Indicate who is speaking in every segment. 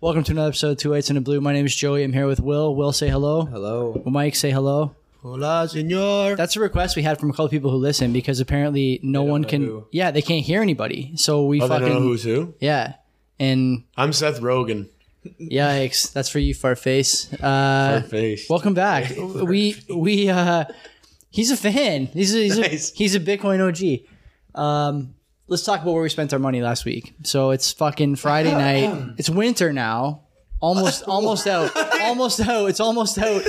Speaker 1: Welcome to another episode of Two Eights in the Blue. My name is Joey. I'm here with Will. Will, say hello.
Speaker 2: Hello.
Speaker 1: Mike, say hello.
Speaker 2: Hola, senor.
Speaker 1: That's a request we had from a couple people who listen because apparently no one
Speaker 3: know
Speaker 1: can.
Speaker 3: who.
Speaker 1: Yeah, they can't hear anybody. So we
Speaker 3: Oh, they
Speaker 1: fucking.
Speaker 3: don't know who's who.
Speaker 1: yeah. And
Speaker 3: I'm Seth Rogen.
Speaker 1: yikes, that's for you, Farface. Uh,
Speaker 3: Face.
Speaker 1: Welcome back. we we uh he's a fan. He's a, he's a,
Speaker 3: Nice.
Speaker 1: he's a Bitcoin OG. Um let's talk about where we spent our money last week. So it's fucking Friday night. It's winter now. Almost almost out. Almost out. It's almost out.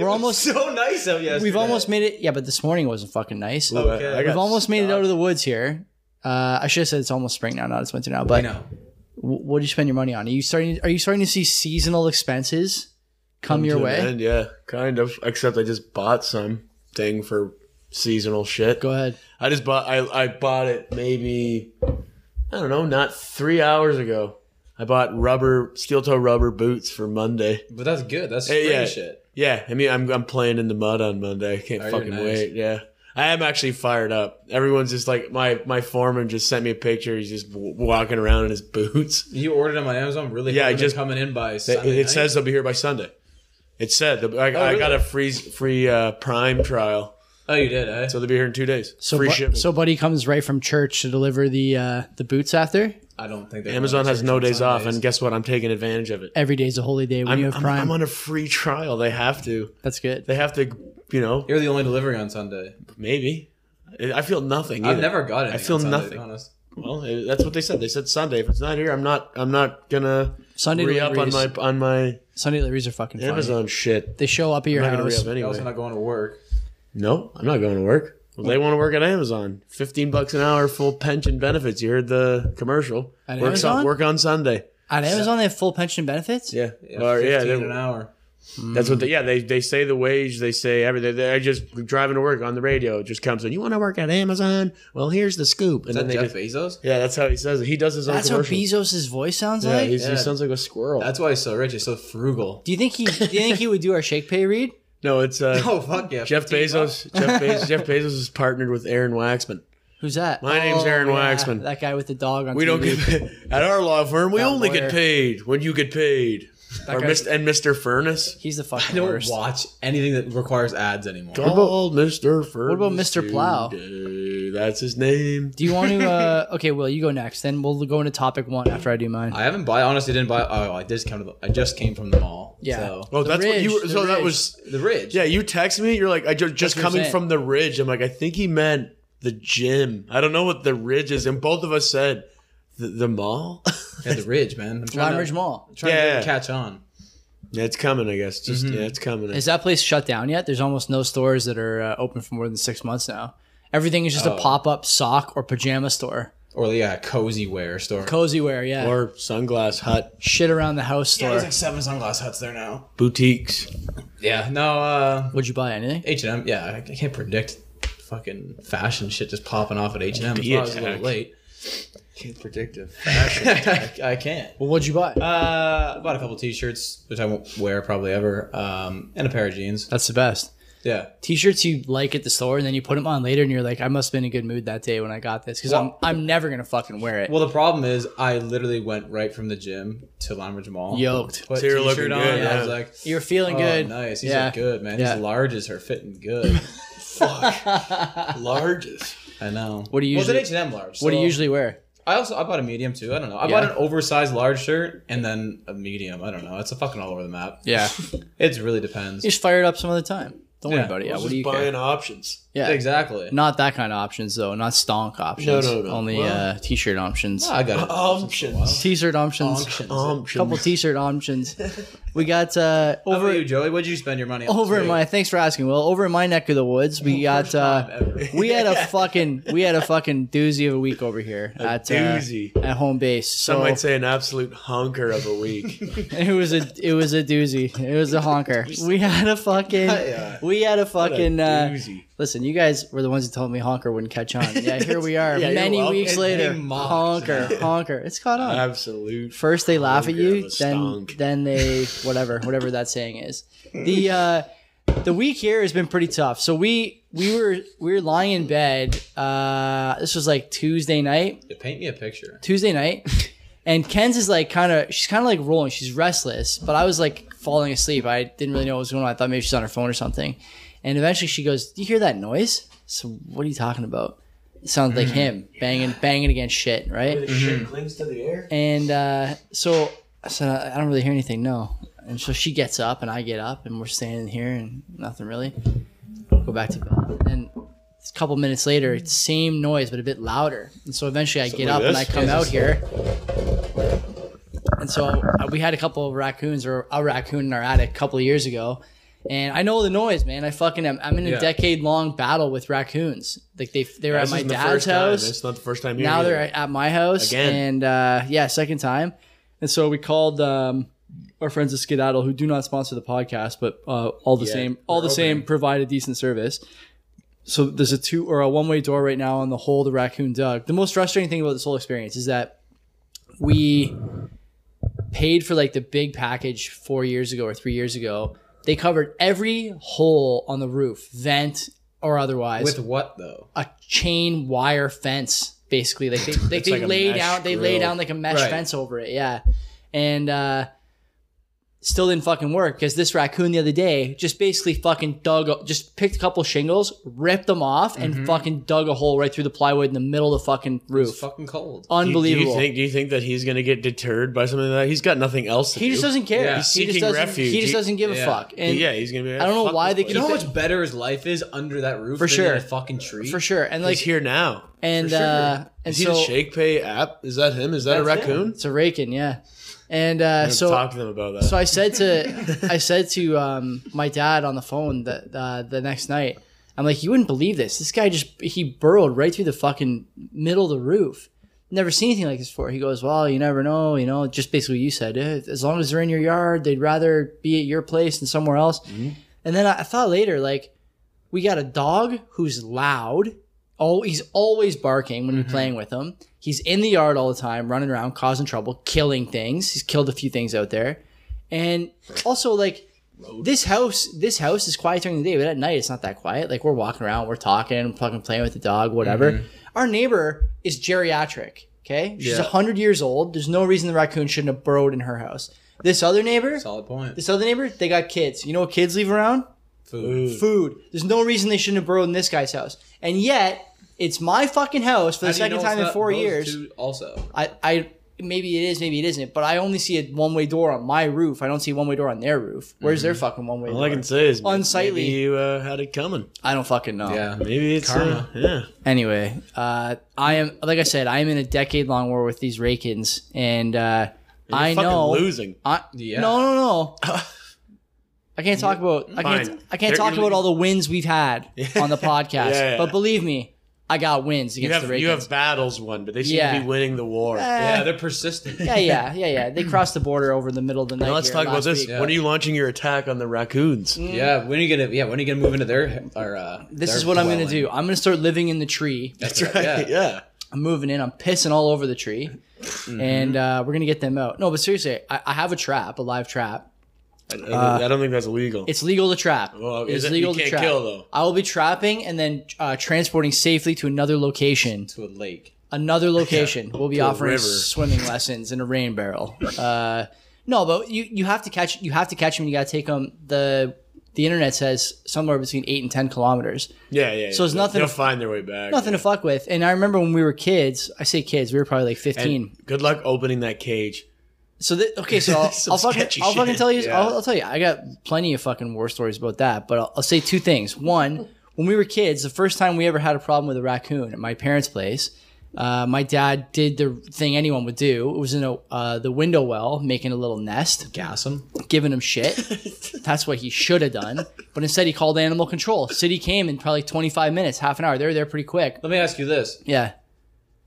Speaker 1: We're almost
Speaker 2: so nice out yesterday.
Speaker 1: we've almost made it. Yeah, but this morning wasn't fucking nice.
Speaker 3: Ooh, I-
Speaker 2: Okay.
Speaker 3: I got
Speaker 1: We've almost made it out of the woods here. Uh, I should have said it's almost spring now, not it's winter now. But
Speaker 2: know.
Speaker 1: w- what do you spend your money on? Are you starting? Are you starting to see seasonal expenses come,
Speaker 3: to
Speaker 1: your
Speaker 3: an
Speaker 1: way?
Speaker 3: end, yeah, kind of. Except I just bought some thing for seasonal shit.
Speaker 1: Go ahead.
Speaker 3: I just bought. I I bought it maybe I don't know, not three hours ago. I bought rubber steel toe rubber boots for Monday.
Speaker 2: But that's good. That's
Speaker 3: Hey,
Speaker 2: spring
Speaker 3: yeah.
Speaker 2: shit.
Speaker 3: Yeah, I mean I'm I'm playing in the mud on Monday. I can't
Speaker 2: Oh, you're
Speaker 3: fucking
Speaker 2: nice.
Speaker 3: wait. Yeah. I am actually fired up. Everyone's just like my my foreman just sent me a picture. He's just w- walking around in his boots.
Speaker 2: You ordered them on Amazon really
Speaker 3: Yeah, I
Speaker 2: hoping they're
Speaker 3: just-
Speaker 2: coming in by
Speaker 3: They-
Speaker 2: Sunday
Speaker 3: it
Speaker 2: night? Oh,
Speaker 3: says they'll be here by Sunday. It said they'll be- I, I
Speaker 2: really?
Speaker 3: got a free free uh, Prime trial,
Speaker 2: Oh, you did, eh?
Speaker 3: so they'll be here in two days.
Speaker 1: So,
Speaker 3: free
Speaker 1: Bu-
Speaker 3: shipping.
Speaker 1: so Buddy comes right from church to deliver the uh, the boots after.
Speaker 2: I don't think they're
Speaker 3: Amazon
Speaker 2: going to
Speaker 3: has no
Speaker 2: church on
Speaker 3: days off,
Speaker 2: Sundays.
Speaker 3: and guess what? I'm taking advantage of it.
Speaker 1: Every day's a holy day when
Speaker 3: I'm,
Speaker 1: you have
Speaker 3: I'm-
Speaker 1: Prime.
Speaker 3: I'm on a free trial. They have to.
Speaker 1: That's good.
Speaker 3: They have to. You know,
Speaker 2: You're the only delivery on Sunday.
Speaker 3: maybe. I I feel nothing.
Speaker 2: I've
Speaker 3: either.
Speaker 2: never got it.
Speaker 3: I feel
Speaker 2: on Sunday, to
Speaker 3: nothing.
Speaker 2: be honest.
Speaker 3: Well, eh, that's what they said. They said Sunday. If it's not here, I'm not. I'm not gonna
Speaker 1: Sunday
Speaker 3: re up on
Speaker 1: deliveries.
Speaker 3: my on my
Speaker 1: Sunday deliveries are fucking funny.
Speaker 3: Amazon shit.
Speaker 1: They show up at your
Speaker 3: I'm not gonna re
Speaker 1: house.
Speaker 3: up
Speaker 2: You're also
Speaker 3: anyway.
Speaker 2: not going to work.
Speaker 3: No, I'm not going to work. Well, they want to work at Amazon. Fifteen bucks an hour, full pension benefits. You heard the commercial.
Speaker 1: At
Speaker 3: work,
Speaker 1: Amazon?
Speaker 3: On, work on Sunday.
Speaker 1: At Amazon, they have full pension benefits.
Speaker 3: Yeah,
Speaker 2: Yeah,
Speaker 3: or yeah,
Speaker 2: 15
Speaker 3: they-
Speaker 2: an hour.
Speaker 3: that's what. They, yeah, they they say the wage. They say everything. They're just driving to work on the radio. It just comes in. You want to work at Amazon? Well, here's the scoop. And
Speaker 2: Is that
Speaker 3: then they
Speaker 2: Jeff
Speaker 3: just,
Speaker 2: Bezos?
Speaker 3: yeah, that's how he says it. He does his own
Speaker 1: That's how
Speaker 3: commercial.
Speaker 1: Bezos' voice sounds
Speaker 3: yeah,
Speaker 1: like.
Speaker 3: he's,
Speaker 2: Yeah.
Speaker 3: he sounds like a squirrel.
Speaker 2: That's why he's so rich. He's so frugal.
Speaker 1: Do you think he? Do you think he would do our shake pay read?
Speaker 3: no, it's uh,
Speaker 2: Oh, fuck yeah.
Speaker 3: Jeff
Speaker 2: 15 bucks.
Speaker 3: Bezos. Jeff Bezos. Jeff Bezos is partnered with Aaron Waxman.
Speaker 1: Who's that? Oh,
Speaker 3: My name's Aaron Waxman.
Speaker 1: That guy with the dog on.
Speaker 3: We don't
Speaker 1: TV.
Speaker 3: get at our law firm. We
Speaker 1: That
Speaker 3: only
Speaker 1: lawyer.
Speaker 3: get paid when you get paid. Or
Speaker 1: guy-
Speaker 3: Mr. and Mr. Furnace.
Speaker 1: He's the
Speaker 2: I
Speaker 1: fucking
Speaker 2: don't
Speaker 1: worst.
Speaker 2: watch anything that requires ads anymore.
Speaker 3: What about Mr. Furnace?
Speaker 1: about Mr. Plow?
Speaker 3: today. That's his name.
Speaker 1: Do you want to? Uh, okay, Will, you go next. Then we'll go into topic one after I do mine.
Speaker 2: I haven't buy. Honestly, didn't buy. Oh, I just come to. The, I just came from the mall.
Speaker 1: Yeah.
Speaker 2: So.
Speaker 3: Oh,
Speaker 1: The
Speaker 3: that's what you
Speaker 1: Ridge,
Speaker 3: were.
Speaker 1: the
Speaker 3: So that
Speaker 1: Ridge.
Speaker 3: was.
Speaker 2: The Ridge.
Speaker 3: Yeah, you text me. You're like, I just, just
Speaker 1: That's what I'm
Speaker 3: coming
Speaker 1: saying.
Speaker 3: from the ridge. I'm like, I think he meant the gym. I don't know what the ridge is. And both of us said, the, the mall?
Speaker 2: Yeah, the Ridge, man. I'm trying
Speaker 1: Lime
Speaker 2: to,
Speaker 1: Ridge Mall.
Speaker 2: trying to
Speaker 3: Yeah.
Speaker 2: get it to catch on.
Speaker 3: yeah, it's coming, I guess. Just,
Speaker 1: Mm-hmm.
Speaker 3: yeah, it's coming.
Speaker 1: Is that place shut down yet? There's almost no stores that are uh, open for more than six months now. Everything is just a
Speaker 2: Oh.
Speaker 1: pop up sock or pajama store,
Speaker 2: Or yeah, cozy wear store.
Speaker 1: cozy wear, yeah,
Speaker 3: or Sunglass Hut,
Speaker 1: shit around the house
Speaker 2: yeah,
Speaker 1: store.
Speaker 2: there's like seven sunglass huts there now.
Speaker 3: boutiques.
Speaker 2: Yeah. No. uh
Speaker 1: Would you buy anything?
Speaker 2: H and M. Yeah, I, I can't predict fucking fashion shit just popping off at H and M.
Speaker 3: Be
Speaker 2: I was a
Speaker 3: attacked.
Speaker 2: little late.
Speaker 3: Can't predict it.
Speaker 2: I, I can't.
Speaker 1: Well, what'd you buy?
Speaker 2: Uh, I bought a couple T-shirts, which I won't wear probably ever, um, and a pair of jeans.
Speaker 1: That's the best.
Speaker 2: Yeah.
Speaker 1: T-shirts you like at the store, and then you put them on later, and you're like, I must have been in a good mood that day when I got this because
Speaker 2: Well-
Speaker 1: I'm I'm never gonna fucking wear it.
Speaker 2: Well, the problem is, I literally went right from the gym to Lime Ridge Mall.
Speaker 1: Yoked.
Speaker 2: Put
Speaker 3: So you're
Speaker 2: t-shirt
Speaker 3: looking
Speaker 2: on.
Speaker 3: good,
Speaker 2: and I was
Speaker 3: yeah.
Speaker 2: like,
Speaker 1: You're feeling
Speaker 2: oh,
Speaker 1: good.
Speaker 2: Nice. These
Speaker 1: yeah.
Speaker 2: are good, man.
Speaker 1: Yeah.
Speaker 2: These larges are fitting good.
Speaker 3: Largest.
Speaker 2: I know.
Speaker 1: What do you
Speaker 2: Well,
Speaker 1: usually-
Speaker 2: it's an H and M large.
Speaker 1: What do you
Speaker 2: so-
Speaker 1: usually wear?
Speaker 2: I also I bought a medium too. I don't know. I
Speaker 1: Yeah.
Speaker 2: bought an oversized large shirt and then a medium. I don't know. It's a fucking all over the map.
Speaker 1: Yeah,
Speaker 2: It really depends.
Speaker 1: you just fire it up some other time. Don't worry
Speaker 2: Yeah.
Speaker 1: about it. Yeah,
Speaker 3: Yeah,
Speaker 1: what do you
Speaker 3: buying
Speaker 1: care?
Speaker 3: options.
Speaker 1: Yeah,
Speaker 2: Exactly.
Speaker 1: Not that kind of options though. Not stonk options.
Speaker 3: no, no.
Speaker 1: Only
Speaker 3: Well-
Speaker 1: uh, t-shirt options.
Speaker 2: Ah, I got it.
Speaker 3: Um, Options.
Speaker 1: T-shirt options.
Speaker 2: Options.
Speaker 3: Options.
Speaker 1: Couple t-shirt options. We got uh,
Speaker 2: How about
Speaker 1: over
Speaker 2: you, Joey? What did you spend your money on?
Speaker 1: over
Speaker 2: this
Speaker 1: in
Speaker 2: week?
Speaker 1: my. Thanks for asking. Well, over in my neck of the woods, we got.
Speaker 2: time
Speaker 1: Uh,
Speaker 2: ever.
Speaker 1: we had a fucking we had a fucking doozy of a week over here at uh,
Speaker 3: doozy.
Speaker 1: at home base. So
Speaker 3: Some might say an absolute honker of a week.
Speaker 1: It was a it was a doozy. It was a honker. We had a fucking
Speaker 2: Yeah.
Speaker 1: we had a
Speaker 3: a
Speaker 1: fucking uh,
Speaker 3: doozy.
Speaker 1: listen. You guys were the ones who told me honker wouldn't catch on. Yeah, here we are,
Speaker 3: Yeah, you're
Speaker 1: many
Speaker 3: welcome.
Speaker 1: weeks
Speaker 3: It
Speaker 1: later.
Speaker 2: being mocked.
Speaker 1: Honker, honker. It's caught on.
Speaker 3: Absolute.
Speaker 1: First they laugh at
Speaker 3: Honker of
Speaker 1: you,
Speaker 3: a
Speaker 1: then
Speaker 3: stonk.
Speaker 1: then they whatever whatever that saying is. The uh, the week here has been pretty tough. So we we were we were lying in bed. Uh, this was like Tuesday night.
Speaker 2: Paint me a picture.
Speaker 1: Tuesday night. And Ken's is like kind of, she's kind of like rolling. She's restless, but I was like falling asleep. I didn't really know what was going on. I thought maybe she's on her phone or something. And eventually she goes, Do you hear that noise? So, what are you talking about? It sounds like
Speaker 3: Mm-hmm.
Speaker 1: him banging, banging against shit, right?
Speaker 4: The shit clings to the air.
Speaker 1: And uh, so I said, I I don't really hear anything, no. And so she gets up and I get up and we're standing here and nothing really. Go back to bed. And a couple minutes later, it's same noise but a bit louder. And so eventually I get
Speaker 3: like
Speaker 1: up and I
Speaker 3: this?
Speaker 1: come
Speaker 2: Yeah,
Speaker 1: out
Speaker 2: just
Speaker 1: here. And so uh, we had a couple of raccoons or a raccoon in our attic a couple of years ago. And I know the noise, man. I fucking am. I'm in a
Speaker 2: Yeah.
Speaker 1: decade long battle with raccoons. Like they, they were at
Speaker 3: This
Speaker 1: my
Speaker 3: isn't the
Speaker 1: dad's
Speaker 3: first time.
Speaker 1: house
Speaker 3: It's not the first time.
Speaker 1: now
Speaker 3: either.
Speaker 1: they're at my house
Speaker 3: Again.
Speaker 1: and uh, yeah second time and so we called um, our friends at skedaddle who do not sponsor the podcast but uh, all the
Speaker 2: Yeah,
Speaker 1: same all the
Speaker 2: we're
Speaker 1: same
Speaker 2: open.
Speaker 1: provide a decent service so there's a two or a one way door right now on the whole the raccoon dug the most frustrating thing about this whole experience is that we paid for like the big package four years ago or three years ago they covered every hole on the roof vent or otherwise
Speaker 2: With what though?
Speaker 1: a chain wire fence basically like they, they,
Speaker 3: It's
Speaker 1: they
Speaker 3: like a
Speaker 1: lay
Speaker 3: mesh
Speaker 1: down they lay
Speaker 3: grill.
Speaker 1: down like a mesh
Speaker 2: Right.
Speaker 1: fence over it yeah and uh still didn't fucking work because this raccoon the other day just basically fucking dug a- just picked a couple shingles ripped them off and
Speaker 3: Mm-hmm.
Speaker 1: fucking dug a hole right through the plywood in the middle of the fucking
Speaker 2: It's
Speaker 1: roof
Speaker 2: fucking cold.
Speaker 3: Do you-
Speaker 1: unbelievable
Speaker 3: Do you think? Do you think that he's gonna get deterred by something like that? He's got nothing else. To
Speaker 1: he just
Speaker 3: do.
Speaker 1: doesn't care
Speaker 2: Yeah.
Speaker 1: he,
Speaker 2: He's
Speaker 1: just
Speaker 3: seeking
Speaker 1: doesn't,
Speaker 3: refuge.
Speaker 1: he just
Speaker 3: He-
Speaker 1: doesn't give a
Speaker 2: yeah.
Speaker 1: fuck and
Speaker 3: yeah, he's gonna be. Like,
Speaker 1: I don't know
Speaker 3: "Fuck
Speaker 1: why
Speaker 3: this
Speaker 1: they
Speaker 3: place."
Speaker 2: You
Speaker 1: keep-
Speaker 2: know how
Speaker 1: it-
Speaker 2: much better his life is under that roof
Speaker 1: For
Speaker 2: than in
Speaker 1: sure.
Speaker 2: a fucking tree.
Speaker 1: for sure and like
Speaker 3: He's here now.
Speaker 1: and uh and
Speaker 3: Is he
Speaker 1: so
Speaker 3: the Shake Pay app? Is that him? Is that a
Speaker 4: That's him.
Speaker 3: raccoon?
Speaker 1: it's a raking yeah and uh so
Speaker 3: talk to them about that.
Speaker 1: So I said to I said to um, my dad on the phone that uh, the next night. I'm like, you wouldn't believe this. This guy just he burrowed right through the fucking middle of the roof. Never seen anything like this before. He goes, well, you never know, you know. Just basically, what you said Eh, as long as they're in your yard, they'd rather be at your place than somewhere else. And then I I thought later, like, we got a dog who's loud. Oh, he's always barking when you're playing with him. He's in the yard all the time, running around, causing trouble, killing things. He's killed a few things out there. And also like this house this house is quiet during the day, but at night it's not that quiet. Like we're walking around, we're talking, fucking playing with the dog, whatever. Our neighbor is geriatric. Okay? She's a
Speaker 2: Yeah.
Speaker 1: hundred years old. There's no reason the raccoon shouldn't have burrowed in her house. This other neighbor
Speaker 2: Solid point.
Speaker 1: this other neighbor, they got kids. You know what kids leave around?
Speaker 2: Food.
Speaker 1: Food. There's no reason they shouldn't have burrowed in this guy's house. And yet, it's my fucking house for the
Speaker 2: How do you know
Speaker 1: second
Speaker 2: it's
Speaker 1: time in
Speaker 2: not
Speaker 1: four
Speaker 2: those
Speaker 1: years.
Speaker 2: two Also,
Speaker 1: I, I maybe it is, maybe it isn't, but I only see a one way door on my roof. I don't see a one way door on their roof. Where's
Speaker 2: Mm-hmm.
Speaker 1: their fucking one way
Speaker 3: All I
Speaker 1: door?
Speaker 3: can say is
Speaker 1: Unsightly.
Speaker 3: Maybe you uh, had it coming.
Speaker 1: I don't fucking know.
Speaker 2: yeah.
Speaker 3: Maybe it's
Speaker 2: Karma.
Speaker 3: Uh, yeah.
Speaker 1: Anyway, uh, I am like I said, I am in a decade long war with these Rakins, and uh,
Speaker 3: You're
Speaker 1: I
Speaker 3: fucking
Speaker 1: know.
Speaker 3: losing.
Speaker 1: I,
Speaker 2: Yeah.
Speaker 1: No, no, no. I can't talk about I
Speaker 3: Fine.
Speaker 1: can't I can't
Speaker 3: They're-
Speaker 1: talk about all the wins we've had on the podcast.
Speaker 3: Yeah, yeah.
Speaker 1: But believe me, I got wins
Speaker 3: You
Speaker 1: against
Speaker 3: have
Speaker 1: the Rakins.
Speaker 3: you have battles won, but they seem
Speaker 1: Yeah.
Speaker 3: to be winning the war.
Speaker 1: Eh,
Speaker 2: Yeah, they're persistent.
Speaker 1: yeah, yeah, yeah, yeah. They crossed the border over the middle of the night.
Speaker 3: now let's
Speaker 1: here
Speaker 3: talk about
Speaker 1: last
Speaker 3: this.
Speaker 1: week. Mm.
Speaker 2: Yeah.
Speaker 3: When are you launching your attack on the raccoons?
Speaker 2: Yeah, when are you gonna? Yeah, when are you gonna move into their? Or, uh,
Speaker 1: This
Speaker 2: their
Speaker 1: is what I'm gonna
Speaker 2: dwelling?
Speaker 1: do. I'm gonna start living in the tree.
Speaker 2: That's right. Yeah.
Speaker 3: yeah.
Speaker 1: I'm moving in. I'm pissing all over the tree,
Speaker 3: Mm-hmm.
Speaker 1: and uh, we're gonna get them out. No, but seriously, I, I have a trap, a live trap.
Speaker 3: I, I- I don't think that's illegal.
Speaker 1: Uh, It's legal to trap.
Speaker 3: Well,
Speaker 1: it's
Speaker 3: is it- you
Speaker 1: legal to
Speaker 3: can't
Speaker 1: trap.
Speaker 3: kill, though.
Speaker 1: I will be trapping and then uh, transporting safely to another location.
Speaker 2: To a lake.
Speaker 1: another location. We'll be
Speaker 3: To a
Speaker 1: offering
Speaker 3: river.
Speaker 1: swimming lessons in a rain barrel. Uh, no, but you, you have to catch you have to catch them. You got to take them. The the internet says somewhere between eight and ten kilometers.
Speaker 3: yeah, yeah.
Speaker 1: So it's
Speaker 3: yeah.
Speaker 1: nothing
Speaker 3: They'll
Speaker 1: to-
Speaker 3: find their way back.
Speaker 1: Nothing to fuck with. And I remember when we were kids. I say kids. We were probably like fifteen.
Speaker 3: And good luck opening that cage.
Speaker 1: So th- okay, so I'll,
Speaker 3: Some
Speaker 1: I'll fucking
Speaker 3: sketchy
Speaker 1: I'll fucking
Speaker 3: shit.
Speaker 1: tell you
Speaker 3: Yeah.
Speaker 1: I'll, I'll tell you I got plenty of fucking war stories about that, but I'll, I'll say two things. One, when we were kids, the first time we ever had a problem with a raccoon at my parents' place, uh, my dad did the thing anyone would do. It was in a, uh, the window well, making a little nest,
Speaker 2: Gas them.
Speaker 1: giving him shit. That's what he should have done, but instead he called animal control. City came in probably twenty five minutes, half an hour. They were there pretty quick.
Speaker 2: Let me ask you this:
Speaker 1: Yeah,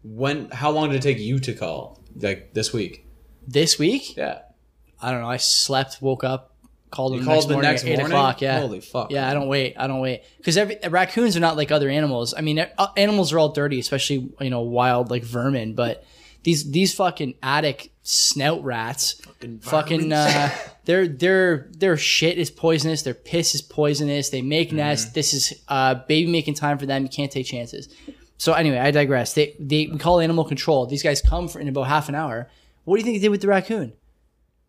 Speaker 2: When? How long did it take you to call? Like this week?
Speaker 1: this week
Speaker 2: Yeah.
Speaker 1: I don't know. I slept, woke up, called him
Speaker 2: You
Speaker 1: the
Speaker 2: called
Speaker 1: next
Speaker 2: the
Speaker 1: morning
Speaker 2: next
Speaker 1: at eight
Speaker 2: morning?
Speaker 1: o'clock. Yeah,
Speaker 2: Holy fuck.
Speaker 1: Yeah, I don't wait. I don't wait because raccoons are not like other animals. I mean, uh, animals are all dirty, especially you know wild like vermin. But these these fucking attic snout rats, fucking, uh, their their their shit is poisonous. Their piss is poisonous. They make nests. This is uh, baby making time for them. You can't take chances. So anyway, I digress. They they we call animal control. These guys come for, in about half an hour. What do you think they did with the raccoon?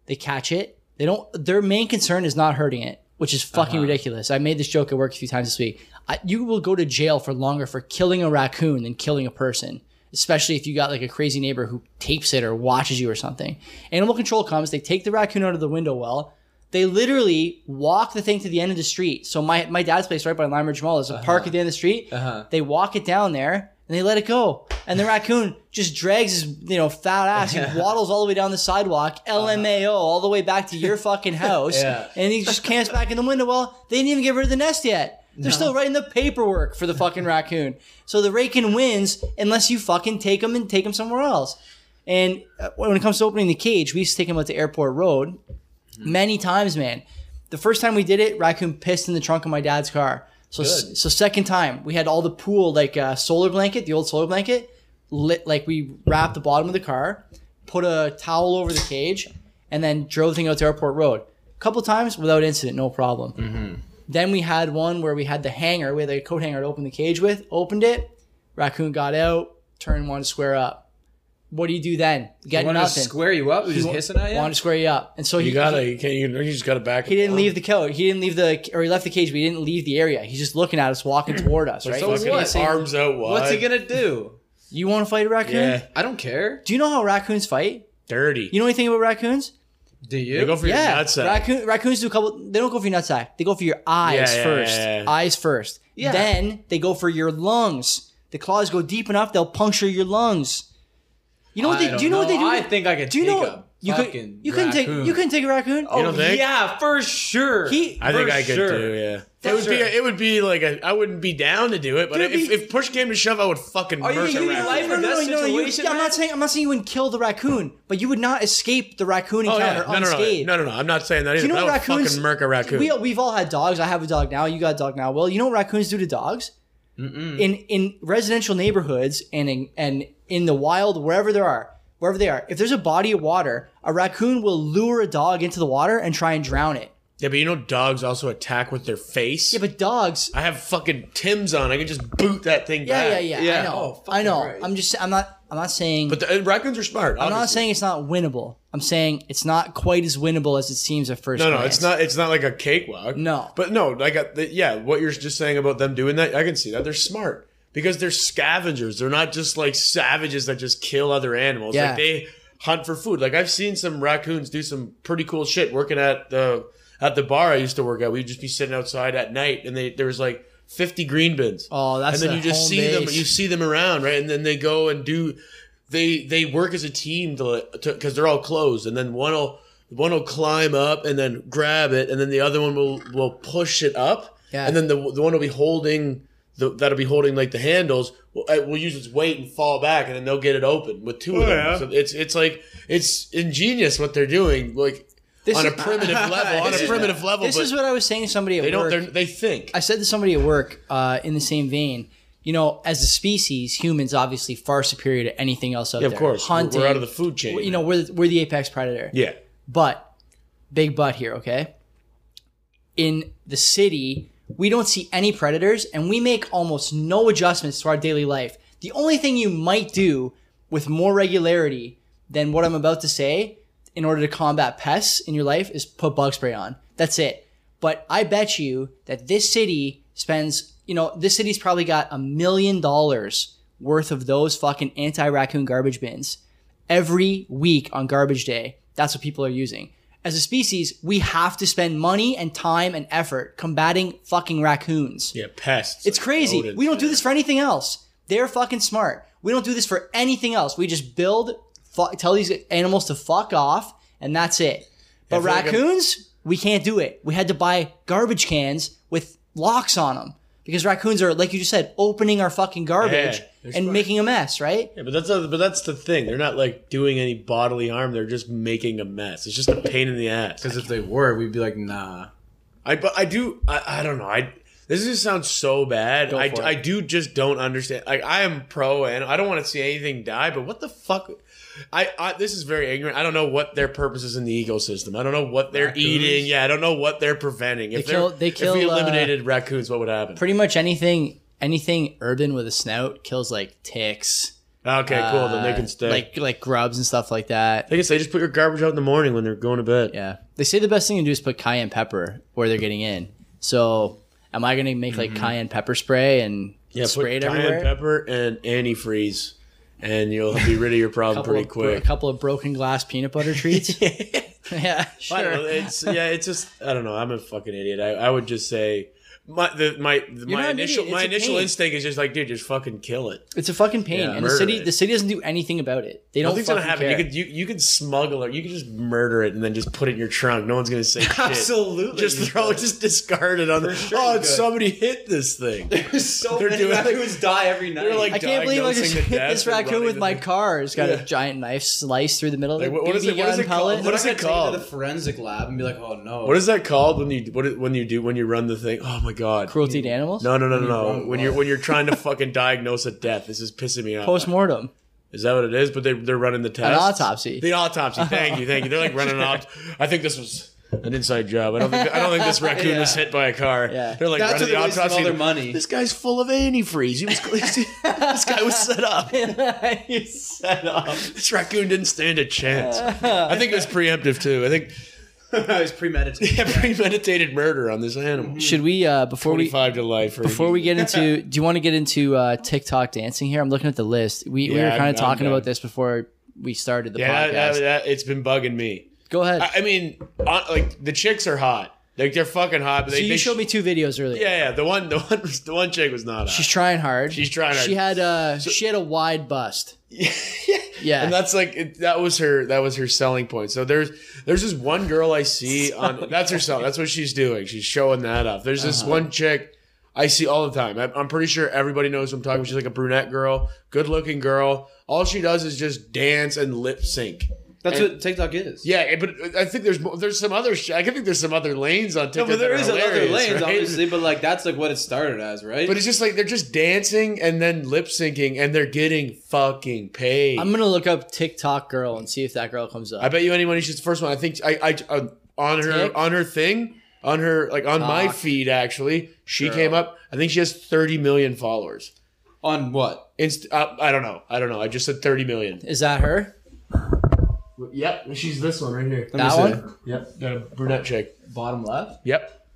Speaker 1: They catch it. They don't. Their main concern is not hurting it, which is fucking ridiculous. I made this joke at work a few times this week. I, you will go to jail for longer for killing a raccoon than killing a person, especially if you got like a crazy neighbor who tapes it or watches you or something. Animal control comes. They take the raccoon out of the window well. They literally walk the thing to the end of the street. So my my dad's place right by Limeridge Mall is a park at the end of the street.
Speaker 2: Uh-huh.
Speaker 1: They walk it down there and they let it go. And the raccoon just drags his, you know, fat ass. He waddles all the way down the sidewalk, LMAO, all the way back to your fucking house.
Speaker 2: Uh-huh. Yeah.
Speaker 1: And he just camps back in the window. Well, they didn't even get rid of the nest yet. They're still writing the paperwork for the fucking raccoon. So the raking wins unless you fucking take him and take him somewhere else. And uh, when it comes to opening the cage, we used to take him out to Airport Road many times, man. The first time we did it, raccoon pissed in the trunk of my dad's car. So,
Speaker 2: Good.
Speaker 1: so second time, we had all the pool like uh, solar blanket, the old solar blanket, lit like we wrapped the bottom of the car, put a towel over the cage, and then drove the thing out to Airport Road. A couple times without incident, no problem. Then we had one where we had the hanger, we had a coat hanger to open the cage with. Opened it, raccoon got out, turned one square up. What do you do then? You got
Speaker 2: Wanted to
Speaker 1: nothing.
Speaker 2: square you up? He was just
Speaker 1: wa-
Speaker 2: hissing at you?
Speaker 1: Wanted to square you up, and so he
Speaker 3: You gotta, you can't, you, you just gotta back.
Speaker 1: he didn't leave the coat. He didn't leave the, or he left the cage, but he didn't leave the area. He's just looking at us, walking toward us, right?
Speaker 2: so
Speaker 1: He's
Speaker 3: Fucking
Speaker 1: gonna
Speaker 2: what?
Speaker 1: say,
Speaker 3: arms out wide.
Speaker 2: What's he gonna do?
Speaker 1: you want to fight a raccoon?
Speaker 3: Yeah,
Speaker 2: I don't care.
Speaker 1: Do you know how raccoons fight?
Speaker 3: dirty.
Speaker 1: You know anything about raccoons?
Speaker 2: Do you?
Speaker 3: They go for
Speaker 1: yeah,
Speaker 3: your nutsack.
Speaker 1: raccoon, raccoons do a couple. They don't go for your nutsack. They go for your eyes
Speaker 3: Yeah, yeah,
Speaker 1: first.
Speaker 3: yeah, yeah.
Speaker 1: Eyes first.
Speaker 2: Yeah.
Speaker 1: Then they go for your lungs. The claws go deep enough; they'll puncture your lungs. You know what
Speaker 2: I
Speaker 1: they?
Speaker 2: don't
Speaker 1: Do you know, what they do?
Speaker 2: I think I could
Speaker 1: do you
Speaker 2: take
Speaker 1: know
Speaker 2: a
Speaker 1: you could?
Speaker 2: fucking
Speaker 1: You couldn't take.
Speaker 2: raccoon.
Speaker 1: You couldn't take a raccoon.
Speaker 2: Oh,
Speaker 3: don't think?
Speaker 2: yeah, for sure.
Speaker 1: He-
Speaker 3: I think
Speaker 2: For
Speaker 3: I could
Speaker 2: sure.
Speaker 3: do. Yeah.
Speaker 2: For
Speaker 3: it would be.
Speaker 2: sure.
Speaker 3: A, it would be like a. I wouldn't be down to do it, but
Speaker 2: Dude,
Speaker 3: if,
Speaker 2: it'd be-
Speaker 3: if push came to shove, I would fucking
Speaker 2: Are you
Speaker 3: murder
Speaker 2: kidding me?
Speaker 3: raccoon.
Speaker 2: Life or death
Speaker 1: you,
Speaker 2: situation,
Speaker 1: I'm
Speaker 2: man?
Speaker 1: not saying I'm not saying you wouldn't kill the raccoon, but you would not escape the raccoon
Speaker 3: Oh,
Speaker 1: encounter
Speaker 3: yeah. No, no, no,
Speaker 1: unscathed.
Speaker 3: no, no, no. I'm not saying that either.
Speaker 1: You know
Speaker 3: but
Speaker 1: what
Speaker 3: I would
Speaker 1: raccoons?
Speaker 3: fucking murk a raccoon.
Speaker 1: We, we've all had dogs. I have a dog now. You got a dog now. Well, you know what raccoons do to dogs? In in residential neighborhoods and in and in the wild, wherever there are, wherever they are, if there's a body of water, a raccoon will lure a dog into the water and try and drown it.
Speaker 3: yeah, but you know, dogs also attack with their face.
Speaker 1: Yeah, but dogs.
Speaker 3: I have fucking Tim's on. I can just boot that thing
Speaker 1: Yeah, yeah,
Speaker 3: back.
Speaker 1: yeah. I
Speaker 2: Yeah. Oh,
Speaker 1: know.
Speaker 2: fucking
Speaker 1: I know.
Speaker 2: right.
Speaker 1: I'm just. I'm not. I'm not saying.
Speaker 3: But the, uh, raccoons are smart.
Speaker 1: I'm not saying it's not winnable. I'm saying it's not quite as winnable as it seems at first.
Speaker 3: No, no,
Speaker 1: glance.
Speaker 3: it's not. It's not like a cakewalk.
Speaker 1: No.
Speaker 3: but no, like a, the, yeah, what you're just saying about them doing that, I can see that they're smart because they're scavengers. They're not just like savages that just kill other animals.
Speaker 1: Yeah.
Speaker 3: Like they hunt for food. Like I've seen some raccoons do some pretty cool shit working at the at the bar I used to work at. We'd just be sitting outside at night, and they there was like. 50 green bins.
Speaker 1: Oh, that's
Speaker 3: And then
Speaker 1: a
Speaker 3: you just
Speaker 1: home
Speaker 3: see them
Speaker 1: base.
Speaker 3: you see them around, right? And then they go and do they they work as a team to because they're all closed, and then one will one will climb up and then grab it, and then the other one will will push it up,
Speaker 1: Yeah.
Speaker 3: and then the the one will be holding the that'll be holding like the handles will, uh, will use its weight and fall back, and then they'll get it open with two of them.
Speaker 2: yeah.
Speaker 3: So it's it's like it's ingenious what they're doing, like on a
Speaker 1: is-
Speaker 3: primitive level, on a
Speaker 2: This is-
Speaker 3: primitive level,
Speaker 1: This
Speaker 3: but
Speaker 1: is what I was saying to somebody at
Speaker 3: they don't
Speaker 1: work.
Speaker 3: they're- they think.
Speaker 1: I said to somebody at work uh, in the same vein. You know, as a species, humans obviously far superior to anything else out
Speaker 3: Yeah,
Speaker 1: there.
Speaker 3: of course, We're-
Speaker 1: hunting.
Speaker 3: we're out of the food chain.
Speaker 1: You know, we're the, we're the apex predator.
Speaker 3: yeah,
Speaker 1: But big but here, okay? In the city, we don't see any predators and we make almost no adjustments to our daily life. The only thing you might do with more regularity than what I'm about to say in order to combat pests in your life is put bug spray on. That's it. But I bet you that this city spends, you know, this city's probably got a million dollars worth of those fucking anti raccoon garbage bins every week on garbage day. That's what people are using. As a species, we have to spend money and time and effort combating fucking raccoons.
Speaker 3: yeah, pests.
Speaker 1: It's crazy. we don't do this for anything else. They're fucking smart. We don't do this for anything else. We just build, fu- tell these animals to fuck off, and that's it. But
Speaker 3: feel like I'm-
Speaker 1: raccoons, we can't do it. We had to buy garbage cans with locks on them because raccoons are, like you just said, opening our fucking garbage
Speaker 3: Yeah, they're
Speaker 1: and
Speaker 3: smart.
Speaker 1: making a mess, right?
Speaker 3: Yeah, but that's a, but that's the thing. They're not like doing any bodily harm. They're just making a mess. It's just a pain in the ass.
Speaker 2: Because if they were, we'd be like, nah.
Speaker 3: I but I do I, I don't know. I this just sounds so bad. I,
Speaker 1: for it.
Speaker 3: I do just don't understand. Like I am pro and I don't want to see anything die. But what the fuck? I, I this is very ignorant. I don't know what their purpose is in the ecosystem. I don't know what they're
Speaker 2: Raccoons?
Speaker 3: eating. Yeah, I don't know what they're preventing. If
Speaker 1: They kill-
Speaker 3: they're-
Speaker 1: they kill,
Speaker 3: if we
Speaker 1: uh,
Speaker 3: eliminated raccoons, what would happen?
Speaker 1: Pretty much anything, anything urban with a snout kills like ticks,
Speaker 3: Okay, cool. Then they
Speaker 1: uh,
Speaker 3: can stay.
Speaker 1: Like like grubs and stuff like that.
Speaker 3: I guess they just put your garbage out in the morning when they're going to bed.
Speaker 1: Yeah. They say the best thing to do is put cayenne pepper where they're getting in. So am I gonna make like cayenne pepper spray and
Speaker 3: Mm-hmm. Yeah,
Speaker 1: spray it
Speaker 3: put cayenne
Speaker 1: everywhere?
Speaker 3: pepper and antifreeze, and you'll be rid of your problem
Speaker 1: Couple
Speaker 3: pretty
Speaker 1: of- A
Speaker 3: quick.
Speaker 1: couple of broken glass peanut butter treats. yeah,
Speaker 3: I don't know,
Speaker 1: sure.
Speaker 3: it's yeah, it's just I don't know. I'm a fucking idiot. I, I would just say my the, my my
Speaker 1: not an
Speaker 3: initial
Speaker 1: idiot,
Speaker 3: my
Speaker 1: it's a
Speaker 3: initial
Speaker 1: pain.
Speaker 3: instinct is just like, dude, just fucking kill it.
Speaker 1: It's a fucking pain,
Speaker 3: Yeah,
Speaker 1: and the
Speaker 3: murder
Speaker 1: city
Speaker 3: it.
Speaker 1: the city doesn't do anything about it. They don't
Speaker 3: Nothing's
Speaker 1: fucking
Speaker 3: gonna happen.
Speaker 1: care.
Speaker 3: You could you, you could smuggle it. You could just murder it and then just put it in your trunk. No one's gonna say shit.
Speaker 2: Absolutely.
Speaker 3: Just throw it, just discard it on the.
Speaker 2: sure
Speaker 3: oh,
Speaker 2: you
Speaker 3: it's
Speaker 2: could.
Speaker 3: somebody hit this thing.
Speaker 2: There's so
Speaker 3: They're
Speaker 2: many
Speaker 3: doing-
Speaker 2: raccoons die every night.
Speaker 3: They're like-
Speaker 1: I can't believe I just
Speaker 3: diagnosing the
Speaker 1: hit
Speaker 3: death
Speaker 1: this
Speaker 3: and
Speaker 1: raccoon
Speaker 3: running
Speaker 1: with
Speaker 3: the
Speaker 1: my
Speaker 3: thing.
Speaker 1: car. It's got
Speaker 3: Yeah.
Speaker 1: a giant knife sliced through the middle of it.
Speaker 3: Like, what- what is it-
Speaker 1: BB
Speaker 3: what is
Speaker 1: gun
Speaker 3: it called?
Speaker 1: pellet.
Speaker 3: What is
Speaker 2: They're
Speaker 3: it
Speaker 2: not gonna take
Speaker 3: called?
Speaker 2: To the forensic lab and be like, oh no.
Speaker 3: What is that called when you what it- when you do when you run the thing? Oh my god.
Speaker 1: Cruelty to animals.
Speaker 3: No, no, no, no.
Speaker 2: When you
Speaker 3: no.
Speaker 2: run
Speaker 3: When you're
Speaker 2: one.
Speaker 3: when you're trying to fucking diagnose a death, this is pissing me off.
Speaker 1: Post mortem.
Speaker 3: Is that what it is? But they they're running the test.
Speaker 1: An autopsy.
Speaker 3: The autopsy. Thank you, thank you. They're like running an opt. I think this was an inside job. I don't think I don't think this raccoon was
Speaker 2: Yeah.
Speaker 3: hit by a car.
Speaker 1: Yeah.
Speaker 3: They're like
Speaker 2: That's what
Speaker 3: running
Speaker 2: they're
Speaker 3: the
Speaker 2: wasting
Speaker 3: autopsy.
Speaker 2: all their money.
Speaker 3: This guy's full of antifreeze. He was this guy was set up.
Speaker 1: you set up.
Speaker 3: This raccoon didn't stand a chance. I think it was preemptive too. I think
Speaker 2: I was premeditated.
Speaker 3: yeah, premeditated murder on this animal.
Speaker 1: Should we uh, before we
Speaker 3: 25 to life. or-
Speaker 1: before we get into do you want to get into uh, TikTok dancing here? I'm looking at the list. We we
Speaker 3: Yeah,
Speaker 1: were kind
Speaker 3: I'm-
Speaker 1: of talking
Speaker 3: I'm
Speaker 1: about
Speaker 3: done.
Speaker 1: this before we started the
Speaker 3: yeah,
Speaker 1: podcast.
Speaker 3: that- that- it's been bugging me.
Speaker 1: Go ahead.
Speaker 3: I, I mean, on, like the chicks are hot. Like they're fucking hot. But they,
Speaker 1: so you
Speaker 3: they
Speaker 1: showed me two videos earlier.
Speaker 3: Yeah, yeah. The one, the one, the one chick was not hot.
Speaker 1: She's trying hard.
Speaker 3: She's trying hard.
Speaker 1: She had uh she had a wide bust. Yeah.
Speaker 3: and that's like it, that was her. That was her selling point. So there's there's this one girl I see on. That's her selling. That's what she's doing. She's showing that off. There's this
Speaker 2: Uh-huh.
Speaker 3: one chick I see all the time. I, I'm pretty sure everybody knows who I'm talking. about. She's like a brunette girl, good looking girl. All she does is just dance and lip sync.
Speaker 2: That's what TikTok is.
Speaker 3: Yeah, eh, but I think there's mo- there's some other. Sh- I think there's some other lanes on
Speaker 2: No,
Speaker 3: TikTok.
Speaker 2: but there is another lane,
Speaker 3: lanes,
Speaker 2: obviously. But like, that's like what it started as, right?
Speaker 3: But it's just like they're just dancing and then lip syncing and they're getting fucking paid.
Speaker 1: I'm gonna look up TikTok girl and see if that girl comes up.
Speaker 3: I bet you any money she's the first one. I think I, I uh, on her
Speaker 1: Tick?
Speaker 3: on her thing on her like on my
Speaker 1: Fuck.
Speaker 3: feed actually she
Speaker 1: Girl.
Speaker 3: came up. I think she has 30 million followers.
Speaker 2: on what?
Speaker 3: Inst- uh, I don't know. I don't know. I just said 30 million.
Speaker 1: Is that her?
Speaker 3: Yep, she's this one right here.
Speaker 1: That one?
Speaker 3: Yep, the brunette chick.
Speaker 2: Bottom left.
Speaker 3: Yep,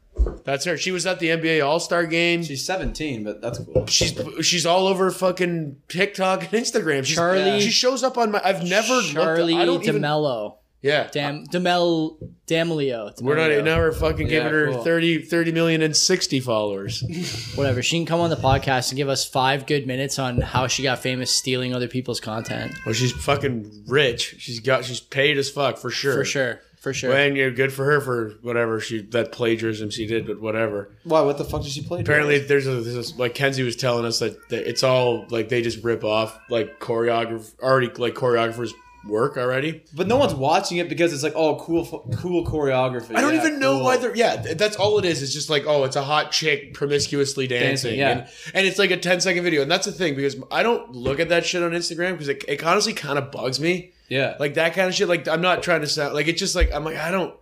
Speaker 3: that's her. She was at the NBA All Star game.
Speaker 2: She's 17, but that's cool.
Speaker 3: She's she's all over fucking TikTok and Instagram. She's,
Speaker 1: Charlie-
Speaker 3: She shows up on my. I've never
Speaker 1: Charlie
Speaker 3: looked. I don't even.
Speaker 1: DeMello.
Speaker 3: yeah.
Speaker 1: Dam Demel Damelio.
Speaker 3: We're not
Speaker 1: Damelio.
Speaker 3: now. We're fucking
Speaker 2: Yeah,
Speaker 3: giving her
Speaker 2: cool.
Speaker 3: thirty, thirty million 30, 30 million and sixty followers.
Speaker 1: Whatever. She can come on the podcast and give us five good minutes on how she got famous stealing other people's content.
Speaker 3: well, she's fucking rich. She's got. She's paid as fuck for sure.
Speaker 1: For sure. For sure.
Speaker 3: And you know, good for her for whatever she that plagiarism she did, but whatever.
Speaker 2: Why? What the fuck did she play?
Speaker 3: Apparently, there's a there's this, like Kenzie was telling us that, that it's all like they just rip off like choreograph already like choreographers work already.
Speaker 2: but no one's watching it because it's like, oh, cool, fu- cool choreography.
Speaker 3: I don't
Speaker 2: Yeah,
Speaker 3: even know
Speaker 2: cool.
Speaker 3: why they're. Yeah, th- that's all it is. It's just like, oh, it's a hot chick promiscuously dancing.
Speaker 2: Dancing, yeah.
Speaker 3: and, and it's like a 10 second video. And that's the thing because I don't look at that shit on Instagram because it, it honestly kind of bugs me.
Speaker 2: Yeah,
Speaker 3: Like that kind of shit. Like I'm not trying to sound like it's just like I'm like I don't.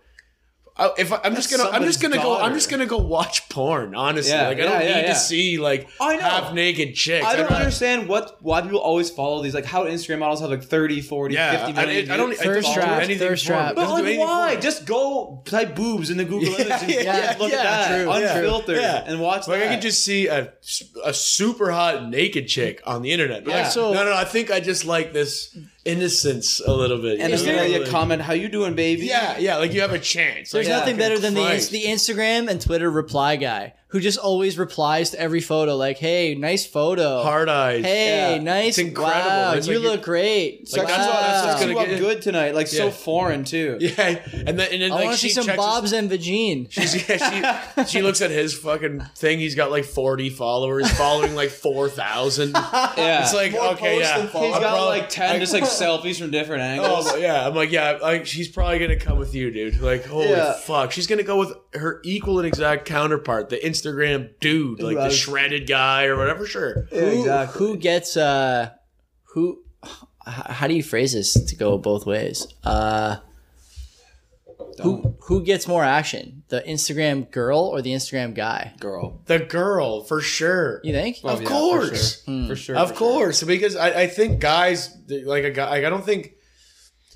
Speaker 3: I, if I, I'm just gonna, I'm just gonna
Speaker 2: somebody's
Speaker 3: go, I'm
Speaker 2: daughter.
Speaker 3: just gonna go watch porn. Honestly,
Speaker 2: Yeah,
Speaker 3: like I
Speaker 2: yeah,
Speaker 3: don't
Speaker 2: yeah,
Speaker 3: need
Speaker 2: yeah.
Speaker 3: to see like
Speaker 2: I know.
Speaker 3: half naked chicks.
Speaker 2: I
Speaker 3: I'd
Speaker 2: don't
Speaker 3: rather-
Speaker 2: understand what why people always follow these. Like how Instagram models have like 30, 40,
Speaker 3: Yeah,
Speaker 2: 50
Speaker 3: I,
Speaker 2: million.
Speaker 3: I don't.
Speaker 2: views.
Speaker 3: I don't
Speaker 1: Thirst
Speaker 3: do
Speaker 1: trap,
Speaker 3: anything
Speaker 1: thirst
Speaker 3: for it.
Speaker 1: trap.
Speaker 3: It
Speaker 2: But
Speaker 3: doesn't do
Speaker 2: like,
Speaker 3: anything for
Speaker 2: why?
Speaker 3: it.
Speaker 2: Just go type boobs into Google
Speaker 3: Yeah,
Speaker 2: Images and
Speaker 3: yeah,
Speaker 2: just look
Speaker 3: yeah,
Speaker 2: at that
Speaker 1: true.
Speaker 2: unfiltered
Speaker 3: Yeah.
Speaker 2: and watch
Speaker 3: Like
Speaker 2: that.
Speaker 3: I could just see a, a super hot naked chick on the internet. Like,
Speaker 2: Yeah.
Speaker 1: So-
Speaker 3: no, no, I think I just like this innocence a little bit.
Speaker 2: and
Speaker 3: you
Speaker 2: then
Speaker 3: know?
Speaker 2: there'll be a
Speaker 3: Like,
Speaker 2: comment, "How you doing, baby?"
Speaker 3: Yeah, yeah, like you have a chance.
Speaker 1: There's
Speaker 3: Like,
Speaker 1: nothing better than the,
Speaker 3: Christ.
Speaker 1: the Instagram and Twitter reply guy who just always replies to every photo like, "Hey, nice photo.
Speaker 3: hard eyes.
Speaker 1: hey,
Speaker 2: Yeah.
Speaker 1: nice.
Speaker 3: It's incredible.
Speaker 1: Wow,
Speaker 3: It's
Speaker 1: you
Speaker 3: like you're-
Speaker 1: look great.
Speaker 3: Like,
Speaker 2: That's
Speaker 3: Wow.
Speaker 2: what that's
Speaker 3: Wow.
Speaker 2: what's gonna
Speaker 3: Gonna
Speaker 2: get
Speaker 3: get-
Speaker 2: good tonight. Like so
Speaker 3: Yeah.
Speaker 2: foreign too.
Speaker 3: Yeah, and then and then
Speaker 1: I
Speaker 3: like
Speaker 1: want to
Speaker 3: she
Speaker 1: see some
Speaker 3: checks
Speaker 1: Bob's and Vagine.
Speaker 3: His, yeah, she she looks at his fucking thing. He's got like forty followers, following like four thousand.
Speaker 2: Yeah.
Speaker 3: It's like
Speaker 2: More
Speaker 3: okay,
Speaker 2: posts
Speaker 3: yeah.
Speaker 2: than followers.
Speaker 3: I'm
Speaker 2: He's got
Speaker 3: probably-
Speaker 2: like ten just like selfies from different angles.
Speaker 3: Oh yeah, I'm like yeah, like she's probably gonna come with you, dude. Like holy
Speaker 2: Yeah.
Speaker 3: fuck, she's gonna go with her equal and exact counterpart, the Instagram dude, like the
Speaker 2: Right.
Speaker 3: shredded guy or whatever. Sure,
Speaker 2: Yeah,
Speaker 1: Who-
Speaker 2: exactly.
Speaker 1: Who gets uh who h- how do you phrase this to go both ways? Uh Who who gets more action? The Instagram girl or the Instagram guy?
Speaker 2: girl.
Speaker 3: The girl, for sure.
Speaker 1: You think?
Speaker 2: Oh,
Speaker 3: Of
Speaker 2: yeah, for
Speaker 3: course.
Speaker 2: sure. Hmm. for sure,
Speaker 3: of
Speaker 2: for sure.
Speaker 3: course, because I, I think guys like a guy. Like I don't think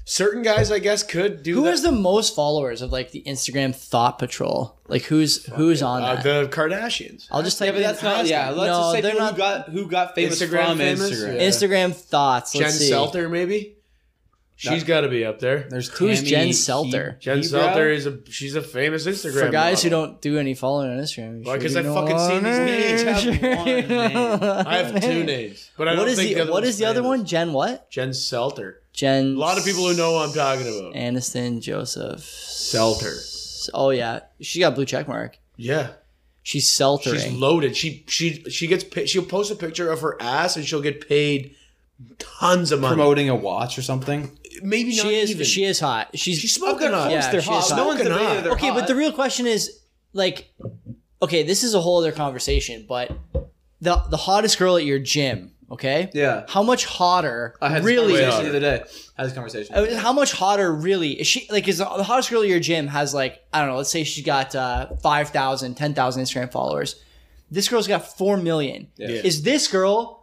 Speaker 3: certain guys, I guess, could do.
Speaker 1: Who
Speaker 3: that.
Speaker 1: has the most followers of like the Instagram Thought Patrol? Like who's who's on
Speaker 3: uh,
Speaker 1: that?
Speaker 3: the Kardashians?
Speaker 1: I'll just
Speaker 2: Yeah,
Speaker 1: type
Speaker 2: but
Speaker 1: in
Speaker 2: that's not. Yeah, let's
Speaker 1: no,
Speaker 2: just say
Speaker 1: they're
Speaker 2: people
Speaker 1: not.
Speaker 2: who got who got famous
Speaker 3: Instagram
Speaker 2: from
Speaker 3: famous?
Speaker 2: Instagram.
Speaker 3: Yeah.
Speaker 1: Instagram thoughts.
Speaker 3: Jen
Speaker 1: Let's see.
Speaker 3: Selter, maybe. She's got to be up there.
Speaker 2: There's
Speaker 1: Who's
Speaker 2: Tammy
Speaker 1: Jen
Speaker 2: He-
Speaker 1: Selter?
Speaker 3: Jen
Speaker 2: Hebrow?
Speaker 3: Selter is a she's a famous Instagram
Speaker 1: For guys who
Speaker 3: model.
Speaker 1: don't do any following on Instagram, you
Speaker 3: Why,
Speaker 1: sure
Speaker 3: 'cause
Speaker 1: you
Speaker 3: I've
Speaker 1: know
Speaker 3: fucking seen
Speaker 1: her.
Speaker 3: these
Speaker 2: names. I have one name.
Speaker 3: I have two names, but I
Speaker 1: What
Speaker 3: don't
Speaker 1: is
Speaker 3: think
Speaker 1: the
Speaker 3: other
Speaker 1: What
Speaker 3: one's
Speaker 1: is the other
Speaker 3: famous.
Speaker 1: one? Jen what?
Speaker 3: Jen Selter.
Speaker 1: Jen.
Speaker 3: A lot of people who know who I'm talking about.
Speaker 1: Aniston Joseph.
Speaker 3: Selter.
Speaker 1: Oh yeah, she got a blue check mark.
Speaker 3: Yeah,
Speaker 1: She's
Speaker 3: she's
Speaker 1: seltering.
Speaker 3: loaded. She she she gets pa- she'll post a picture of her ass and she'll get paid tons of money.
Speaker 2: promoting a watch or something.
Speaker 3: Maybe not
Speaker 1: she is.
Speaker 3: even.
Speaker 1: She is hot. She's.
Speaker 3: she's smoking on.
Speaker 1: Yeah,
Speaker 2: they're
Speaker 1: she
Speaker 2: hot.
Speaker 1: is
Speaker 2: No
Speaker 1: hot.
Speaker 2: one's
Speaker 3: Smoking
Speaker 2: debated
Speaker 3: hot.
Speaker 2: they're
Speaker 1: okay, but
Speaker 2: hot.
Speaker 1: the real question is like, okay, this is a whole other conversation, but the the hottest girl at your gym, okay?
Speaker 2: yeah.
Speaker 1: How much hotter?
Speaker 2: I had
Speaker 1: really?
Speaker 2: this
Speaker 3: Way
Speaker 2: conversation
Speaker 3: hotter.
Speaker 2: the other day. I had this conversation.
Speaker 1: I mean, How much hotter really is she? Like, is the the hottest girl at your gym has like I don't know. Let's say she's got uh, 5,000, 10,000 Instagram followers. This girl's got four million.
Speaker 2: Yeah.
Speaker 3: Yeah.
Speaker 1: Is this girl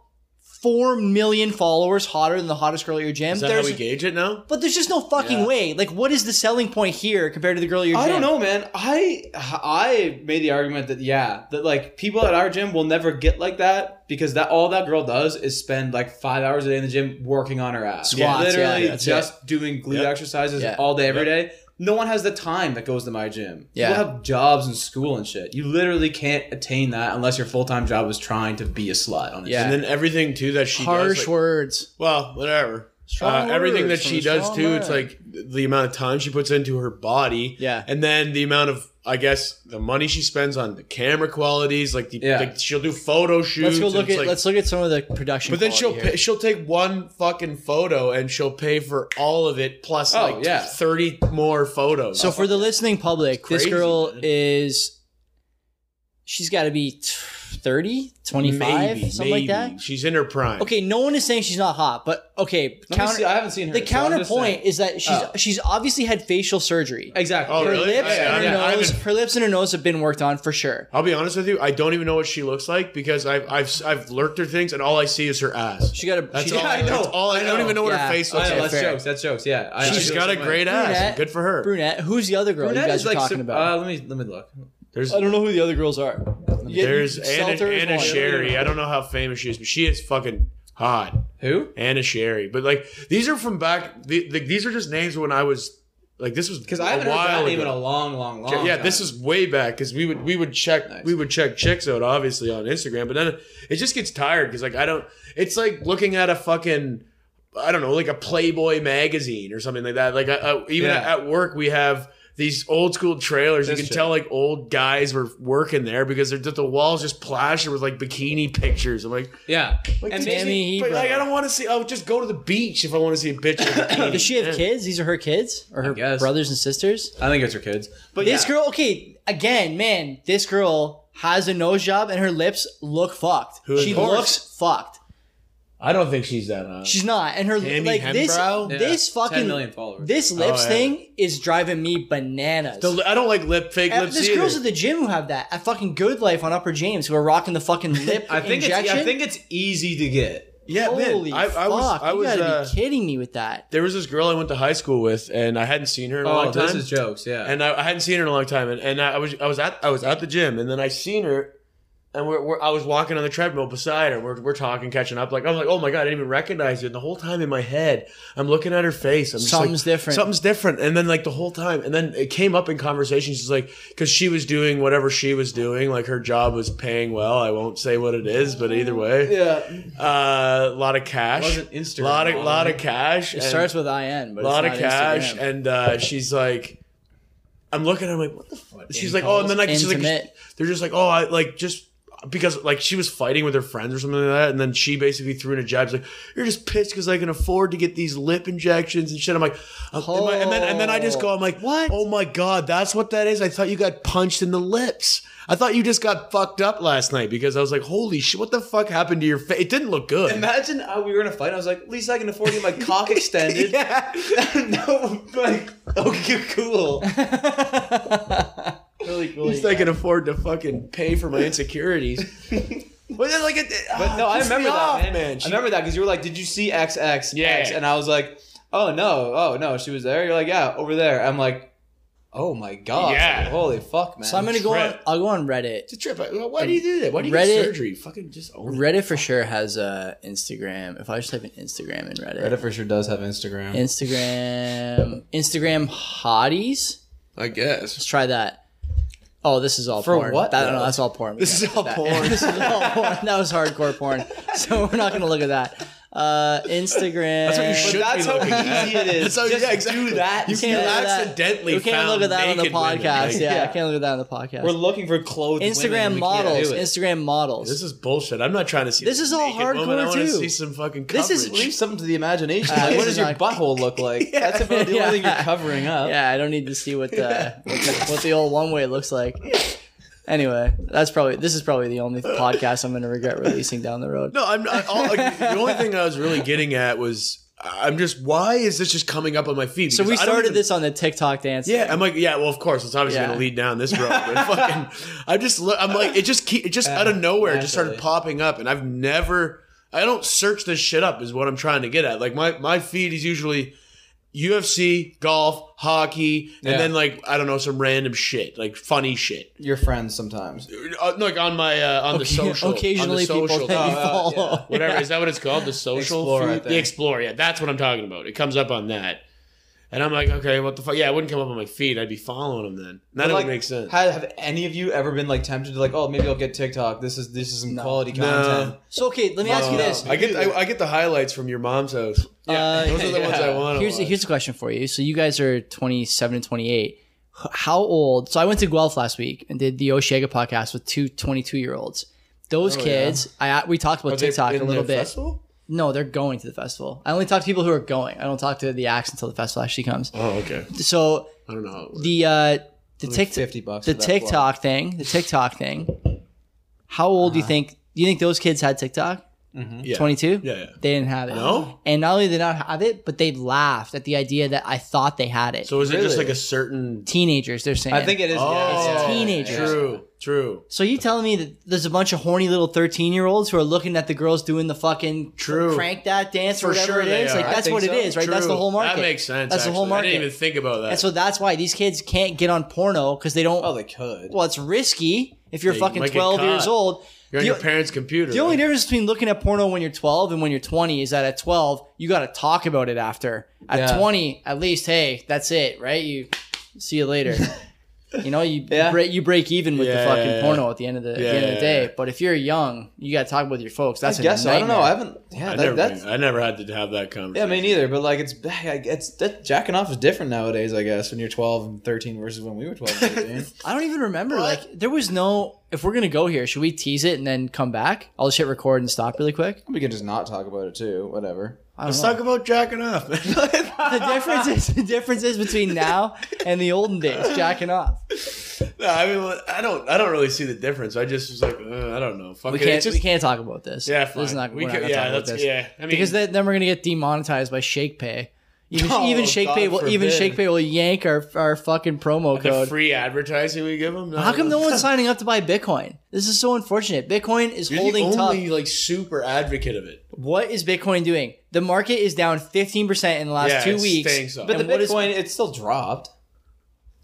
Speaker 1: four million followers hotter than the hottest girl at your gym?
Speaker 3: Is that how
Speaker 1: There's-
Speaker 3: we gauge it now?
Speaker 1: But there's just no fucking
Speaker 2: Yeah.
Speaker 1: way. Like, what is the selling point here compared to the girl at your
Speaker 2: I
Speaker 1: gym?
Speaker 2: don't know, man. I I made the argument that yeah, that like people at our gym will never get like that because that all that girl does is spend like five hours a day in the gym working on her ass,
Speaker 1: Squats,
Speaker 2: literally
Speaker 1: yeah, that's
Speaker 2: just doing glute
Speaker 3: Yep.
Speaker 2: exercises
Speaker 1: Yeah.
Speaker 2: all day every day. No one has the time that goes to my gym.
Speaker 1: Yeah.
Speaker 2: People have jobs and school and shit. You literally can't attain that unless your full time job is trying to be a slut on a
Speaker 1: Yeah.
Speaker 2: gym.
Speaker 3: And then everything too that she
Speaker 1: Harsh
Speaker 3: does, like-
Speaker 1: words.
Speaker 3: well, whatever.
Speaker 1: Strong
Speaker 3: Uh, everything that
Speaker 1: words from
Speaker 3: she
Speaker 1: a
Speaker 3: does
Speaker 1: strong
Speaker 3: too, it's
Speaker 1: man.
Speaker 3: like the amount of time she puts into her body,
Speaker 1: Yeah.
Speaker 3: and then the amount of, I guess, the money she spends on the camera qualities. Like, the,
Speaker 2: Yeah.
Speaker 3: like she'll do photo shoots.
Speaker 1: Let's go
Speaker 3: and
Speaker 1: look
Speaker 3: it's
Speaker 1: at
Speaker 3: like-
Speaker 1: let's look at some of the production.
Speaker 3: But then she'll
Speaker 1: quality
Speaker 3: pay,
Speaker 1: here.
Speaker 3: she'll take one fucking photo and she'll pay for all of it plus
Speaker 2: Oh,
Speaker 3: like
Speaker 2: yeah.
Speaker 3: thirty more photos.
Speaker 1: So for the listening public,
Speaker 3: crazy,
Speaker 1: this girl
Speaker 3: man.
Speaker 1: is she's got to be t- 30, 25, something like that.
Speaker 3: She's in her prime.
Speaker 1: Okay, no one is saying she's not hot, but okay,
Speaker 2: Let me
Speaker 1: counter,
Speaker 2: see- I haven't seen her.
Speaker 1: the
Speaker 2: so I'm just
Speaker 1: counterpoint
Speaker 2: saying-
Speaker 1: is that she's
Speaker 2: Oh.
Speaker 1: she's obviously had facial surgery.
Speaker 2: exactly.
Speaker 3: Oh,
Speaker 1: Her
Speaker 3: really?
Speaker 1: lips
Speaker 3: Yeah,
Speaker 1: and
Speaker 3: yeah,
Speaker 1: her
Speaker 3: I
Speaker 1: nose,
Speaker 3: haven't-
Speaker 1: her lips and her nose have been worked on for sure.
Speaker 3: I'll be honest with you. I don't even know what she looks like because I've I've I've lurked her things and all I see is her ass.
Speaker 1: She got a
Speaker 3: That's
Speaker 1: she
Speaker 3: all.
Speaker 1: did-
Speaker 2: I know.
Speaker 3: That's all I,
Speaker 2: I
Speaker 3: don't
Speaker 2: know.
Speaker 3: even know what
Speaker 1: Yeah.
Speaker 3: her face
Speaker 2: I
Speaker 3: looks
Speaker 2: know,
Speaker 1: Okay,
Speaker 3: like.
Speaker 2: Oh, that's
Speaker 1: fair.
Speaker 2: jokes. That's jokes. Yeah, I-
Speaker 3: She's
Speaker 2: I-
Speaker 3: got a great ass.
Speaker 1: Brunette.
Speaker 3: and Good for her.
Speaker 1: brunette. Who's the other girl
Speaker 2: Brunette
Speaker 1: you guys
Speaker 2: is
Speaker 1: are
Speaker 2: like
Speaker 1: talking
Speaker 2: sup-
Speaker 1: about?
Speaker 2: Uh, let me let me look.
Speaker 3: There's
Speaker 1: I don't know who the other girls are.
Speaker 3: there's Anna,
Speaker 1: Seltzer is
Speaker 3: Anna
Speaker 1: one.
Speaker 3: Sherry. I don't know how famous she is, but she is fucking hot.
Speaker 2: Who?
Speaker 3: Anna Sherry. But like these are from back. The, the, these are just names when I was like this was
Speaker 2: Because I haven't
Speaker 3: a
Speaker 2: heard
Speaker 3: while
Speaker 2: that name
Speaker 3: ago.
Speaker 2: in a long, long, long.
Speaker 3: yeah,
Speaker 2: time.
Speaker 3: this is way back because we would we would check
Speaker 2: Nice.
Speaker 3: we would check chicks out obviously on Instagram, but then it just gets tired because like I don't. It's like looking at a fucking I don't know like a Playboy magazine or something like that. Like I, I, even
Speaker 2: Yeah.
Speaker 3: at, at work we have these old school trailers.
Speaker 2: That's
Speaker 3: you can
Speaker 2: true.
Speaker 3: tell like old guys were working there because they're just the walls just plastered with like bikini pictures. I'm like,
Speaker 2: yeah.
Speaker 3: like
Speaker 2: and
Speaker 1: Tammy
Speaker 2: Tammy,
Speaker 1: Hebrow.
Speaker 3: but like I don't want to see. I'll just go to the beach if I want to see a picture. of a bikini.
Speaker 1: Does she have
Speaker 3: Yeah.
Speaker 1: kids? These are her kids or her
Speaker 2: guess.
Speaker 1: brothers and sisters?
Speaker 2: I think it's her kids. But
Speaker 1: This
Speaker 2: yeah.
Speaker 1: girl, okay, again, man, this girl has a nose job and her lips look fucked.
Speaker 3: Who is
Speaker 1: she
Speaker 3: Boris?
Speaker 1: looks fucked.
Speaker 3: I don't think she's that uh, hot.
Speaker 1: She's not, and her
Speaker 3: Tammy
Speaker 1: like this
Speaker 3: Hembrow?
Speaker 2: Yeah,
Speaker 1: this
Speaker 2: 10
Speaker 1: fucking
Speaker 2: million followers.
Speaker 1: this lips
Speaker 3: Oh, yeah.
Speaker 1: thing is driving me bananas.
Speaker 3: The li- I don't like lip fake
Speaker 1: And
Speaker 3: lips
Speaker 1: There's
Speaker 3: either.
Speaker 1: girls at the gym who have that. At fucking Good Life on Upper James who are rocking the fucking lip
Speaker 2: I think it's,
Speaker 1: injection.
Speaker 2: I think it's easy to get.
Speaker 3: yeah, man.
Speaker 1: Holy
Speaker 3: I,
Speaker 1: fuck!
Speaker 3: I was, I
Speaker 1: you
Speaker 3: was,
Speaker 1: gotta
Speaker 3: uh,
Speaker 1: be kidding me with that.
Speaker 3: there was this girl I went to high school with, and I hadn't seen her in a long
Speaker 2: Oh,
Speaker 3: time.
Speaker 2: this is jokes. Yeah.
Speaker 3: and I, I hadn't seen her in a long time, and, and I was, I was at, I was at the gym, and then I seen her, and we're, we're I was walking on the treadmill beside her. We're, we're talking, catching up. Like I was like, oh my god, I didn't even recognize you. And the whole time in my head, I'm looking at her face. I'm just like,
Speaker 1: Something's different.
Speaker 3: Something's different. And then like the whole time, and then it came up in conversation. She's like, because she was doing whatever she was doing. Like her job was paying well. I won't say what it is, but either way,
Speaker 2: yeah.
Speaker 3: uh, a lot of cash.
Speaker 2: Wasn't Instagram
Speaker 3: Lot of
Speaker 2: model.
Speaker 3: lot of cash.
Speaker 1: It
Speaker 3: and
Speaker 1: starts with IN, but
Speaker 3: a lot
Speaker 1: it's
Speaker 3: of
Speaker 1: not
Speaker 3: cash,
Speaker 1: Instagram.
Speaker 3: and uh, she's like, I'm looking. I'm like, what the fuck? She's like, oh, and then like, she's like,
Speaker 1: Intimate.
Speaker 3: they're just like, oh, I like just because like she was fighting with her friends or something like that, and then she basically threw in a jab. She's like, "You're just pissed because I can afford to get these lip injections and shit." I'm like, uh, am I- and then and then I just go, I'm like,
Speaker 1: What?
Speaker 3: Oh my god, that's what that is. I thought you got punched in the lips. I thought you just got fucked up last night because I was like, holy shit, what the fuck happened to your face? It didn't look good.
Speaker 2: Imagine uh, we were in a fight. I was like, at least I can afford to get my cock extended.
Speaker 3: yeah.
Speaker 2: no, like, okay, cool. really cool.
Speaker 3: At least I can afford to fucking pay for my insecurities. but then, like, it, it-
Speaker 2: But no,
Speaker 3: ah,
Speaker 2: I
Speaker 3: pissed me
Speaker 2: remember that,
Speaker 3: off,
Speaker 2: man. I
Speaker 3: She-
Speaker 2: remember that because you were like, "Did you see X X
Speaker 3: Yeah.
Speaker 2: X?" And I was like, "Oh no, oh no, she was there." You're like, "Yeah, over there." I'm like, "Oh my god,
Speaker 3: Yeah.
Speaker 2: Like, holy fuck, man!"
Speaker 1: So I'm gonna go on.
Speaker 3: Trip.
Speaker 1: I'll go on Reddit.
Speaker 3: it's a trip. I- Why do you do that? Why do you
Speaker 1: Reddit-
Speaker 3: get surgery? Fucking just own it.
Speaker 1: Reddit for sure has uh, Instagram. If I just type in Instagram in Reddit,
Speaker 2: Reddit for sure does have Instagram.
Speaker 1: Instagram, Instagram hotties.
Speaker 3: I guess.
Speaker 1: Let's try that. Oh, this is all
Speaker 2: For
Speaker 1: porn.
Speaker 2: what,
Speaker 1: That,
Speaker 2: though?
Speaker 1: no, that's all porn. We
Speaker 3: This
Speaker 1: can't
Speaker 3: is all
Speaker 1: look at that.
Speaker 3: porn.
Speaker 1: this is all porn. That was hardcore porn. So we're not gonna look at that. Uh, Instagram.
Speaker 3: That's what you
Speaker 2: But
Speaker 3: should
Speaker 2: that's
Speaker 3: be
Speaker 2: how
Speaker 3: looking at.
Speaker 2: easy it is.
Speaker 3: That's how-
Speaker 2: Just
Speaker 3: yeah, exactly.
Speaker 2: do that.
Speaker 3: You
Speaker 1: can't
Speaker 3: you
Speaker 1: look at that.
Speaker 3: accidentally
Speaker 1: We can't look at
Speaker 3: found
Speaker 1: that on the
Speaker 3: naked women,
Speaker 1: podcast.
Speaker 3: like-
Speaker 1: yeah,
Speaker 2: Yeah.
Speaker 1: I can't look at that on the podcast.
Speaker 2: We're looking for clothes.
Speaker 1: Instagram models. Instagram models.
Speaker 3: This is bullshit. I'm not trying to see.
Speaker 1: This is all
Speaker 3: naked woman. I
Speaker 1: hardcore,
Speaker 3: wanna
Speaker 1: too.
Speaker 3: see some fucking coverage.
Speaker 1: This is
Speaker 2: Leave something to the imagination.
Speaker 1: Uh,
Speaker 2: like, what
Speaker 1: this
Speaker 2: does
Speaker 1: is
Speaker 2: your
Speaker 1: not-
Speaker 2: butthole look like? That's about the
Speaker 1: Yeah.
Speaker 2: only thing you're covering up.
Speaker 1: yeah, I don't need to see what the what the, what the old one way looks like. Anyway, that's probably this is probably the only podcast I'm going to regret releasing down the road.
Speaker 3: No, I'm not. All, like, the only thing I was really getting at was I'm just why is this just coming up on my feed?
Speaker 1: so we
Speaker 3: Because I don't
Speaker 1: started
Speaker 3: even-
Speaker 1: this on the TikTok dance.
Speaker 3: Yeah, I'm like, yeah, well, of course, it's obviously
Speaker 1: Yeah.
Speaker 3: gonna lead down this road. But fucking, I'm just, lo- I'm like, it just, keep, it just out of nowhere, it just started
Speaker 2: naturally.
Speaker 3: popping up, and I've never, I don't search this shit up, is what I'm trying to get at. Like my my feed is usually UFC, golf, hockey,
Speaker 2: Yeah.
Speaker 3: and then like I don't know some random shit, like funny shit,
Speaker 2: Your friends sometimes.
Speaker 3: Uh, like on my uh, on the
Speaker 1: Occa-
Speaker 3: social, on the
Speaker 1: occasionally people
Speaker 3: social.
Speaker 1: that you
Speaker 2: Oh, uh,
Speaker 1: follow.
Speaker 2: yeah.
Speaker 3: whatever is that what it's called the social
Speaker 2: Explore, I
Speaker 3: food-
Speaker 2: think.
Speaker 3: the explore yeah that's what i'm talking about it comes up on that and i'm like okay what the fuck yeah it wouldn't come up on my feed i'd be following them then that
Speaker 2: But,
Speaker 3: doesn't
Speaker 2: like,
Speaker 3: make sense
Speaker 2: Have, have any of you ever been like tempted to like, oh, maybe I'll get TikTok. This is this is some
Speaker 1: No.
Speaker 2: quality
Speaker 3: No.
Speaker 2: content.
Speaker 1: So okay, let me ask you
Speaker 2: No.
Speaker 1: this.
Speaker 3: i get I, I get the highlights from your mom's house
Speaker 1: Uh,
Speaker 3: those are the ones i
Speaker 2: yeah.
Speaker 3: want
Speaker 1: Here's here's a question for you. So you guys are 27 and 28. H- How old? So I went to Guelph last week and did the Oshega podcast with two 22 year olds. Those
Speaker 2: Oh,
Speaker 1: kids, I we talked about TikTok a little bit.
Speaker 3: festival?
Speaker 1: No, they're going to the festival. I only talk to people who are going. I don't talk to the acts until the festival actually comes.
Speaker 3: oh okay
Speaker 1: So
Speaker 3: i don't know how it works.
Speaker 1: the uh, the
Speaker 2: Like
Speaker 1: TikTok
Speaker 2: Fifty bucks.
Speaker 1: the
Speaker 2: for that plug.
Speaker 1: TikTok thing, the TikTok thing. How old do you think? Do you think those kids had TikTok?
Speaker 3: Uh-huh. yeah.
Speaker 1: Twenty two.
Speaker 3: yeah yeah
Speaker 1: They didn't have it.
Speaker 3: No?
Speaker 1: And not only did they not have it, but they laughed at the idea that I thought they had it.
Speaker 3: so is it just
Speaker 2: Really?
Speaker 3: like a certain
Speaker 1: teenagers, they're saying.
Speaker 2: I think it is.
Speaker 3: oh
Speaker 2: yeah,
Speaker 1: It's
Speaker 2: yeah,
Speaker 1: teenagers.
Speaker 2: yeah.
Speaker 3: true true
Speaker 1: So you telling me that there's a bunch of horny little 13 year olds who are looking at the girls doing the fucking
Speaker 3: True.
Speaker 1: crank that dance or
Speaker 3: For
Speaker 1: whatever
Speaker 3: sure
Speaker 1: it
Speaker 3: they
Speaker 1: is?
Speaker 3: are.
Speaker 1: Like
Speaker 3: I
Speaker 1: that's
Speaker 2: think
Speaker 1: what it
Speaker 2: so.
Speaker 1: is, right? That's the
Speaker 3: True.
Speaker 1: whole market.
Speaker 3: that makes sense
Speaker 1: That's the whole
Speaker 3: actually. i
Speaker 1: market.
Speaker 3: didn't even think about that
Speaker 1: And so that's why these kids can't get on porno because they don't.
Speaker 2: Oh, they could.
Speaker 1: well, it's risky if you're
Speaker 3: Yeah, you
Speaker 1: fucking
Speaker 3: might get
Speaker 1: 12 years
Speaker 3: caught.
Speaker 1: old.
Speaker 3: you're on
Speaker 1: the-
Speaker 3: your parents computer
Speaker 1: The only
Speaker 3: right?
Speaker 1: difference between looking at porno when you're 12 and when you're 20 is that at 12 you got to talk about it after. At
Speaker 2: Yeah.
Speaker 1: 20, at least, hey, that's it, right? You see you later. you know, you
Speaker 2: Yeah.
Speaker 1: break you break even with the
Speaker 3: Yeah,
Speaker 1: fucking
Speaker 3: yeah, yeah.
Speaker 1: porno at the end of the at the
Speaker 3: Yeah,
Speaker 1: end of the
Speaker 3: yeah,
Speaker 1: day.
Speaker 3: yeah.
Speaker 1: But if you're young, you got to talk with your folks.
Speaker 2: I
Speaker 1: That's a
Speaker 2: guess so. I don't know. I
Speaker 1: nightmare.
Speaker 2: haven't. Yeah,
Speaker 3: I
Speaker 2: that,
Speaker 3: never,
Speaker 2: that's.
Speaker 3: I never had to have that conversation.
Speaker 2: Yeah, me neither. But like, it's it's that jacking off is different nowadays. I guess when you're 12 and 13 versus when we were 12 and 13.
Speaker 1: I don't even remember.
Speaker 3: What?
Speaker 1: Like there was no. If we're gonna go here, should we tease it and then come back? I'll just hit record and stop really quick.
Speaker 2: we can just not talk about it too. Whatever.
Speaker 1: I don't
Speaker 3: Let's
Speaker 1: know.
Speaker 3: talk about jacking off.
Speaker 1: the difference is the difference is between now and the olden days, jacking off.
Speaker 3: No, I mean, I don't, I don't really see the difference. I just was like, uh, I don't know. Fuck
Speaker 1: We
Speaker 3: it.
Speaker 1: can't
Speaker 3: It's just-
Speaker 1: we can't talk about this.
Speaker 3: Yeah,
Speaker 1: This is
Speaker 3: fine.
Speaker 1: not,
Speaker 3: We
Speaker 1: we're not
Speaker 3: can-
Speaker 1: gonna
Speaker 3: yeah,
Speaker 1: talk about
Speaker 3: that's-
Speaker 1: this.
Speaker 3: yeah. I mean-
Speaker 1: because then, then we're gonna get demonetized by ShakePay. Even
Speaker 2: Oh,
Speaker 1: even ShakePay
Speaker 2: God
Speaker 1: will even
Speaker 2: forbid.
Speaker 1: ShakePay will yank our our fucking promo
Speaker 3: the
Speaker 1: code.
Speaker 3: free advertising we give them.
Speaker 1: How come no one's signing up to buy Bitcoin? This is so unfortunate. Bitcoin is
Speaker 3: You're
Speaker 1: holding
Speaker 3: the
Speaker 1: tough.
Speaker 3: only like super advocate of it.
Speaker 1: What is Bitcoin doing? The market is down 15% in the last
Speaker 3: Yeah,
Speaker 1: two
Speaker 3: it's staying
Speaker 1: weeks.
Speaker 3: so.
Speaker 2: But
Speaker 1: And
Speaker 2: the
Speaker 1: what is-
Speaker 2: Bitcoin, it's still dropped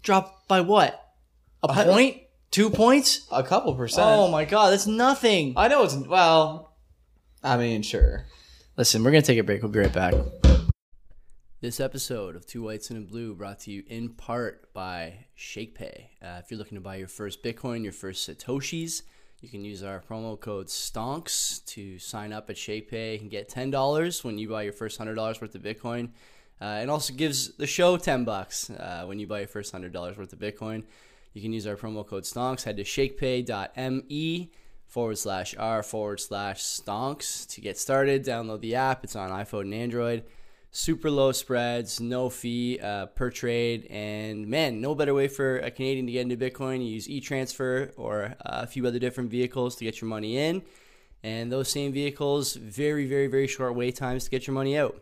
Speaker 1: Dropped by what? A
Speaker 2: I don't-
Speaker 1: point? Two points?
Speaker 2: a couple percent.
Speaker 1: Oh my god, that's nothing.
Speaker 2: I know it's well. I mean, sure.
Speaker 1: Listen, we're going to take a break. We'll be right back. This episode of Two Whites and a Blue brought to you in part by ShakePay. Uh, if you're looking to buy your first Bitcoin, your first Satoshis, you can use our promo code STONKS to sign up at ShakePay and get $10 when you buy your first $100 worth of Bitcoin. Uh, it also gives the show 10 bucks uh, when you buy your first $100 worth of Bitcoin. You can use our promo code STONKS. Head to shakepay.me
Speaker 4: forward slash r forward slash stonks to get started. Download the app. It's on iPhone and Android. Super low spreads, no fee uh, per trade, and man, no better way for a Canadian to get into Bitcoin. You use e-transfer or uh, a few other different vehicles to get your money in, and those same vehicles, very, very, very short wait times to get your money out.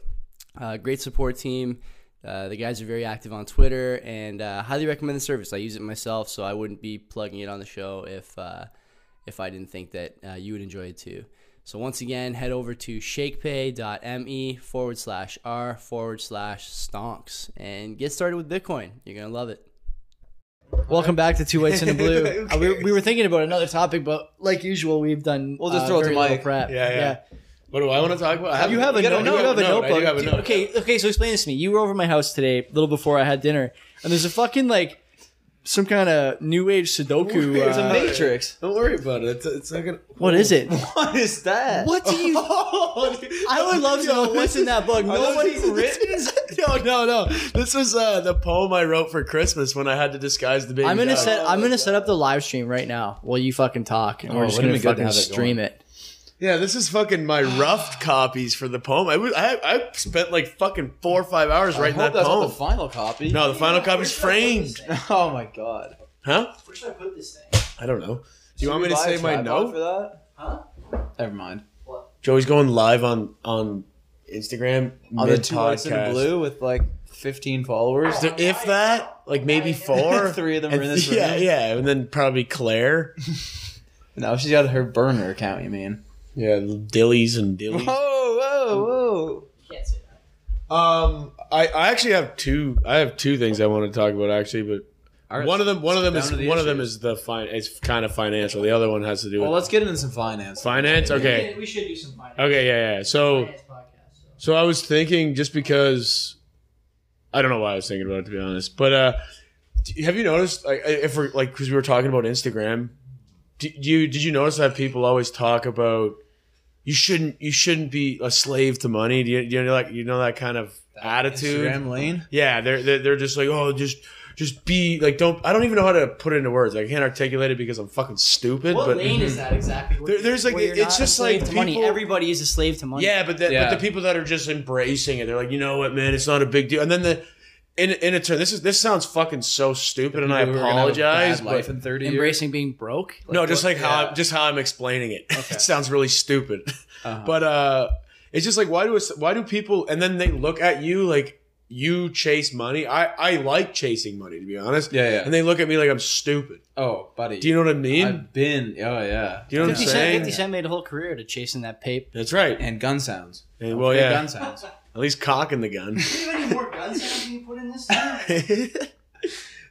Speaker 4: Uh, great support team. Uh, the guys are very active on Twitter and uh, highly recommend the service. I use it myself, so I wouldn't be plugging it on the show if uh, if I didn't think that uh, you would enjoy it too. So once again, head over to shakepay.me forward slash r forward slash stonks and get started with Bitcoin. You're gonna love it.
Speaker 1: Welcome back to Two Whites and a Blue.
Speaker 2: Who
Speaker 1: Uh, we,
Speaker 2: cares?
Speaker 1: we were thinking about another topic, but like usual, we've done.
Speaker 2: We'll just throw it to
Speaker 1: very little
Speaker 2: Mike.
Speaker 1: Prep.
Speaker 3: Yeah, yeah. What do I want to talk about? I
Speaker 1: You have a,
Speaker 3: got
Speaker 1: note, you have a
Speaker 3: note. I
Speaker 1: notebook.
Speaker 3: do have a
Speaker 1: Dude,
Speaker 3: note.
Speaker 1: Okay, okay. So explain this to me. You were over at my house today, a little before I had dinner, and there's a fucking like some kind of new age Sudoku.
Speaker 2: It's a
Speaker 1: uh,
Speaker 2: matrix.
Speaker 3: Don't worry about it. It's, it's not gonna.
Speaker 1: what is it?
Speaker 2: What is that?
Speaker 1: What do you? I would love to know what's in that book. Nobody's
Speaker 2: these written?
Speaker 3: no, no, no. This was uh, the poem I wrote for Christmas when I had to disguise the baby.
Speaker 1: I'm gonna
Speaker 3: dog.
Speaker 1: set. I'm gonna set up the live stream right now while you fucking talk, and
Speaker 2: Oh,
Speaker 1: we're just
Speaker 2: wouldn't
Speaker 1: gonna
Speaker 2: it be good to
Speaker 1: fucking
Speaker 2: have that
Speaker 1: stream
Speaker 2: going?
Speaker 1: it.
Speaker 3: Yeah, this is fucking my roughed copies for the poem. I was- I I spent like fucking four or five hours
Speaker 2: I
Speaker 3: writing that
Speaker 2: hope that's not
Speaker 3: poem.
Speaker 2: the final copy.
Speaker 3: no, the final copy's framed.
Speaker 2: Oh my god.
Speaker 3: Huh?
Speaker 4: Where should I put this thing?
Speaker 3: I don't know. Do you
Speaker 2: Should
Speaker 3: want
Speaker 2: we
Speaker 3: me to
Speaker 2: buy a
Speaker 3: say my
Speaker 2: tripod
Speaker 3: note?
Speaker 2: for that?
Speaker 4: Huh?
Speaker 2: Never mind.
Speaker 3: Joey's going live on on Instagram
Speaker 2: On the two whites and a
Speaker 3: mid-podcast.
Speaker 2: blue with like 15 followers.
Speaker 3: So if that, like maybe four,
Speaker 2: Three of them
Speaker 3: And-
Speaker 2: are in this room.
Speaker 3: yeah, yeah, and then probably Claire.
Speaker 2: No, she's got her burner account. You mean?
Speaker 3: Yeah, Dillies and Dillies.
Speaker 2: whoa, whoa!
Speaker 4: Can't say that.
Speaker 3: Um, I, I actually have two. I have two things I want to talk about actually, but one of them, one of them
Speaker 2: down
Speaker 3: is
Speaker 2: to the
Speaker 3: one of them
Speaker 2: issues.
Speaker 3: is the fine. It's kind of financial. The other one has to do with
Speaker 2: Well, let's get into some finance.
Speaker 3: finance. Okay,
Speaker 4: We should do some finance,
Speaker 3: okay, yeah, yeah. So,
Speaker 4: podcast. So.
Speaker 3: so I was thinking just because I don't know why I was thinking about it to be honest, but uh, d- have you noticed like if we're like because we were talking about Instagram, did you did you notice that people always talk about you shouldn't you shouldn't be a slave to money? Do you, do you know like you know that kind of attitude?
Speaker 2: Instagram lane.
Speaker 3: Yeah, they're, they're they're just like, oh, just just be like, don't. I don't even know how to put it into words. I can't articulate it because I'm fucking stupid.
Speaker 4: What
Speaker 3: but
Speaker 4: lane is that exactly? Where
Speaker 3: There-
Speaker 4: you-
Speaker 3: there's, like,
Speaker 4: where you're
Speaker 3: it's
Speaker 4: not
Speaker 3: just,
Speaker 4: a slave
Speaker 3: like,
Speaker 4: to money.
Speaker 3: people-
Speaker 4: Everybody is a slave to money.
Speaker 3: yeah, but the,
Speaker 2: Yeah.
Speaker 3: but the people that are just embracing it, they're like, you know what, man, it's not a big deal. And then the in in a turn, this is this sounds fucking so stupid, and I
Speaker 2: People who are gonna have a
Speaker 3: apologize,
Speaker 2: bad
Speaker 3: but.
Speaker 2: Life in 30 years.
Speaker 1: Embracing being broke.
Speaker 3: no, just like how
Speaker 2: yeah.
Speaker 3: I'm, just how I'm explaining it. it sounds really stupid,
Speaker 2: Uh-huh.
Speaker 3: but uh, it's just like why do us, why do people and then they look at you like you chase money. I I like chasing money to be honest.
Speaker 2: Yeah, yeah.
Speaker 3: And they look at me like I'm stupid.
Speaker 2: Oh, buddy.
Speaker 3: Do you know what I mean?
Speaker 2: I've been. Oh yeah.
Speaker 3: Do you know what I'm
Speaker 1: 50 Cent,
Speaker 3: saying?
Speaker 1: 50 Cent made a whole career to chasing that paper.
Speaker 3: That's right.
Speaker 2: And gun sounds.
Speaker 3: And, well,
Speaker 2: Big
Speaker 3: yeah.
Speaker 2: Gun sounds.
Speaker 3: At least cocking the gun.
Speaker 4: Do you have any more gun sounds you can put in this? thing?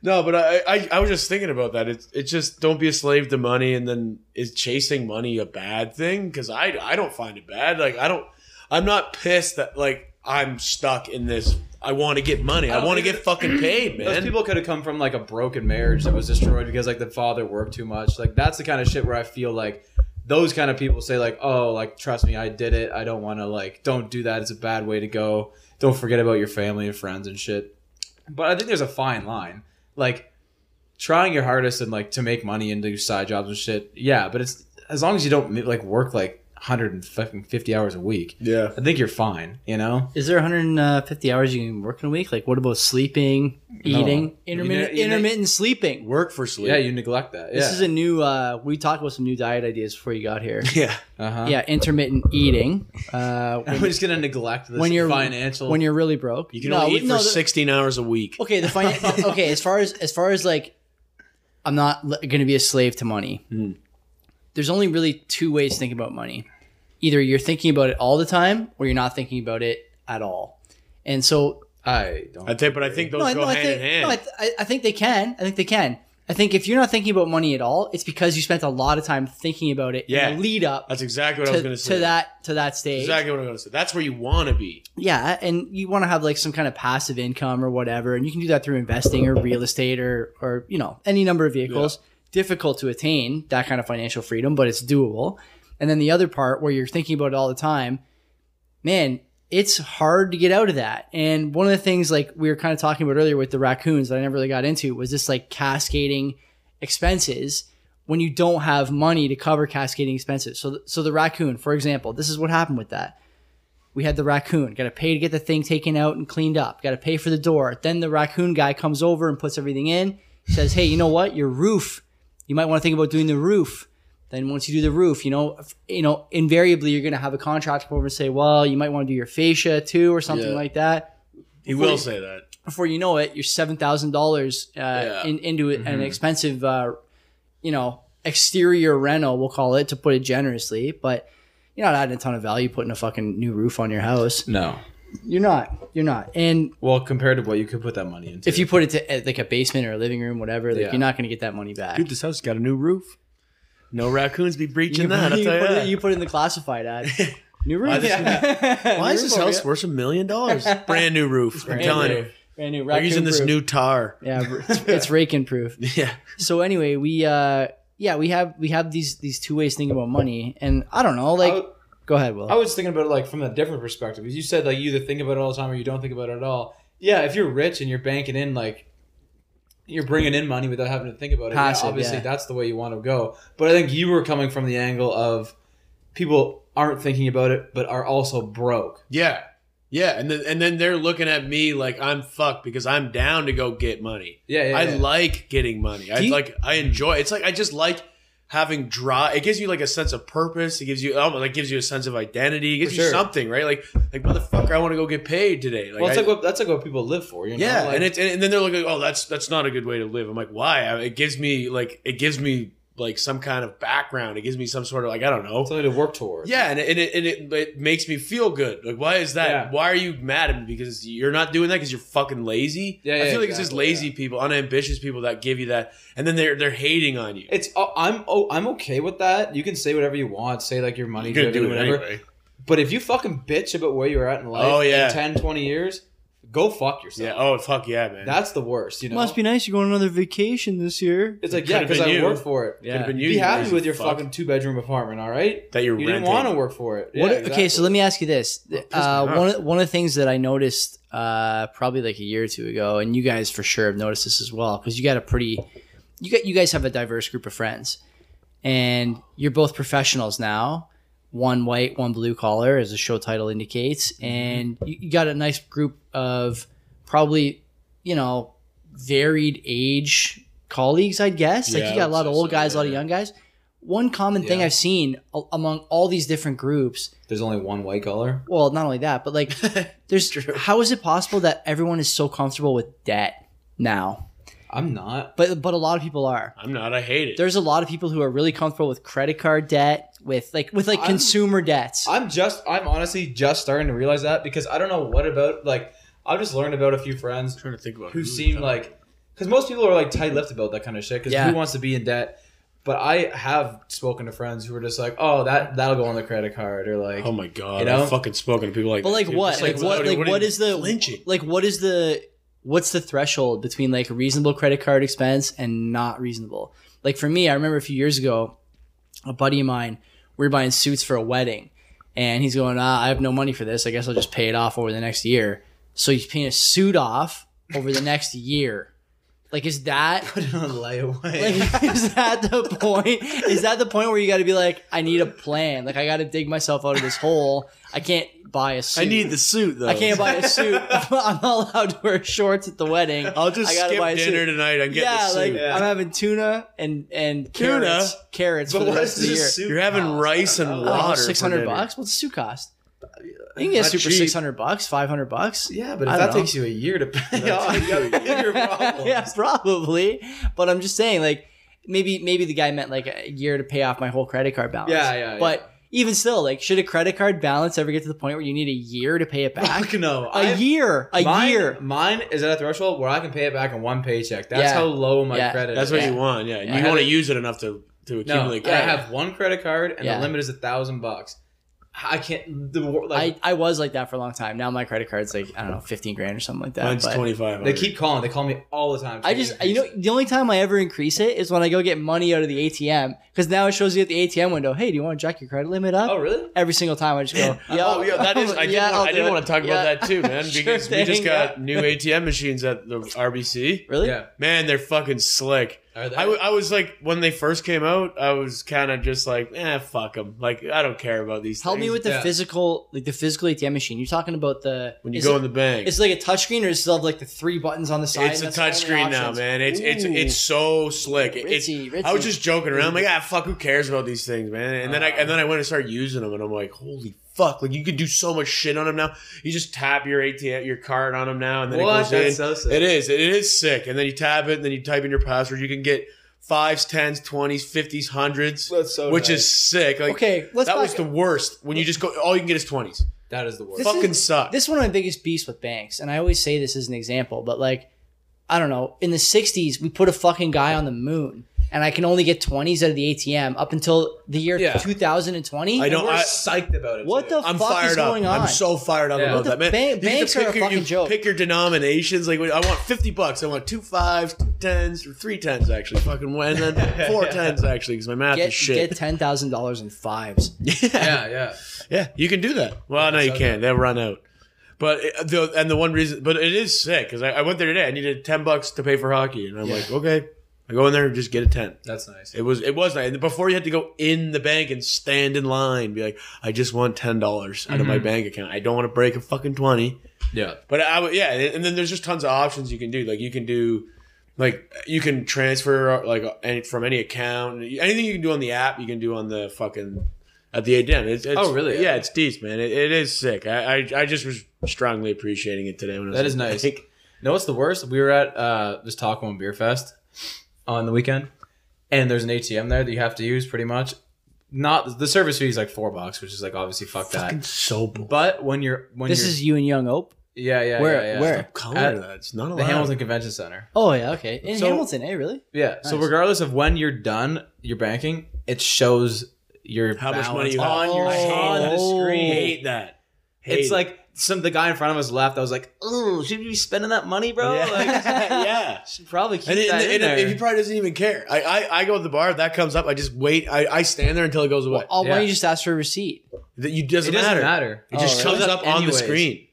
Speaker 3: no, but I, I I was just thinking about that. It's it's just don't be a slave to money, and then is chasing money a bad thing? Because I I don't find it bad. Like I don't I'm not pissed that like I'm stuck in this. I want to get money. I,
Speaker 1: Uh,
Speaker 2: don't
Speaker 3: want to
Speaker 2: think
Speaker 3: get fucking paid,
Speaker 2: Those
Speaker 3: man.
Speaker 2: people could have come from like a broken marriage that was destroyed because like the father worked too much. Like that's the kind of shit where I feel like those kind of people say like, "Oh, like trust me, I did it. I don't want to like don't do that. It's a bad way to go. Don't forget about your family and friends and shit." But I think there's a fine line. Like trying your hardest and like to make money and do side jobs and shit. Yeah, but it's as long as you don't like work like 150 hours a week.
Speaker 3: yeah.
Speaker 2: I think you're fine, you know?
Speaker 1: Is there 150 uh, hours you can work in a week? Like, what about sleeping, eating, intermittent,
Speaker 2: You ne- you ne-
Speaker 1: intermittent sleeping?
Speaker 3: Work for sleep.
Speaker 2: Yeah, you neglect that. Yeah.
Speaker 1: This is a new. Uh, we talked about some new diet ideas before you got here.
Speaker 3: yeah.
Speaker 2: uh-huh.
Speaker 1: yeah, intermittent eating. Uh,
Speaker 2: I'm
Speaker 1: when,
Speaker 2: just gonna neglect this
Speaker 1: when you're
Speaker 2: financial.
Speaker 1: when you're really broke,
Speaker 3: You can
Speaker 1: No,
Speaker 3: only eat
Speaker 1: no,
Speaker 3: for
Speaker 1: the-
Speaker 3: 16 hours a week.
Speaker 1: Okay, the fin- okay. As far as as far as like, I'm not l- going to be a slave to money.
Speaker 3: Hmm.
Speaker 1: There's only really two ways to think about money. Either you're thinking about it all the time, or you're not thinking about it at all. And so
Speaker 2: I don't.
Speaker 3: I think, but I think those
Speaker 1: I-
Speaker 3: go
Speaker 1: I
Speaker 3: hand
Speaker 1: think,
Speaker 3: in hand.
Speaker 1: no, I, th- I- I think they can. I think they can. I think if you're not thinking about money at all, it's because you spent a lot of time thinking about it
Speaker 3: Yeah.
Speaker 1: in the lead up
Speaker 3: That's exactly what I was
Speaker 1: to,
Speaker 3: going
Speaker 1: to
Speaker 3: say.
Speaker 1: that to that stage.
Speaker 3: Exactly what I'm going to say. That's where you want to be.
Speaker 1: Yeah, and you want to have like some kind of passive income or whatever, and you can do that through investing or real estate or or you know any number of vehicles. Difficult to attain that kind of financial freedom, but it's doable. And then the other part where you're thinking about it all the time, man, it's hard to get out of that. And one of the things like we were kind of talking about earlier with the raccoons that I never really got into was this like cascading expenses when you don't have money to cover cascading expenses. So, th- so the raccoon, for example, this is what happened with that. We had the raccoon, got to pay to get the thing taken out and cleaned up, got to pay for the door. Then the raccoon guy comes over and puts everything in, says, Hey, you know what? Your roof, you might want to think about doing the roof. Then once you do the roof, you know, if- you know, invariably you're going to have a contractor come over and say, "Well, you might want to do your fascia too, or something
Speaker 3: Yeah.
Speaker 1: like that."
Speaker 3: He will say that.
Speaker 1: before you know it, you're seven thousand dollars uh, in, into it-
Speaker 3: Mm-hmm.
Speaker 1: an expensive, uh, you know, exterior reno. We'll call it to put it generously, but you're not adding a ton of value putting a fucking new roof on your house.
Speaker 2: No.
Speaker 1: You're not. You're not. And
Speaker 2: Well, compared to what you could put that money into.
Speaker 1: if you put it to uh, like a basement or a living room, whatever, like
Speaker 2: Yeah.
Speaker 1: you're not going to get that money back.
Speaker 3: Dude, this house got a new roof. No raccoons be breaching
Speaker 1: you,
Speaker 3: that.
Speaker 1: put,
Speaker 3: I'll
Speaker 1: you,
Speaker 3: tell you
Speaker 1: put
Speaker 3: that.
Speaker 1: it, you put it in the classified ad. New roof.
Speaker 3: this- Why is this
Speaker 1: Roof over
Speaker 3: house
Speaker 1: here.
Speaker 3: worth a million dollars? oh, Brand new roof. I'm telling you.
Speaker 1: Brand new.
Speaker 3: They're using this
Speaker 1: raccoon-proof.
Speaker 3: new tar.
Speaker 1: Yeah, it's, it's raking proof.
Speaker 3: Yeah.
Speaker 1: so anyway, we uh yeah, we have we have these these two ways to think about money and I don't know, like
Speaker 2: I w-
Speaker 1: go ahead, Will.
Speaker 2: I was thinking about it like from a different perspective. You said like you either think about it all the time or you don't think about it at all. Yeah, if you're rich and you're banking in like you're bringing in money without having to think about it. yeah,
Speaker 1: Passive,
Speaker 2: obviously
Speaker 1: yeah.
Speaker 2: that's the way you want to go. But I think you were coming from the angle of people aren't thinking about it but are also broke.
Speaker 3: Yeah. Yeah. And then and then they're looking at me like I'm fucked because I'm down to go get money.
Speaker 2: Yeah, yeah.
Speaker 3: I
Speaker 2: yeah.
Speaker 3: like getting money. I
Speaker 2: Do you-
Speaker 3: like I enjoy it's like I just like having dry it gives you like a sense of purpose. It gives you um, like gives you a sense of identity. It gives
Speaker 2: For
Speaker 3: you
Speaker 2: sure.
Speaker 3: something, right? Like like motherfucker, I want to go get paid today. Like,
Speaker 2: well, it's
Speaker 3: I-
Speaker 2: like what, that's like what people live for. You know?
Speaker 3: Yeah,
Speaker 2: Like,
Speaker 3: and it's and, and then they're like, oh, that's that's not a good way to live. I'm like, why? I- It gives me like it gives me like some kind of background. It gives me some sort of like I don't know.
Speaker 2: something to work towards.
Speaker 3: Yeah, and it, and it, and it, it makes me feel good. Like, why is that?
Speaker 2: Yeah.
Speaker 3: Why are you mad at me? Because you're not doing that because you're fucking lazy.
Speaker 2: Yeah,
Speaker 3: I
Speaker 2: yeah,
Speaker 3: feel like it's just
Speaker 2: exactly,
Speaker 3: lazy people, unambitious people that give you that, and then they're they're hating on you.
Speaker 2: It's oh, I'm oh, I'm okay with that. You can say whatever you want, say like your money
Speaker 3: You're gonna
Speaker 2: driven,
Speaker 3: do it
Speaker 2: whatever.
Speaker 3: anyway.
Speaker 2: But if you fucking bitch about where you're at in life
Speaker 3: Oh, yeah.
Speaker 2: in 10, 20 years, go fuck yourself.
Speaker 3: Yeah. Oh fuck yeah, man.
Speaker 2: That's the worst, you know.
Speaker 1: Must be nice you're going on another vacation this year.
Speaker 2: It's like,
Speaker 3: Could've
Speaker 2: yeah, because
Speaker 3: been
Speaker 2: I
Speaker 3: you.
Speaker 2: worked for it.
Speaker 3: Could've been you,
Speaker 2: Be
Speaker 3: you
Speaker 2: happy
Speaker 3: lazy
Speaker 2: with your
Speaker 3: fuck.
Speaker 2: fucking two bedroom apartment, all right?
Speaker 3: that you're
Speaker 2: You
Speaker 3: renting.
Speaker 2: didn't want to work for it.
Speaker 1: What,
Speaker 2: Yeah,
Speaker 1: Okay, so
Speaker 2: exactly.
Speaker 1: let me ask you this. Uh,
Speaker 3: off.
Speaker 1: one, of, one of the things that I noticed uh, probably like a year or two ago, and you guys for sure have noticed this as well, because you got a pretty, you got you guys have a diverse group of friends, and you're both professionals now. One white, one blue collar, as the show title indicates,
Speaker 3: Mm-hmm.
Speaker 1: and you, you got a nice group of probably, you know, varied age colleagues. I guess like
Speaker 3: Yeah,
Speaker 1: you
Speaker 3: I
Speaker 1: got a
Speaker 3: would
Speaker 1: lot of
Speaker 3: say
Speaker 1: old
Speaker 3: so,
Speaker 1: guys, a lot of
Speaker 3: yeah.
Speaker 1: young guys. One common thing
Speaker 2: Yeah.
Speaker 1: I've seen a- among all these different groups
Speaker 2: There's only one white collar.
Speaker 1: well, not only that, but like, there's how is it possible that everyone is so comfortable with debt now?
Speaker 2: I'm not.
Speaker 1: But but a lot of people are.
Speaker 3: I'm not. I hate it.
Speaker 1: There's a lot of people who are really comfortable with credit card debt, with like with like
Speaker 2: I'm-
Speaker 1: consumer debts.
Speaker 2: I'm just, I'm honestly just starting to realize that because I don't know what about, like, I've just learned about a few friends
Speaker 3: I'm trying to think about
Speaker 2: who seem like, because most people are like tight lipped about that kind of shit because
Speaker 1: Yeah.
Speaker 2: who wants to be in debt? But I have spoken to friends who are just like, oh, that, that'll go on the credit card or like,
Speaker 3: Oh my god!
Speaker 2: You know?
Speaker 3: I've fucking spoken to people like.
Speaker 1: but
Speaker 3: that,
Speaker 1: like
Speaker 3: dude.
Speaker 1: what?
Speaker 3: Just
Speaker 1: Like, what?
Speaker 3: without
Speaker 1: Like
Speaker 3: even-
Speaker 1: what is the
Speaker 3: flinching?
Speaker 1: like what is the what's the threshold between like reasonable credit card expense and not reasonable? Like for me, I remember a few years ago, a buddy of mine, we were buying suits for a wedding, and he's going, ah, I have no money for this. I guess I'll just pay it off over the next year. So he's paying a suit off over the next year. Like is that
Speaker 2: put it on layaway.
Speaker 1: like is that the point? Is that the point where you got to be like, I need a plan. Like I got to dig myself out of this hole. I can't buy a suit.
Speaker 3: I need the suit though.
Speaker 1: I can't buy a suit. I'm not allowed to wear shorts at the wedding.
Speaker 3: I'll just
Speaker 1: I gotta buy
Speaker 3: skip
Speaker 1: a
Speaker 3: dinner
Speaker 1: suit.
Speaker 3: tonight. I get
Speaker 1: yeah,
Speaker 3: the
Speaker 1: like
Speaker 3: suit.
Speaker 2: Yeah.
Speaker 1: I'm having tuna and and
Speaker 3: Tuna?
Speaker 1: carrots, carrots for
Speaker 2: but
Speaker 1: the
Speaker 2: what
Speaker 1: rest
Speaker 2: is
Speaker 1: of the year.
Speaker 2: this suit? Oh,
Speaker 3: You're having
Speaker 2: cost?
Speaker 3: rice and
Speaker 2: I don't know.
Speaker 3: water. for
Speaker 1: Six hundred
Speaker 3: dinner. Uh,
Speaker 1: bucks. What's the suit cost? You can get a
Speaker 3: Not
Speaker 1: suit for
Speaker 3: cheap.
Speaker 1: six hundred bucks, five hundred bucks.
Speaker 2: Yeah, but
Speaker 1: I
Speaker 2: if
Speaker 1: don't
Speaker 2: that
Speaker 1: know.
Speaker 2: takes you a year to pay off, you got bigger problems.
Speaker 1: yeah, probably. But I'm just saying, like maybe maybe the guy meant like a year to pay off my whole credit card balance.
Speaker 2: Yeah, yeah,
Speaker 1: But even still, like, should a credit card balance ever get to the point where you need a year to pay it back?
Speaker 2: Fuck no.
Speaker 1: A
Speaker 2: I-
Speaker 1: year, a
Speaker 2: mine,
Speaker 1: year.
Speaker 2: Mine is at a threshold where I can pay it back in one paycheck. That's
Speaker 1: Yeah.
Speaker 2: how low my
Speaker 1: Yeah.
Speaker 2: credit
Speaker 3: That's
Speaker 2: is.
Speaker 3: what you want. Yeah,
Speaker 1: Yeah.
Speaker 3: you want to use it enough to to
Speaker 2: No,
Speaker 3: accumulate.
Speaker 2: I
Speaker 3: credit.
Speaker 2: have one credit card and
Speaker 1: Yeah.
Speaker 2: the limit is a thousand bucks. I can't. The wor- like
Speaker 1: I, I was like that for a long time. Now my credit card's like I don't know, fifteen grand or something like that.
Speaker 3: Mine's
Speaker 1: but
Speaker 3: twenty five.
Speaker 2: they keep calling. They call me all the time.
Speaker 1: I just you know the only time I ever increase it is when I go get money out of the ATM because now it shows you at the ATM window. Hey, do you want to jack your credit limit up?
Speaker 2: Oh really?
Speaker 1: Every single time I just go. Yeah,
Speaker 3: Oh yeah, that is. I did.
Speaker 1: yeah,
Speaker 3: not
Speaker 1: I'll
Speaker 3: I
Speaker 1: do
Speaker 3: did
Speaker 1: it.
Speaker 3: want to talk
Speaker 1: Yeah.
Speaker 3: about that too, man.
Speaker 1: Sure
Speaker 3: Because we just
Speaker 1: thing,
Speaker 3: got new ATM machines at the RBC.
Speaker 1: Really?
Speaker 2: Yeah.
Speaker 3: Man, they're fucking slick.
Speaker 2: Are they-
Speaker 3: I, w- I was like when they first came out, I was kind of just like, eh, fuck them. Like I don't care about these.
Speaker 1: Help me
Speaker 3: things.
Speaker 1: with the
Speaker 2: yeah.
Speaker 1: physical, like the physical ATM machine. You're talking about the
Speaker 3: when you
Speaker 1: is
Speaker 3: go
Speaker 1: it-
Speaker 3: in the bank.
Speaker 1: It's like a touchscreen, or it's still have like the three buttons on the side.
Speaker 3: It's a
Speaker 1: That's the only
Speaker 3: touchscreen now,
Speaker 1: options.
Speaker 3: man. It's it's
Speaker 1: Ooh.
Speaker 3: it's so slick. It- It's,
Speaker 1: Ritzy, ritzy.
Speaker 3: I was just joking around, like ah, fuck, who cares about these things, man? And then I and then I went and started using them, and I'm like, holy fuck, like you could do so much shit on them now. You just tap your ATM, your card on them now, and then
Speaker 2: What?
Speaker 3: it goes in.
Speaker 2: That's so sick.
Speaker 3: It is, it is sick. And then you tap it, and then you type in your password. You can get fives, tens, twenties, fifties, hundreds,
Speaker 2: That's so
Speaker 3: which
Speaker 2: nice.
Speaker 3: is sick. Like,
Speaker 1: Okay, let's
Speaker 3: that
Speaker 1: back
Speaker 3: was the worst when you just go. All you can get is twenties.
Speaker 2: that is the worst.
Speaker 1: This
Speaker 3: Fucking
Speaker 1: is-
Speaker 3: suck.
Speaker 1: This is one of my biggest beefs with banks, and I always say this as an example, but like, I don't know. In the '60s, we put a fucking guy on the moon, and I can only get 20s out of the ATM up until the year
Speaker 2: Yeah.
Speaker 1: 2020.
Speaker 3: I don't-
Speaker 2: We're
Speaker 3: I-
Speaker 2: psyched about it.
Speaker 1: What
Speaker 2: too.
Speaker 1: the
Speaker 3: I'm
Speaker 1: fuck
Speaker 3: fired
Speaker 1: is going
Speaker 3: up.
Speaker 1: on?
Speaker 3: I'm so fired up
Speaker 2: Yeah.
Speaker 3: about
Speaker 2: The
Speaker 3: that, man.
Speaker 1: ban-
Speaker 3: You get to
Speaker 1: banks are
Speaker 3: pick
Speaker 1: a
Speaker 3: your,
Speaker 1: fucking
Speaker 3: you
Speaker 1: joke.
Speaker 3: Pick your denominations. Like, I want 50 bucks. I want two fives, two tens, or three tens, actually. Fucking and then four tens, actually, because my math
Speaker 1: get
Speaker 3: is shit.
Speaker 1: get ten thousand dollars in fives.
Speaker 3: yeah.
Speaker 2: Yeah, yeah.
Speaker 3: yeah, you can do that. Well, no, you
Speaker 2: so
Speaker 3: can't. They'll run out. But it, the, and the one reason, but it is sick because I, I went there today. I needed 10 bucks to pay for hockey, and I'm like, okay, I go in there and just get a 10.
Speaker 2: That's nice.
Speaker 3: It was it was nice. And before you had to go in the bank and stand in line, be like, I just want ten dollars out of
Speaker 1: Mm-hmm.
Speaker 3: my bank account. I don't want to break a fucking twenty.
Speaker 2: Yeah.
Speaker 3: But I would yeah, and then there's just tons of options you can do. Like you can do like you can transfer like any, from any account, anything you can do on the app, you can do on the fucking at the ATM. It's, it's,
Speaker 2: Oh, really?
Speaker 3: Yeah, it's deep, man. It, it is sick. I, I I just was strongly appreciating it today. When I was
Speaker 2: That is
Speaker 3: in the
Speaker 2: nice.
Speaker 3: bank.
Speaker 2: No, what's the worst? We were at uh, this Taco and Beer Fest on the weekend, and there's an ATM there that you have to use pretty much. Not the service fee is like four bucks, which is like obviously fuck
Speaker 3: Fucking
Speaker 2: that.
Speaker 3: so bull.
Speaker 2: But when you're when
Speaker 1: This
Speaker 2: you're,
Speaker 1: is you and Young Ope.
Speaker 2: yeah yeah
Speaker 1: where-
Speaker 2: yeah, yeah.
Speaker 1: where?
Speaker 3: Color that. It's not allowed.
Speaker 2: uh, the Hamilton Convention Center.
Speaker 1: Oh yeah, okay. In
Speaker 2: So-
Speaker 1: Hamilton, eh? Really?
Speaker 2: Yeah. So
Speaker 1: Nice.
Speaker 2: regardless of when you're done your banking, it shows your
Speaker 3: How much
Speaker 2: balance Oh.
Speaker 3: money you have.
Speaker 2: on your
Speaker 1: I hate
Speaker 2: on the
Speaker 1: that.
Speaker 2: screen.
Speaker 3: Hate that. Hate
Speaker 2: It's
Speaker 3: it.
Speaker 2: like some the guy in front of us left. I was like, "Oh, should we be spending that money, bro? Like,
Speaker 3: yeah.
Speaker 2: should probably keep
Speaker 3: And, it,
Speaker 2: that
Speaker 3: and,
Speaker 2: in
Speaker 3: it-
Speaker 2: there."
Speaker 3: and he probably doesn't even care. I, I, I go to the bar. If that comes up, I just wait. I, I stand there until it goes away.
Speaker 1: Oh, why
Speaker 2: Yeah.
Speaker 1: don't you just ask for a receipt?
Speaker 3: That you
Speaker 2: it
Speaker 3: doesn't,
Speaker 2: doesn't
Speaker 3: matter.
Speaker 2: matter.
Speaker 3: It just
Speaker 1: Oh,
Speaker 3: comes
Speaker 2: really?
Speaker 3: up on the
Speaker 2: Anyways.
Speaker 3: screen.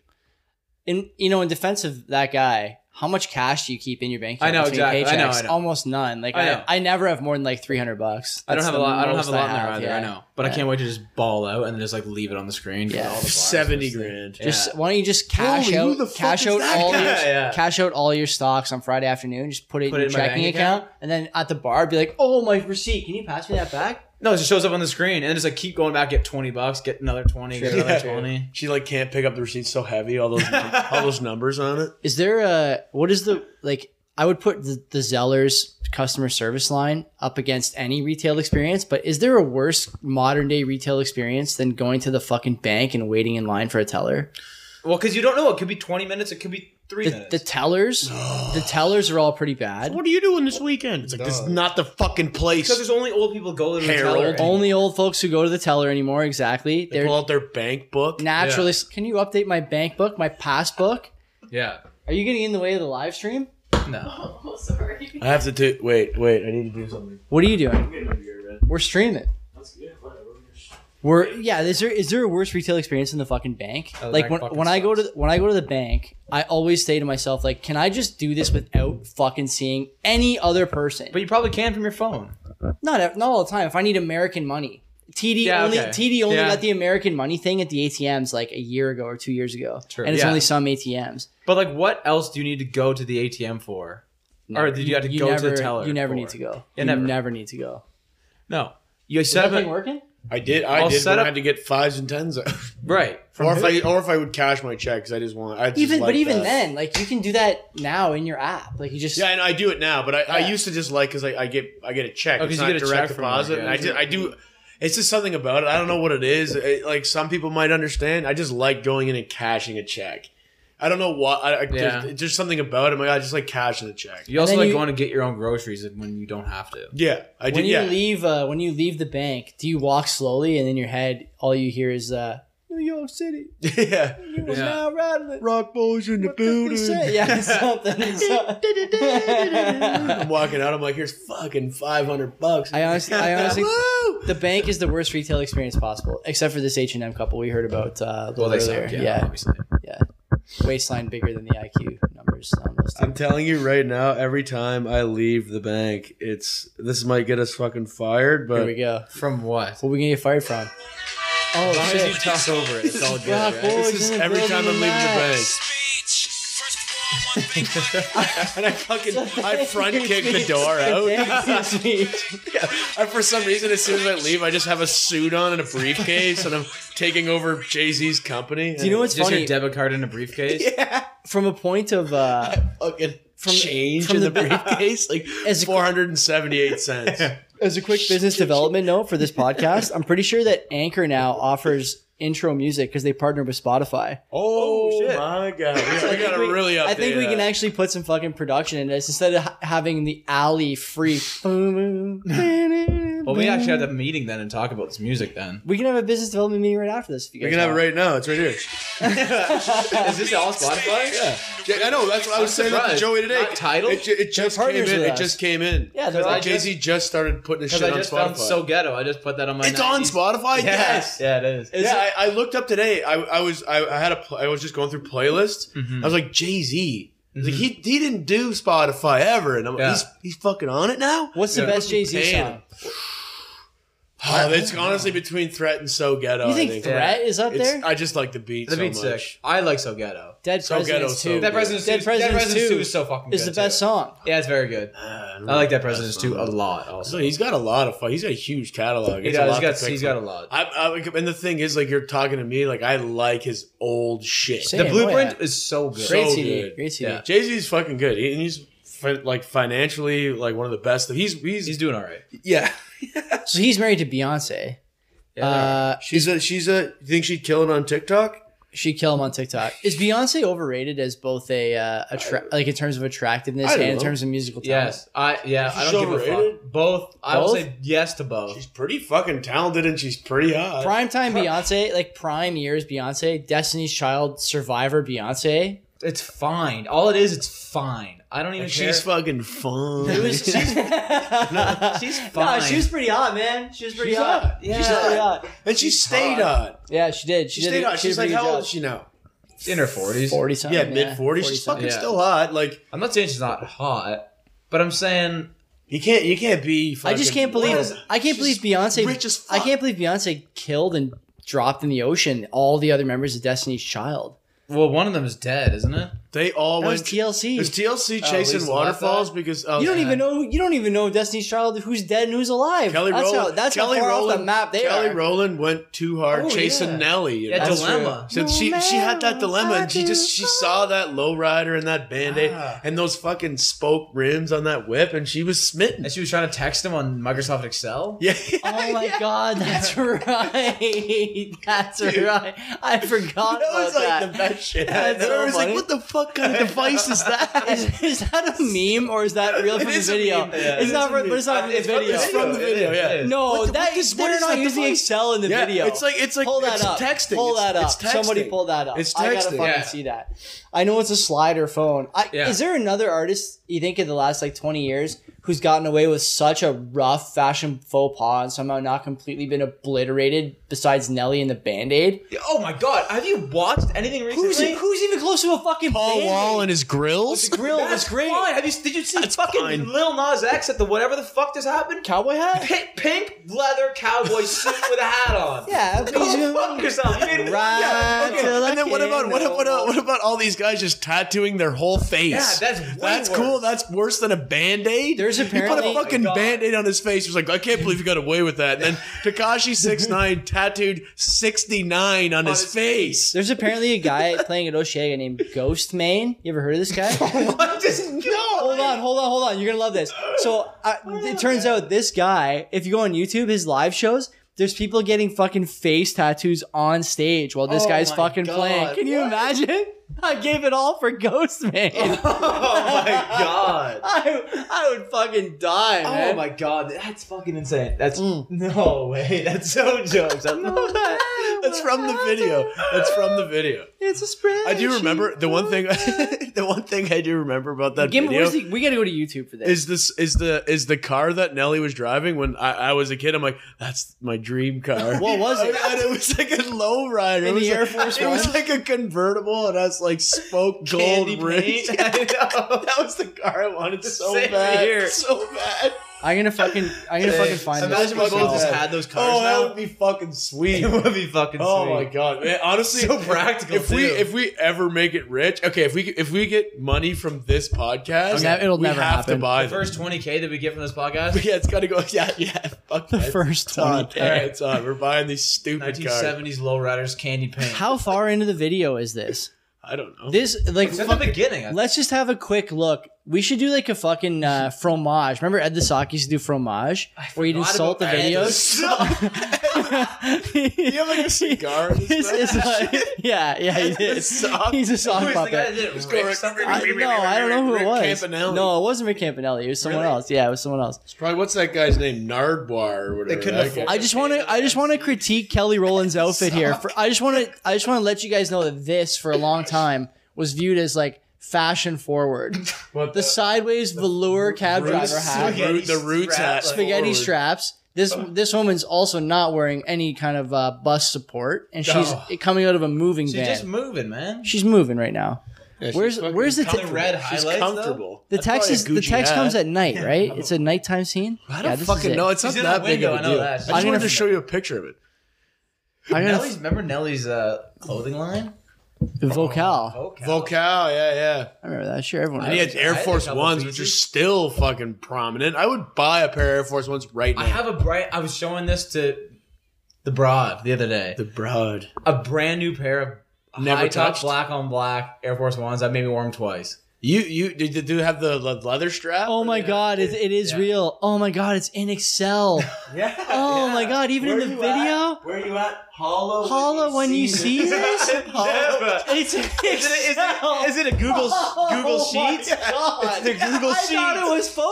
Speaker 1: In you know, in defense of that guy, how much cash do you keep in your bank? account
Speaker 2: I know,
Speaker 1: between
Speaker 2: exactly. I know,
Speaker 1: paychecks?
Speaker 2: I know.
Speaker 1: Almost none. Like
Speaker 2: I
Speaker 1: I,
Speaker 2: know.
Speaker 1: I, never have more than like three hundred bucks.
Speaker 2: I don't
Speaker 1: That's
Speaker 2: have a
Speaker 1: the
Speaker 2: lot. I don't have
Speaker 1: most
Speaker 2: a lot in there
Speaker 1: have,
Speaker 2: either.
Speaker 1: yeah.
Speaker 2: I know, but I
Speaker 1: Yeah.
Speaker 2: can't wait to just ball out and just like leave it on the screen. 'cause
Speaker 1: Yeah.
Speaker 2: all the bars
Speaker 3: Seventy
Speaker 2: and stuff.
Speaker 3: grand.
Speaker 2: Yeah.
Speaker 1: Just why don't you just cash
Speaker 3: who the
Speaker 1: out,
Speaker 3: fuck
Speaker 1: cash
Speaker 3: is
Speaker 1: out
Speaker 3: that
Speaker 1: all
Speaker 3: guy?
Speaker 1: your,
Speaker 2: Yeah, yeah.
Speaker 1: cash out all your stocks on Friday afternoon. Just put it
Speaker 2: Put
Speaker 1: in
Speaker 2: it
Speaker 1: your
Speaker 2: in my
Speaker 1: checking
Speaker 2: bank
Speaker 1: account,
Speaker 2: account?
Speaker 1: and then at the bar, be like, "Oh, my receipt. Can you pass me that back?"
Speaker 2: No, it just shows up on the screen, and it's like keep going back, get twenty bucks, get another twenty, get another
Speaker 3: Yeah.
Speaker 2: twenty.
Speaker 3: She like can't pick up the receipt. So heavy. All those all those numbers on it.
Speaker 1: Is there a what is the like? I would put the, the Zellers customer service line up against any retail experience, but is there a worse modern day retail experience than going to the fucking bank and waiting in line for a teller?
Speaker 2: Well, because you don't know, it could be twenty minutes, it could be three
Speaker 1: The,
Speaker 2: minutes.
Speaker 1: the tellers, the tellers are all pretty bad.
Speaker 3: What are you doing this weekend? It's like this is not the fucking place.
Speaker 2: because there's only old people go to the
Speaker 3: Harold.
Speaker 2: teller.
Speaker 1: Only old folks who go to the teller anymore. Exactly.
Speaker 3: They
Speaker 1: They're
Speaker 3: pull out their bank book.
Speaker 1: naturally. Can you update my bank book, my passbook?
Speaker 2: Yeah.
Speaker 1: Are you getting in the way of the live stream?
Speaker 2: No.
Speaker 3: I have to do. Wait, wait. I need to do something.
Speaker 1: What are you doing? We're streaming. We're yeah. Is there is there a worse retail experience than the fucking bank?
Speaker 2: Oh, the
Speaker 1: like
Speaker 2: bank
Speaker 1: when,
Speaker 2: fucking
Speaker 1: when I go to
Speaker 2: sucks.
Speaker 1: the, when I go to the bank, I always say to myself like, can I just do this without fucking seeing any other person?
Speaker 2: But you probably can from your phone.
Speaker 1: not ev- not all the time. If I need American money, TD
Speaker 2: Yeah,
Speaker 1: only
Speaker 2: okay.
Speaker 1: TD only
Speaker 2: Yeah.
Speaker 1: got the American money thing at the ATMs like a year ago or two years ago,
Speaker 2: True.
Speaker 1: and it's
Speaker 2: Yeah.
Speaker 1: only some ATMs.
Speaker 2: But like, what else do you need to go to the ATM for? Or did you have to go to
Speaker 1: never,
Speaker 2: the teller
Speaker 1: You never
Speaker 2: for?
Speaker 1: need to go.
Speaker 2: Yeah,
Speaker 1: you never.
Speaker 2: never.
Speaker 1: need to go.
Speaker 2: No, you
Speaker 1: Is
Speaker 2: set
Speaker 1: that
Speaker 2: up
Speaker 1: thing
Speaker 2: a,
Speaker 1: working?
Speaker 3: I did. I
Speaker 2: I'll
Speaker 3: did.
Speaker 2: set
Speaker 3: When I
Speaker 2: up-
Speaker 3: had to get fives and tens. out.
Speaker 2: right.
Speaker 3: or if I or if I would cash my check because I just want. I just
Speaker 1: Even
Speaker 3: like
Speaker 1: but even
Speaker 3: that.
Speaker 1: then, like you can do that now in your app. Like you just
Speaker 3: Yeah, and I do it now, but I,
Speaker 1: Yeah.
Speaker 3: I used to just like because I, I get I get a check.
Speaker 2: Oh,
Speaker 3: it's
Speaker 2: 'cause you
Speaker 3: not
Speaker 2: get a
Speaker 3: direct
Speaker 2: check from
Speaker 3: deposit.
Speaker 2: them,
Speaker 3: and I
Speaker 2: yeah.
Speaker 3: just, I do. It's just something about it. I don't know what it is. It- like some people might understand. I just like going in and cashing a check. I don't know what. I, I,
Speaker 2: Yeah.
Speaker 3: there's, there's something about it. Like, I just like cashing the check.
Speaker 2: You also
Speaker 1: then
Speaker 2: like
Speaker 1: you-
Speaker 2: going to get your own groceries when you don't have to.
Speaker 3: Yeah, I do.
Speaker 1: when you
Speaker 3: Yeah,
Speaker 1: leave uh, when you leave the bank, do you walk slowly and in your head all you hear is uh, New York City.
Speaker 3: yeah.
Speaker 1: You was
Speaker 2: Yeah.
Speaker 1: now rattling.
Speaker 3: Rock boys in the building.
Speaker 1: Yeah, something.
Speaker 3: I'm walking out. I'm like, here's fucking five hundred bucks.
Speaker 1: I honestly, I honestly,
Speaker 3: Woo!
Speaker 1: the bank is the worst retail experience possible, except for this H and M couple we heard about uh, a little
Speaker 2: Well, they
Speaker 1: earlier.
Speaker 2: suck. Yeah,
Speaker 1: yeah,
Speaker 2: obviously.
Speaker 1: yeah, waistline bigger than the IQ number.
Speaker 4: numbers on those two.
Speaker 3: I'm telling you right now, every time I leave the bank, it's this might get us fucking fired,
Speaker 1: Here
Speaker 3: but
Speaker 1: we go.
Speaker 2: From what?
Speaker 1: What are we gonna get fired from? Oh
Speaker 2: As long as you
Speaker 1: shit!
Speaker 2: talk over it, it's all good.
Speaker 1: Brock
Speaker 2: right?
Speaker 1: Bowles
Speaker 3: this is
Speaker 1: in the
Speaker 3: every
Speaker 1: building
Speaker 3: time I'm leaving the
Speaker 1: tonight.
Speaker 3: bank.
Speaker 5: speech. First of all, one thing I
Speaker 3: And I fucking I front kick the door out.
Speaker 1: Excuse me.
Speaker 3: I, for some reason, as soon as I leave, I just have a suit on and a briefcase, and I'm taking over Jay Z's company.
Speaker 1: Do you know what's
Speaker 2: Just
Speaker 1: funny?
Speaker 2: your debit card in a briefcase.
Speaker 1: from a point of uh,
Speaker 3: fucking
Speaker 1: From the-
Speaker 3: change
Speaker 1: from
Speaker 3: in
Speaker 1: the
Speaker 3: the,
Speaker 1: ba-
Speaker 3: briefcase? Like
Speaker 1: As a-
Speaker 3: four hundred and seventy-eight cents.
Speaker 1: as a quick business development note for this podcast, I'm pretty sure that Anchor now offers intro music because they partner with Spotify.
Speaker 3: Oh, my god, we, we gotta
Speaker 1: we-
Speaker 3: really update.
Speaker 1: I think we can
Speaker 3: that.
Speaker 1: actually put some fucking production in this instead of ha- having the alley free. well,
Speaker 2: Well, we actually had a meeting then and talk about this music then.
Speaker 1: We can have a business development meeting right after this. If you guys
Speaker 3: We can have it
Speaker 1: want.
Speaker 3: right now. It's right here.
Speaker 2: Is this all Spotify? Yeah.
Speaker 3: Yeah, I know. That's what I was saying that to
Speaker 2: surprised.
Speaker 3: Joey today.
Speaker 2: Not titled?
Speaker 3: It, ju- it just came
Speaker 1: partners
Speaker 3: in.
Speaker 1: with
Speaker 3: It
Speaker 1: us.
Speaker 3: just came in.
Speaker 1: Yeah, they're
Speaker 2: I
Speaker 1: like,
Speaker 2: just-
Speaker 3: Jay Z just started putting his
Speaker 2: Because
Speaker 3: shit
Speaker 2: I
Speaker 3: on
Speaker 2: just
Speaker 3: Spotify.
Speaker 2: found So Ghetto. I just put that on my.
Speaker 3: it's on
Speaker 2: 90s.
Speaker 3: Spotify. Yes.
Speaker 2: Yeah, it is.
Speaker 3: yeah, I, I looked up today. I, I was I, I had a pl- I was just going through playlists.
Speaker 2: Mm-hmm.
Speaker 3: I was like Jay Z. Like he he didn't do Spotify ever, and I'm
Speaker 2: Yeah.
Speaker 3: he's he's fucking on it now.
Speaker 1: What's the
Speaker 2: Yeah.
Speaker 1: best Jay Z
Speaker 3: Pain.
Speaker 1: song?
Speaker 3: Oh, it's honestly between Threat and So Ghetto.
Speaker 1: You
Speaker 3: I
Speaker 1: think
Speaker 3: think
Speaker 1: Threat is up
Speaker 3: It's-
Speaker 1: there?
Speaker 3: I just like the beat.
Speaker 2: The
Speaker 3: so
Speaker 2: beat's
Speaker 3: much.
Speaker 2: sick. I like So Ghetto.
Speaker 1: Dead
Speaker 3: So
Speaker 1: Presidents
Speaker 3: Ghetto, so
Speaker 1: Two
Speaker 2: That President's
Speaker 1: Dead
Speaker 2: Two.
Speaker 1: President's
Speaker 2: Dead President's
Speaker 1: Two
Speaker 2: Two is so fucking good.
Speaker 1: is the best
Speaker 2: too.
Speaker 1: song.
Speaker 2: Yeah, it's very good.
Speaker 3: Ah, don't
Speaker 2: I like
Speaker 3: know.
Speaker 2: that President's Two a lot.
Speaker 3: So
Speaker 2: Also,
Speaker 3: he's got a lot of fun. He's got a huge catalog.
Speaker 2: he
Speaker 3: It's a lot
Speaker 2: does. He's
Speaker 3: to
Speaker 2: got
Speaker 3: pick
Speaker 2: he's
Speaker 3: from.
Speaker 2: got a lot.
Speaker 3: I, I, and the thing is, like, you're talking to me, like, I like his old shit.
Speaker 1: Same.
Speaker 2: The
Speaker 1: Yeah,
Speaker 2: Blueprint
Speaker 3: Oh,
Speaker 1: boy.
Speaker 2: is so good.
Speaker 1: Great
Speaker 3: So
Speaker 1: CD.
Speaker 3: good.
Speaker 1: Great CD.
Speaker 2: Yeah.
Speaker 3: Jay Z's fucking good. He, and he's, fi- like, financially, like, one of the best. He's, he's,
Speaker 2: He's doing all right.
Speaker 3: yeah.
Speaker 1: So he's married to Beyonce.
Speaker 2: Yeah,
Speaker 1: Uh,
Speaker 3: She's a, she's a, you think she'd kill it on TikTok?
Speaker 1: She'd kill him on TikTok. Is Beyonce overrated as both a uh, attra- like in terms of attractiveness
Speaker 3: I
Speaker 1: and
Speaker 3: don't
Speaker 1: in
Speaker 3: know.
Speaker 1: terms of musical talent?
Speaker 2: Yes, I yeah. I
Speaker 3: She's
Speaker 2: don't give a
Speaker 3: overrated?
Speaker 2: fuck. Both. I would
Speaker 1: Both?
Speaker 2: say yes to both.
Speaker 3: She's pretty fucking talented and she's pretty hot.
Speaker 1: Prime time Beyonce, like prime years Beyonce, Destiny's Child, Survivor Beyonce.
Speaker 2: It's fine. All it is, it's fine. I don't even care.
Speaker 3: she's fucking fun.
Speaker 1: It was- she's,
Speaker 2: she's
Speaker 1: Nah,
Speaker 2: fine.
Speaker 1: she was pretty hot, man. She was pretty
Speaker 3: She's
Speaker 1: hot.
Speaker 3: hot.
Speaker 1: Yeah,
Speaker 3: She's
Speaker 1: pretty
Speaker 3: hot.
Speaker 1: hot.
Speaker 3: and she stayed on.
Speaker 1: Yeah, she did. She,
Speaker 3: She
Speaker 1: did
Speaker 3: stayed
Speaker 1: a-
Speaker 3: on.
Speaker 1: she did
Speaker 3: She's
Speaker 1: a
Speaker 3: like,
Speaker 1: pretty
Speaker 3: how
Speaker 1: good
Speaker 3: old is
Speaker 1: job.
Speaker 3: she now?
Speaker 2: in her forties.
Speaker 1: Forty something.
Speaker 3: Yeah, mid 40s. She's
Speaker 1: 40-something.
Speaker 3: fucking
Speaker 2: Yeah.
Speaker 3: still hot. Like,
Speaker 2: I'm not saying she's not hot, but I'm saying
Speaker 3: you can't, you can't be
Speaker 1: I
Speaker 3: fucking.
Speaker 1: just can't believe.
Speaker 3: What?
Speaker 1: I can't believe Beyonce.
Speaker 3: rich as
Speaker 1: I
Speaker 3: fuck.
Speaker 1: can't believe Beyonce killed and dropped in the ocean all the other members of Destiny's Child.
Speaker 2: well, one of them is dead, isn't it?
Speaker 3: They all
Speaker 1: That was
Speaker 3: went
Speaker 1: TLC.
Speaker 3: Is TLC
Speaker 2: Oh,
Speaker 3: chasing
Speaker 2: Lisa
Speaker 3: waterfalls
Speaker 2: Lafayette?
Speaker 3: because oh,
Speaker 1: You don't even know. You don't even know Destiny's Child. Who's dead and who's alive?
Speaker 3: Kelly
Speaker 1: that's How,
Speaker 3: Rowland.
Speaker 1: that's
Speaker 3: Kelly
Speaker 1: how far
Speaker 3: Rowland,
Speaker 1: off the map they
Speaker 3: Kelly
Speaker 1: are.
Speaker 3: Rowland went too hard
Speaker 1: Oh,
Speaker 3: chasing
Speaker 1: yeah.
Speaker 3: Nelly. You know?
Speaker 2: Yeah,
Speaker 1: That's
Speaker 2: dilemma.
Speaker 3: so
Speaker 1: No
Speaker 3: she she had that
Speaker 1: matter
Speaker 3: dilemma
Speaker 1: what
Speaker 3: and she just she
Speaker 1: you
Speaker 3: saw that lowrider and that band-aid
Speaker 2: Ah.
Speaker 3: and those fucking spoke rims on that whip and she was smitten.
Speaker 2: And she was trying to text him on Microsoft Excel.
Speaker 3: Yeah.
Speaker 1: Oh my god, that's right. That's right. I forgot
Speaker 3: That was
Speaker 1: about
Speaker 3: like
Speaker 1: that.
Speaker 3: the best shit.
Speaker 1: That's
Speaker 3: and
Speaker 1: so
Speaker 3: I was
Speaker 1: funny.
Speaker 3: like, "What the fuck kind of device is that?"
Speaker 1: Is, is that a meme or is that real from the
Speaker 3: is a
Speaker 1: video?
Speaker 3: meme. Yeah,
Speaker 1: it's
Speaker 3: it
Speaker 1: not,
Speaker 3: is a
Speaker 1: re-
Speaker 3: meme.
Speaker 1: but it's not from the
Speaker 2: It's from the
Speaker 1: video.
Speaker 3: It's from the video.
Speaker 2: It
Speaker 3: Yeah.
Speaker 2: is.
Speaker 1: No,
Speaker 3: What the-
Speaker 1: that
Speaker 3: what is-
Speaker 1: they're
Speaker 3: what is
Speaker 1: not
Speaker 3: that
Speaker 1: using
Speaker 3: device?
Speaker 1: Excel in the
Speaker 3: Yeah,
Speaker 1: video.
Speaker 3: it's like it's like
Speaker 1: pull that
Speaker 3: it's
Speaker 1: up.
Speaker 3: texting.
Speaker 1: Pull that
Speaker 3: It's-
Speaker 1: up.
Speaker 3: It's texting.
Speaker 1: Somebody pull that up.
Speaker 3: It's
Speaker 1: I gotta
Speaker 3: texting.
Speaker 1: fucking
Speaker 2: Yeah.
Speaker 1: see that. I know it's a slider phone. I,
Speaker 2: Yeah.
Speaker 1: Is there another artist you think in the last like twenty years who's gotten away with such a rough fashion faux pas and somehow not completely been obliterated besides Nelly and the Band Aid?
Speaker 2: Oh my god, have you watched anything recently?
Speaker 1: Who's who's even close to a fucking Band-Aid?
Speaker 3: his grills.
Speaker 1: grill was
Speaker 2: That's
Speaker 1: great.
Speaker 2: Fine. Have you did you see fucking
Speaker 3: fine.
Speaker 2: Lil Nas X at the whatever the fuck this happened?
Speaker 1: Cowboy hat.
Speaker 2: Pink, pink leather cowboy suit with a hat on.
Speaker 1: Yeah,
Speaker 2: Go fuck yourself. You made
Speaker 1: Right till I
Speaker 3: and then what
Speaker 1: can't
Speaker 3: about what,
Speaker 1: no
Speaker 3: about
Speaker 1: more.
Speaker 3: what, about- what about all these guys just tattooing their whole face?
Speaker 2: Yeah, that's way
Speaker 3: that's
Speaker 2: worse.
Speaker 3: cool. That's worse than a band aid.
Speaker 1: There's apparently-
Speaker 3: he put a fucking
Speaker 2: Oh my God.
Speaker 3: band aid on his face. He was like, I can't believe you got away with that. And then Takashi six nine tattooed sixty nine on, his,
Speaker 2: his
Speaker 3: face.
Speaker 1: There's apparently a guy playing at Oshiega named Ghost Main. You ever heard of this guy?
Speaker 2: What? Just no.
Speaker 1: hold on, hold on, hold on. You're gonna love this. So I, it turns out this guy, if you go on YouTube, his live shows, there's people getting fucking face tattoos on stage while this
Speaker 2: Oh
Speaker 1: guy's
Speaker 2: my
Speaker 1: fucking
Speaker 2: God,
Speaker 1: playing. Can you
Speaker 2: what?
Speaker 1: imagine? I gave it all for Ghost Main.
Speaker 2: Oh my god.
Speaker 1: I, I would fucking die, man.
Speaker 2: Oh my god, that's fucking insane. That's Mm. no way. That's so jokes. I love that.
Speaker 3: That's from the video. That's from the video.
Speaker 1: It's a spread.
Speaker 3: I do remember the one thing. the one thing I do remember about that
Speaker 1: Game,
Speaker 3: video
Speaker 1: where's the, we gotta go to YouTube for this.
Speaker 3: is this is the is the car that Nelly was driving when I, I was a kid. I'm like, that's my dream car.
Speaker 1: what was it?
Speaker 3: And it was like a lowrider. It
Speaker 1: In
Speaker 3: was
Speaker 1: the Air
Speaker 3: like,
Speaker 1: Force
Speaker 3: It was
Speaker 1: One?
Speaker 3: like a convertible, and that's like spoke gold rims.
Speaker 2: paint. I know.
Speaker 3: that was the car I wanted so
Speaker 2: Same
Speaker 3: bad,
Speaker 2: here.
Speaker 3: so bad.
Speaker 1: I'm gonna fucking I'm gonna fucking find this.
Speaker 2: Imagine we both just
Speaker 1: myself.
Speaker 2: had those cars
Speaker 3: Oh, that
Speaker 2: now.
Speaker 3: would be fucking sweet.
Speaker 2: it would be fucking
Speaker 3: Oh
Speaker 2: sweet.
Speaker 3: my god, man, honestly,
Speaker 2: So practical,
Speaker 3: If we
Speaker 2: too.
Speaker 3: if we ever make it rich, okay, if we if we get money from this podcast,
Speaker 1: Okay. It'll
Speaker 3: we
Speaker 1: never
Speaker 3: have to
Speaker 1: happen.
Speaker 3: buy
Speaker 2: The
Speaker 3: them.
Speaker 2: first 20K that we get from this podcast,
Speaker 3: Yeah, it's gotta go. Yeah, yeah. Fuck
Speaker 1: the
Speaker 3: that.
Speaker 1: first
Speaker 3: It's on.
Speaker 1: 20K.
Speaker 3: All right, it's on. We're buying these stupid cars.
Speaker 2: 1970s lowriders, candy paint.
Speaker 1: How far into the video is this?
Speaker 3: I don't know.
Speaker 1: This like
Speaker 2: It's at the
Speaker 1: fuck-
Speaker 2: beginning. I
Speaker 1: let's just have a quick look. We should do like a fucking uh, fromage. Remember Ed the Sock used to do fromage where you'd
Speaker 2: forgot
Speaker 1: insult the
Speaker 2: about Ed the
Speaker 1: videos.
Speaker 3: you have like a cigar. in his
Speaker 1: This
Speaker 3: mouth?
Speaker 1: is like- yeah, yeah, he did.
Speaker 3: Sock.
Speaker 1: He's a sock
Speaker 2: Who is the guy that
Speaker 1: puppet.
Speaker 2: did it? Was
Speaker 3: Rick
Speaker 2: Rick something?
Speaker 1: I, no, I don't know who it
Speaker 3: Rick
Speaker 1: was.
Speaker 3: Campanelli.
Speaker 1: No, it wasn't Rick Campanelli. It was someone
Speaker 3: Really?
Speaker 1: else. Yeah, it was someone else.
Speaker 3: It's probably what's that guy's name? Nardwar or whatever.
Speaker 2: couldn't
Speaker 3: that
Speaker 2: afford-
Speaker 3: guy.
Speaker 1: I just want to. I just want to critique Kelly Rowland's outfit here. For, I just want to. I just want to let you guys know that this, for a long time, was viewed as like fashion forward.
Speaker 3: What
Speaker 1: The sideways velour cab
Speaker 3: roots-
Speaker 1: driver hat,
Speaker 3: the root- the roots hat,
Speaker 2: Spaghetti
Speaker 1: spaghetti
Speaker 3: forward.
Speaker 1: straps. This this woman's also not wearing any kind of uh, bus support, and she's
Speaker 2: Oh.
Speaker 1: coming out of a moving
Speaker 2: She's
Speaker 1: van.
Speaker 2: just moving, man.
Speaker 1: she's moving right now.
Speaker 3: Yeah, she's
Speaker 1: where's
Speaker 3: fucking
Speaker 1: where's the
Speaker 2: Color
Speaker 1: te-
Speaker 2: red
Speaker 3: She's
Speaker 2: highlights. Though?
Speaker 3: comfortable.
Speaker 1: the
Speaker 3: That's probably
Speaker 1: text
Speaker 3: a
Speaker 1: is the
Speaker 3: Gucci
Speaker 1: text
Speaker 3: hat.
Speaker 1: comes at night, right? It's a nighttime scene.
Speaker 3: I
Speaker 1: Yeah,
Speaker 3: don't
Speaker 1: this is
Speaker 3: fucking
Speaker 1: it.
Speaker 3: know. It's
Speaker 2: She's
Speaker 3: not
Speaker 2: in
Speaker 3: that
Speaker 2: a
Speaker 3: big of a
Speaker 2: window, I know
Speaker 3: deal. I
Speaker 2: that.
Speaker 3: just
Speaker 2: I'm
Speaker 1: gonna
Speaker 3: wanted to
Speaker 1: f-
Speaker 3: show you a picture of it.
Speaker 1: I'm gonna
Speaker 2: Nelly's, remember Nelly's uh, clothing line?
Speaker 3: Oh.
Speaker 1: vocal.
Speaker 2: Vocal.
Speaker 3: Vocal, yeah, yeah.
Speaker 1: I remember that. Sure, everyone.
Speaker 3: And he
Speaker 1: knows.
Speaker 3: had Air
Speaker 2: had a
Speaker 3: Force
Speaker 2: couple
Speaker 3: Ones, which are
Speaker 2: pieces.
Speaker 3: still fucking prominent. I would buy a pair of Air Force Ones right now.
Speaker 2: I have a bright. I was showing this to the broad the other day.
Speaker 3: the broad.
Speaker 2: a brand new pair of
Speaker 3: Never
Speaker 2: high top
Speaker 3: touched?
Speaker 2: black on black Air Force Ones. I maybe wore them twice.
Speaker 3: You you did the dude have the le- leather strap?
Speaker 1: Oh my
Speaker 3: Yeah.
Speaker 1: god, it, it is
Speaker 2: Yeah.
Speaker 1: real. Oh my god, it's in Excel.
Speaker 2: Yeah.
Speaker 1: Oh my god, even in the video,
Speaker 2: Where you at? Hollow.
Speaker 1: Paula, when you see this,
Speaker 2: Never.
Speaker 1: it's in
Speaker 2: Is it, is,
Speaker 1: Excel.
Speaker 2: it, is it a Google Google
Speaker 1: Oh my
Speaker 2: Sheets?
Speaker 1: God.
Speaker 3: It's the Google
Speaker 1: I thought
Speaker 3: Sheet.
Speaker 1: it was
Speaker 3: How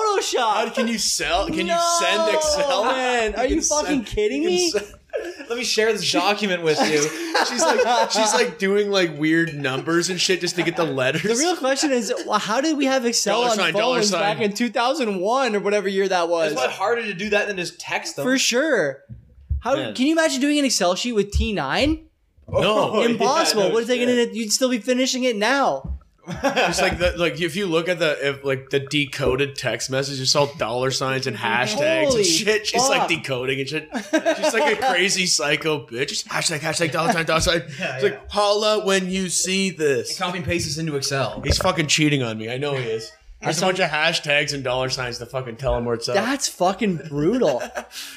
Speaker 1: Photoshop.
Speaker 3: can you sell? Can
Speaker 1: No,
Speaker 3: you send Excel?
Speaker 1: man. Are you
Speaker 3: can
Speaker 1: fucking kidding
Speaker 3: you can
Speaker 1: me?
Speaker 3: send-
Speaker 2: Let me share this document with you.
Speaker 3: she's like she's like doing like weird numbers and shit just to get the letters.
Speaker 1: The real question is, wh- how did we have Excel
Speaker 3: Dollar
Speaker 1: on
Speaker 3: sign, dollar
Speaker 1: phones
Speaker 3: sign.
Speaker 1: back in 2001 or whatever year that
Speaker 2: It's
Speaker 1: was?
Speaker 2: a lot harder to do that than just text them.
Speaker 1: For sure. How
Speaker 2: Man.
Speaker 1: can you imagine doing an Excel sheet with T9?
Speaker 3: No. Oh, yeah,
Speaker 1: Impossible.
Speaker 2: Oh, no
Speaker 1: what are they
Speaker 2: shit.
Speaker 1: gonna? You'd still be finishing it now.
Speaker 3: It's like the, like if you look at the if like the decoded text message, it's all dollar signs and hashtags
Speaker 1: Holy
Speaker 3: and shit. She's
Speaker 1: fuck.
Speaker 3: like decoding and shit. She's like a crazy psycho bitch. Just hashtag hashtag dollar sign dollar sign.
Speaker 2: Yeah,
Speaker 3: it's
Speaker 2: yeah.
Speaker 3: like holla when you see this.
Speaker 2: Copy and paste this into Excel.
Speaker 3: He's fucking cheating on me. I know he is. There's a bunch of hashtags and dollar signs to fucking tell him where it's at.
Speaker 1: That's fucking brutal.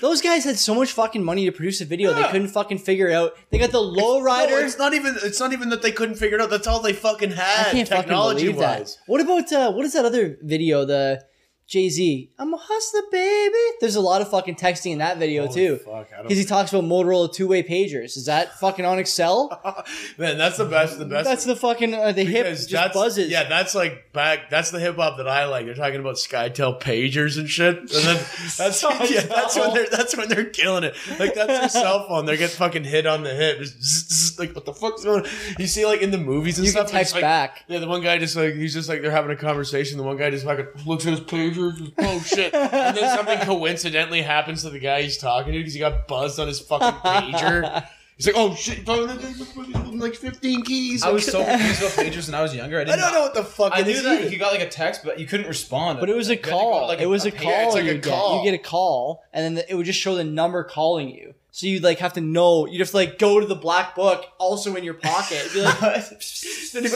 Speaker 1: Those guys had so much fucking money to produce a video, they couldn't fucking figure it out. They got the
Speaker 3: No,
Speaker 1: lowrider.
Speaker 3: it's not even. It's not even that they couldn't figure it out. That's all they fucking
Speaker 1: I
Speaker 3: had.
Speaker 1: can't fucking
Speaker 3: technology
Speaker 1: believe that.
Speaker 3: wise.
Speaker 1: What about uh, what is that other video? The Jay Z, I'm a hustler, baby. There's a lot of fucking texting in that video too.
Speaker 3: fuck, I don't-
Speaker 1: Because he talks about Motorola two-way pagers. Is that fucking on Excel?
Speaker 3: Uh, Man, that's the best. The best.
Speaker 1: That's the fucking uh, the hip
Speaker 3: Because
Speaker 1: just buzzes.
Speaker 3: Yeah, that's like back. That's the hip hop that I like. They're talking about SkyTel pagers and shit, and then that's yeah, that's when they're that's when they're killing it. Like that's their cell phone. They get fucking hit on the hip. Just zzz, zzz, like what the fuck's going? on? You see, like in the movies and
Speaker 1: you
Speaker 3: stuff.
Speaker 1: can
Speaker 3: it's
Speaker 1: text
Speaker 3: like-
Speaker 1: back.
Speaker 3: Yeah, the one guy just like he's just like they're having a conversation. The one guy just fucking looks at his pagers. just, oh shit! And then something coincidentally happens to the guy he's talking to because he got buzzed on his fucking pager. He's like, oh shit! Like fifteen keys.
Speaker 2: I was so confused about pagers when I was younger. I,
Speaker 3: I
Speaker 2: didn't
Speaker 3: don't know what the fuck.
Speaker 2: I
Speaker 3: it
Speaker 2: knew
Speaker 3: is
Speaker 2: that
Speaker 3: either.
Speaker 2: you got like a text, but you couldn't respond.
Speaker 1: But it was a
Speaker 2: You had to go to,
Speaker 1: call.
Speaker 2: like,
Speaker 1: it was a, call.
Speaker 2: page.
Speaker 3: it's like a
Speaker 1: you get.
Speaker 3: call.
Speaker 1: You get a call, and then the- it would just show the number calling you. So you'd like have to know. You'd have to like go to the black book, also in your pocket. It'd be like,
Speaker 3: If you, if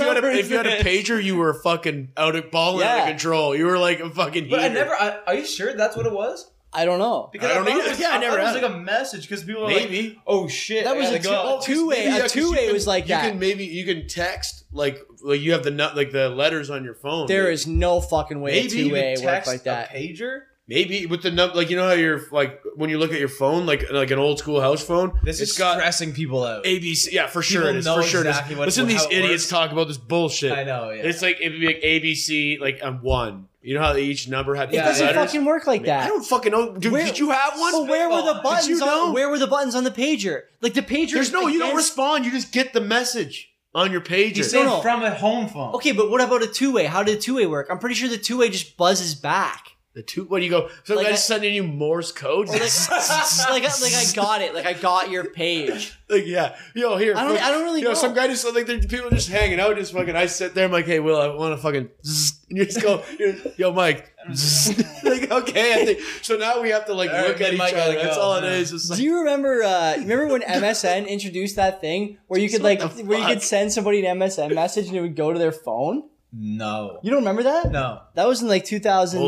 Speaker 3: you had a, if you had a pager, you were fucking out of balling out
Speaker 1: Yeah.
Speaker 3: of control. You were like a fucking.
Speaker 2: But I
Speaker 3: heater.
Speaker 2: never. I, are you sure that's what it was?
Speaker 1: I don't know.
Speaker 2: Because
Speaker 3: I don't
Speaker 2: thought
Speaker 3: either.
Speaker 2: It was,
Speaker 3: Yeah, I
Speaker 2: thought
Speaker 3: never
Speaker 2: It was
Speaker 3: had
Speaker 2: like a message because people were like,
Speaker 3: maybe.
Speaker 2: "Oh shit,
Speaker 1: That
Speaker 2: I
Speaker 1: was a
Speaker 2: gotta
Speaker 1: two-
Speaker 2: go."
Speaker 1: oh, two-way- a
Speaker 3: yeah, 'cause you
Speaker 1: two-way
Speaker 3: can-
Speaker 1: was like
Speaker 3: you
Speaker 1: that.
Speaker 3: can maybe you can text like like you have the nut like the letters on your phone.
Speaker 1: There
Speaker 3: maybe.
Speaker 1: is no fucking way
Speaker 2: Maybe
Speaker 1: two
Speaker 2: you
Speaker 1: way
Speaker 2: text
Speaker 1: work like that.
Speaker 2: a pager.
Speaker 3: maybe with the num like you know how you're like when you look at your phone like like an old school house phone.
Speaker 2: This
Speaker 3: it's
Speaker 2: is
Speaker 3: got
Speaker 2: stressing people out.
Speaker 3: ABC. Yeah, for sure
Speaker 2: People
Speaker 3: it is.
Speaker 2: know
Speaker 3: For sure it
Speaker 2: exactly
Speaker 3: is.
Speaker 2: what-
Speaker 3: Listen to
Speaker 2: how
Speaker 3: these
Speaker 2: it
Speaker 3: idiots
Speaker 2: works.
Speaker 3: talk about this bullshit.
Speaker 2: I know. Yeah.
Speaker 3: It's like it'd be like ABC like on one. You know how each number had
Speaker 1: It
Speaker 2: Yeah,
Speaker 1: doesn't
Speaker 2: letters?
Speaker 1: fucking work like that.
Speaker 3: I don't fucking know, dude.
Speaker 1: Where-
Speaker 3: did you have one?
Speaker 1: But where were the buttons?
Speaker 3: Did you know?
Speaker 1: on, where were the buttons on the pager? Like the pager.
Speaker 3: There's
Speaker 1: is
Speaker 3: no. You don't
Speaker 1: against-
Speaker 3: respond. You just get the message on your pager.
Speaker 2: He
Speaker 1: said-
Speaker 2: said
Speaker 1: no.
Speaker 2: from a home phone.
Speaker 1: Okay, but what about a two way? How did a two way work? I'm pretty sure the two way just buzzes back.
Speaker 3: the two. What do you go? Some
Speaker 1: Like
Speaker 3: guy's
Speaker 1: I-
Speaker 3: sending you Morse code.
Speaker 1: Like, like, I- like I got it. Like I got your page.
Speaker 3: Like, yeah, yo, here.
Speaker 1: I don't- e, I don't really
Speaker 3: you know,
Speaker 1: know.
Speaker 3: Some guy just like there- people just hanging out, just fucking. I sit there, I'm like, hey, Will, I want to fucking. zzz," and you just go, you're, yo, Mike. zzz." like, okay, I think so. Now we have to like
Speaker 2: All right,
Speaker 3: look
Speaker 2: me
Speaker 3: at
Speaker 2: and
Speaker 3: each
Speaker 2: Mike
Speaker 3: other.
Speaker 2: gotta
Speaker 3: That's
Speaker 2: go,
Speaker 3: all it
Speaker 2: yeah.
Speaker 3: is. It's
Speaker 1: Do
Speaker 3: like,
Speaker 1: you remember? Uh, you remember when MSN introduced that thing where you could
Speaker 3: What
Speaker 1: like
Speaker 3: the
Speaker 1: where you
Speaker 3: fuck?
Speaker 1: could send somebody an MSN message and it would go to their phone?
Speaker 2: No.
Speaker 1: You don't remember that?
Speaker 2: No.
Speaker 1: That was in like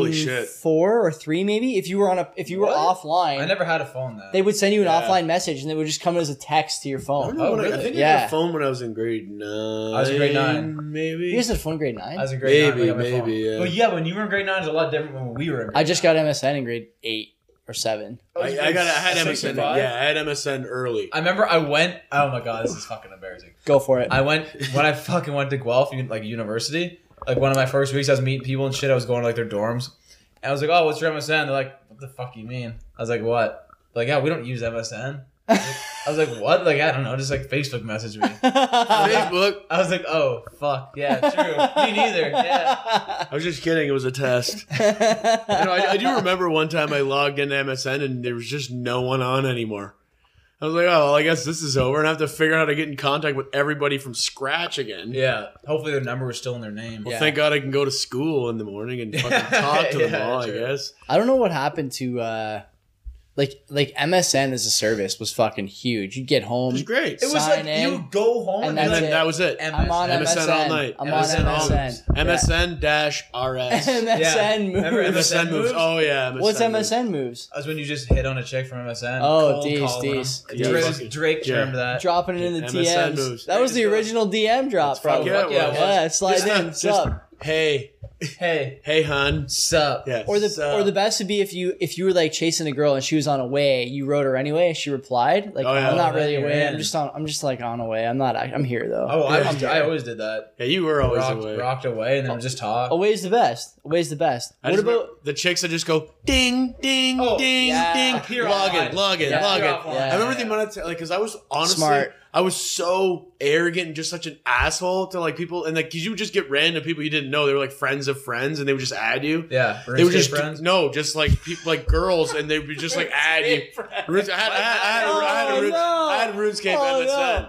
Speaker 1: 2004 or three, maybe. If you were on a if you were
Speaker 2: What?
Speaker 1: offline,
Speaker 2: I never had a phone then.
Speaker 1: they would send you an
Speaker 3: Yeah.
Speaker 1: offline message and it would just come as a text to your
Speaker 3: I, don't
Speaker 1: phone.
Speaker 3: know
Speaker 2: Oh,
Speaker 3: when I- I
Speaker 2: really?
Speaker 3: think I
Speaker 1: Yeah.
Speaker 3: had a phone when I was in grade nine.
Speaker 2: was in grade nine.
Speaker 3: maybe.
Speaker 1: You guys had a phone in grade nine.
Speaker 2: I was in grade
Speaker 3: Maybe,
Speaker 2: nine. when I got my
Speaker 3: maybe,
Speaker 2: phone.
Speaker 3: yeah.
Speaker 2: But yeah, when you were in grade nine, it's a lot different than when we were in. Grade
Speaker 1: I just got MSN in grade eight or seven.
Speaker 3: I, I got. I had MSN.
Speaker 2: 65?
Speaker 3: Yeah, I had MSN early.
Speaker 2: I remember I went. Oh my god, this is fucking embarrassing.
Speaker 1: Go for it.
Speaker 2: I went when I fucking went to Guelph, un- like university. Like one of my first weeks, I was meeting people and shit. I was going to like their dorms, and I was like, "Oh, what's your MSN?" They're like, "What the fuck you mean?" I was like, "What?" Like, yeah, we don't use MSN. I was like, "What?" Like, I don't know. Just like Facebook message me.
Speaker 3: Facebook.
Speaker 2: I was like, "Oh fuck, yeah, true. me neither. Yeah,
Speaker 3: I was just kidding. It was a test. You know, I, I do remember one time I logged into MSN and there was just no one on anymore. I was like, oh, well, I guess this is over, and I have to figure out how to get in contact with everybody from scratch again.
Speaker 2: yeah." Hopefully, their number was still in their name.
Speaker 3: Well, thank God I can go to school in the morning and fucking talk to them
Speaker 2: Yeah,
Speaker 3: all. I
Speaker 2: true.
Speaker 3: guess.
Speaker 1: I don't know what happened to uh like like MSN as a service was fucking huge. You'd get
Speaker 3: It
Speaker 1: home.
Speaker 3: was great.
Speaker 2: It was
Speaker 1: Sign
Speaker 2: like
Speaker 1: in.
Speaker 2: you go home
Speaker 1: And
Speaker 2: and,
Speaker 3: and
Speaker 1: that's
Speaker 2: then
Speaker 3: then
Speaker 1: it.
Speaker 3: that was it.
Speaker 2: MS.
Speaker 1: I'm on
Speaker 3: MSN
Speaker 1: MSN,
Speaker 3: all night.
Speaker 1: I'm
Speaker 2: MSN
Speaker 1: on
Speaker 2: all
Speaker 1: MSN. Yeah.
Speaker 3: MSN dash RS.
Speaker 1: MSN
Speaker 2: Yeah. Remember
Speaker 1: moves.
Speaker 2: MSN?
Speaker 3: MSN moves.
Speaker 2: moves?
Speaker 3: Oh yeah. MSN
Speaker 1: What's
Speaker 3: moves.
Speaker 1: MSN moves?
Speaker 2: That's when you just hit on a chick from MSN.
Speaker 1: Oh,
Speaker 2: cold
Speaker 1: deez,
Speaker 2: calling
Speaker 1: deez,
Speaker 2: them.
Speaker 3: deez.
Speaker 2: Drake, Drake
Speaker 3: Yeah.
Speaker 2: termed that.
Speaker 1: Dropping it in the
Speaker 3: MSN
Speaker 1: DMs.
Speaker 3: moves.
Speaker 1: That was the
Speaker 2: There you go.
Speaker 1: original DM drop,
Speaker 3: That's
Speaker 1: bro.
Speaker 3: fucking- yeah,
Speaker 1: Fuck
Speaker 3: it
Speaker 1: yeah,
Speaker 3: was.
Speaker 1: yeah, slide
Speaker 3: Just-
Speaker 1: in.
Speaker 3: just-
Speaker 1: Sup?
Speaker 3: Hey,
Speaker 2: Hey,
Speaker 3: hey, hun.
Speaker 2: sup?
Speaker 3: Yes.
Speaker 1: Or the
Speaker 3: Sup.
Speaker 1: or the best would be if you if you were like chasing a girl and she was on a way, you wrote her anyway, and she replied like,
Speaker 3: Oh, yeah.
Speaker 1: "I'm not
Speaker 2: Oh,
Speaker 1: really
Speaker 2: you're
Speaker 1: away. I'm
Speaker 2: in.
Speaker 1: just on. I'm just like on a way. I'm not. act- I'm here though.
Speaker 2: Oh,
Speaker 3: Yeah.
Speaker 2: I, always, I always did that.
Speaker 3: Yeah, you were always
Speaker 2: Rocked,
Speaker 3: away.
Speaker 2: rocked away and then just talk.
Speaker 1: Away's the best. Away's the best.
Speaker 3: Oh. I
Speaker 1: what
Speaker 3: just
Speaker 1: about
Speaker 3: remember the chicks that just go ding, ding,
Speaker 2: Oh,
Speaker 3: ding,
Speaker 1: yeah.
Speaker 3: ding?
Speaker 2: Pure
Speaker 3: log in,
Speaker 2: online.
Speaker 3: log in,
Speaker 1: Yeah,
Speaker 3: log in.
Speaker 2: pure offline.
Speaker 1: Yeah.
Speaker 3: I remember the amount of time, like, because I was honestly,
Speaker 1: Smart.
Speaker 3: I was so arrogant and just such an asshole to like people, and like, because you would just get random people you didn't know. They were like friends of friends, and they would just add you.
Speaker 2: Yeah,
Speaker 3: They would
Speaker 2: RuneScape
Speaker 3: just
Speaker 2: friends.
Speaker 3: no, just like people, like girls, and they would just like add you. Rune- I had, I had, I had, a- I had, a
Speaker 1: Oh,
Speaker 3: Rune-
Speaker 1: no.
Speaker 3: I had RuneScape
Speaker 1: Oh,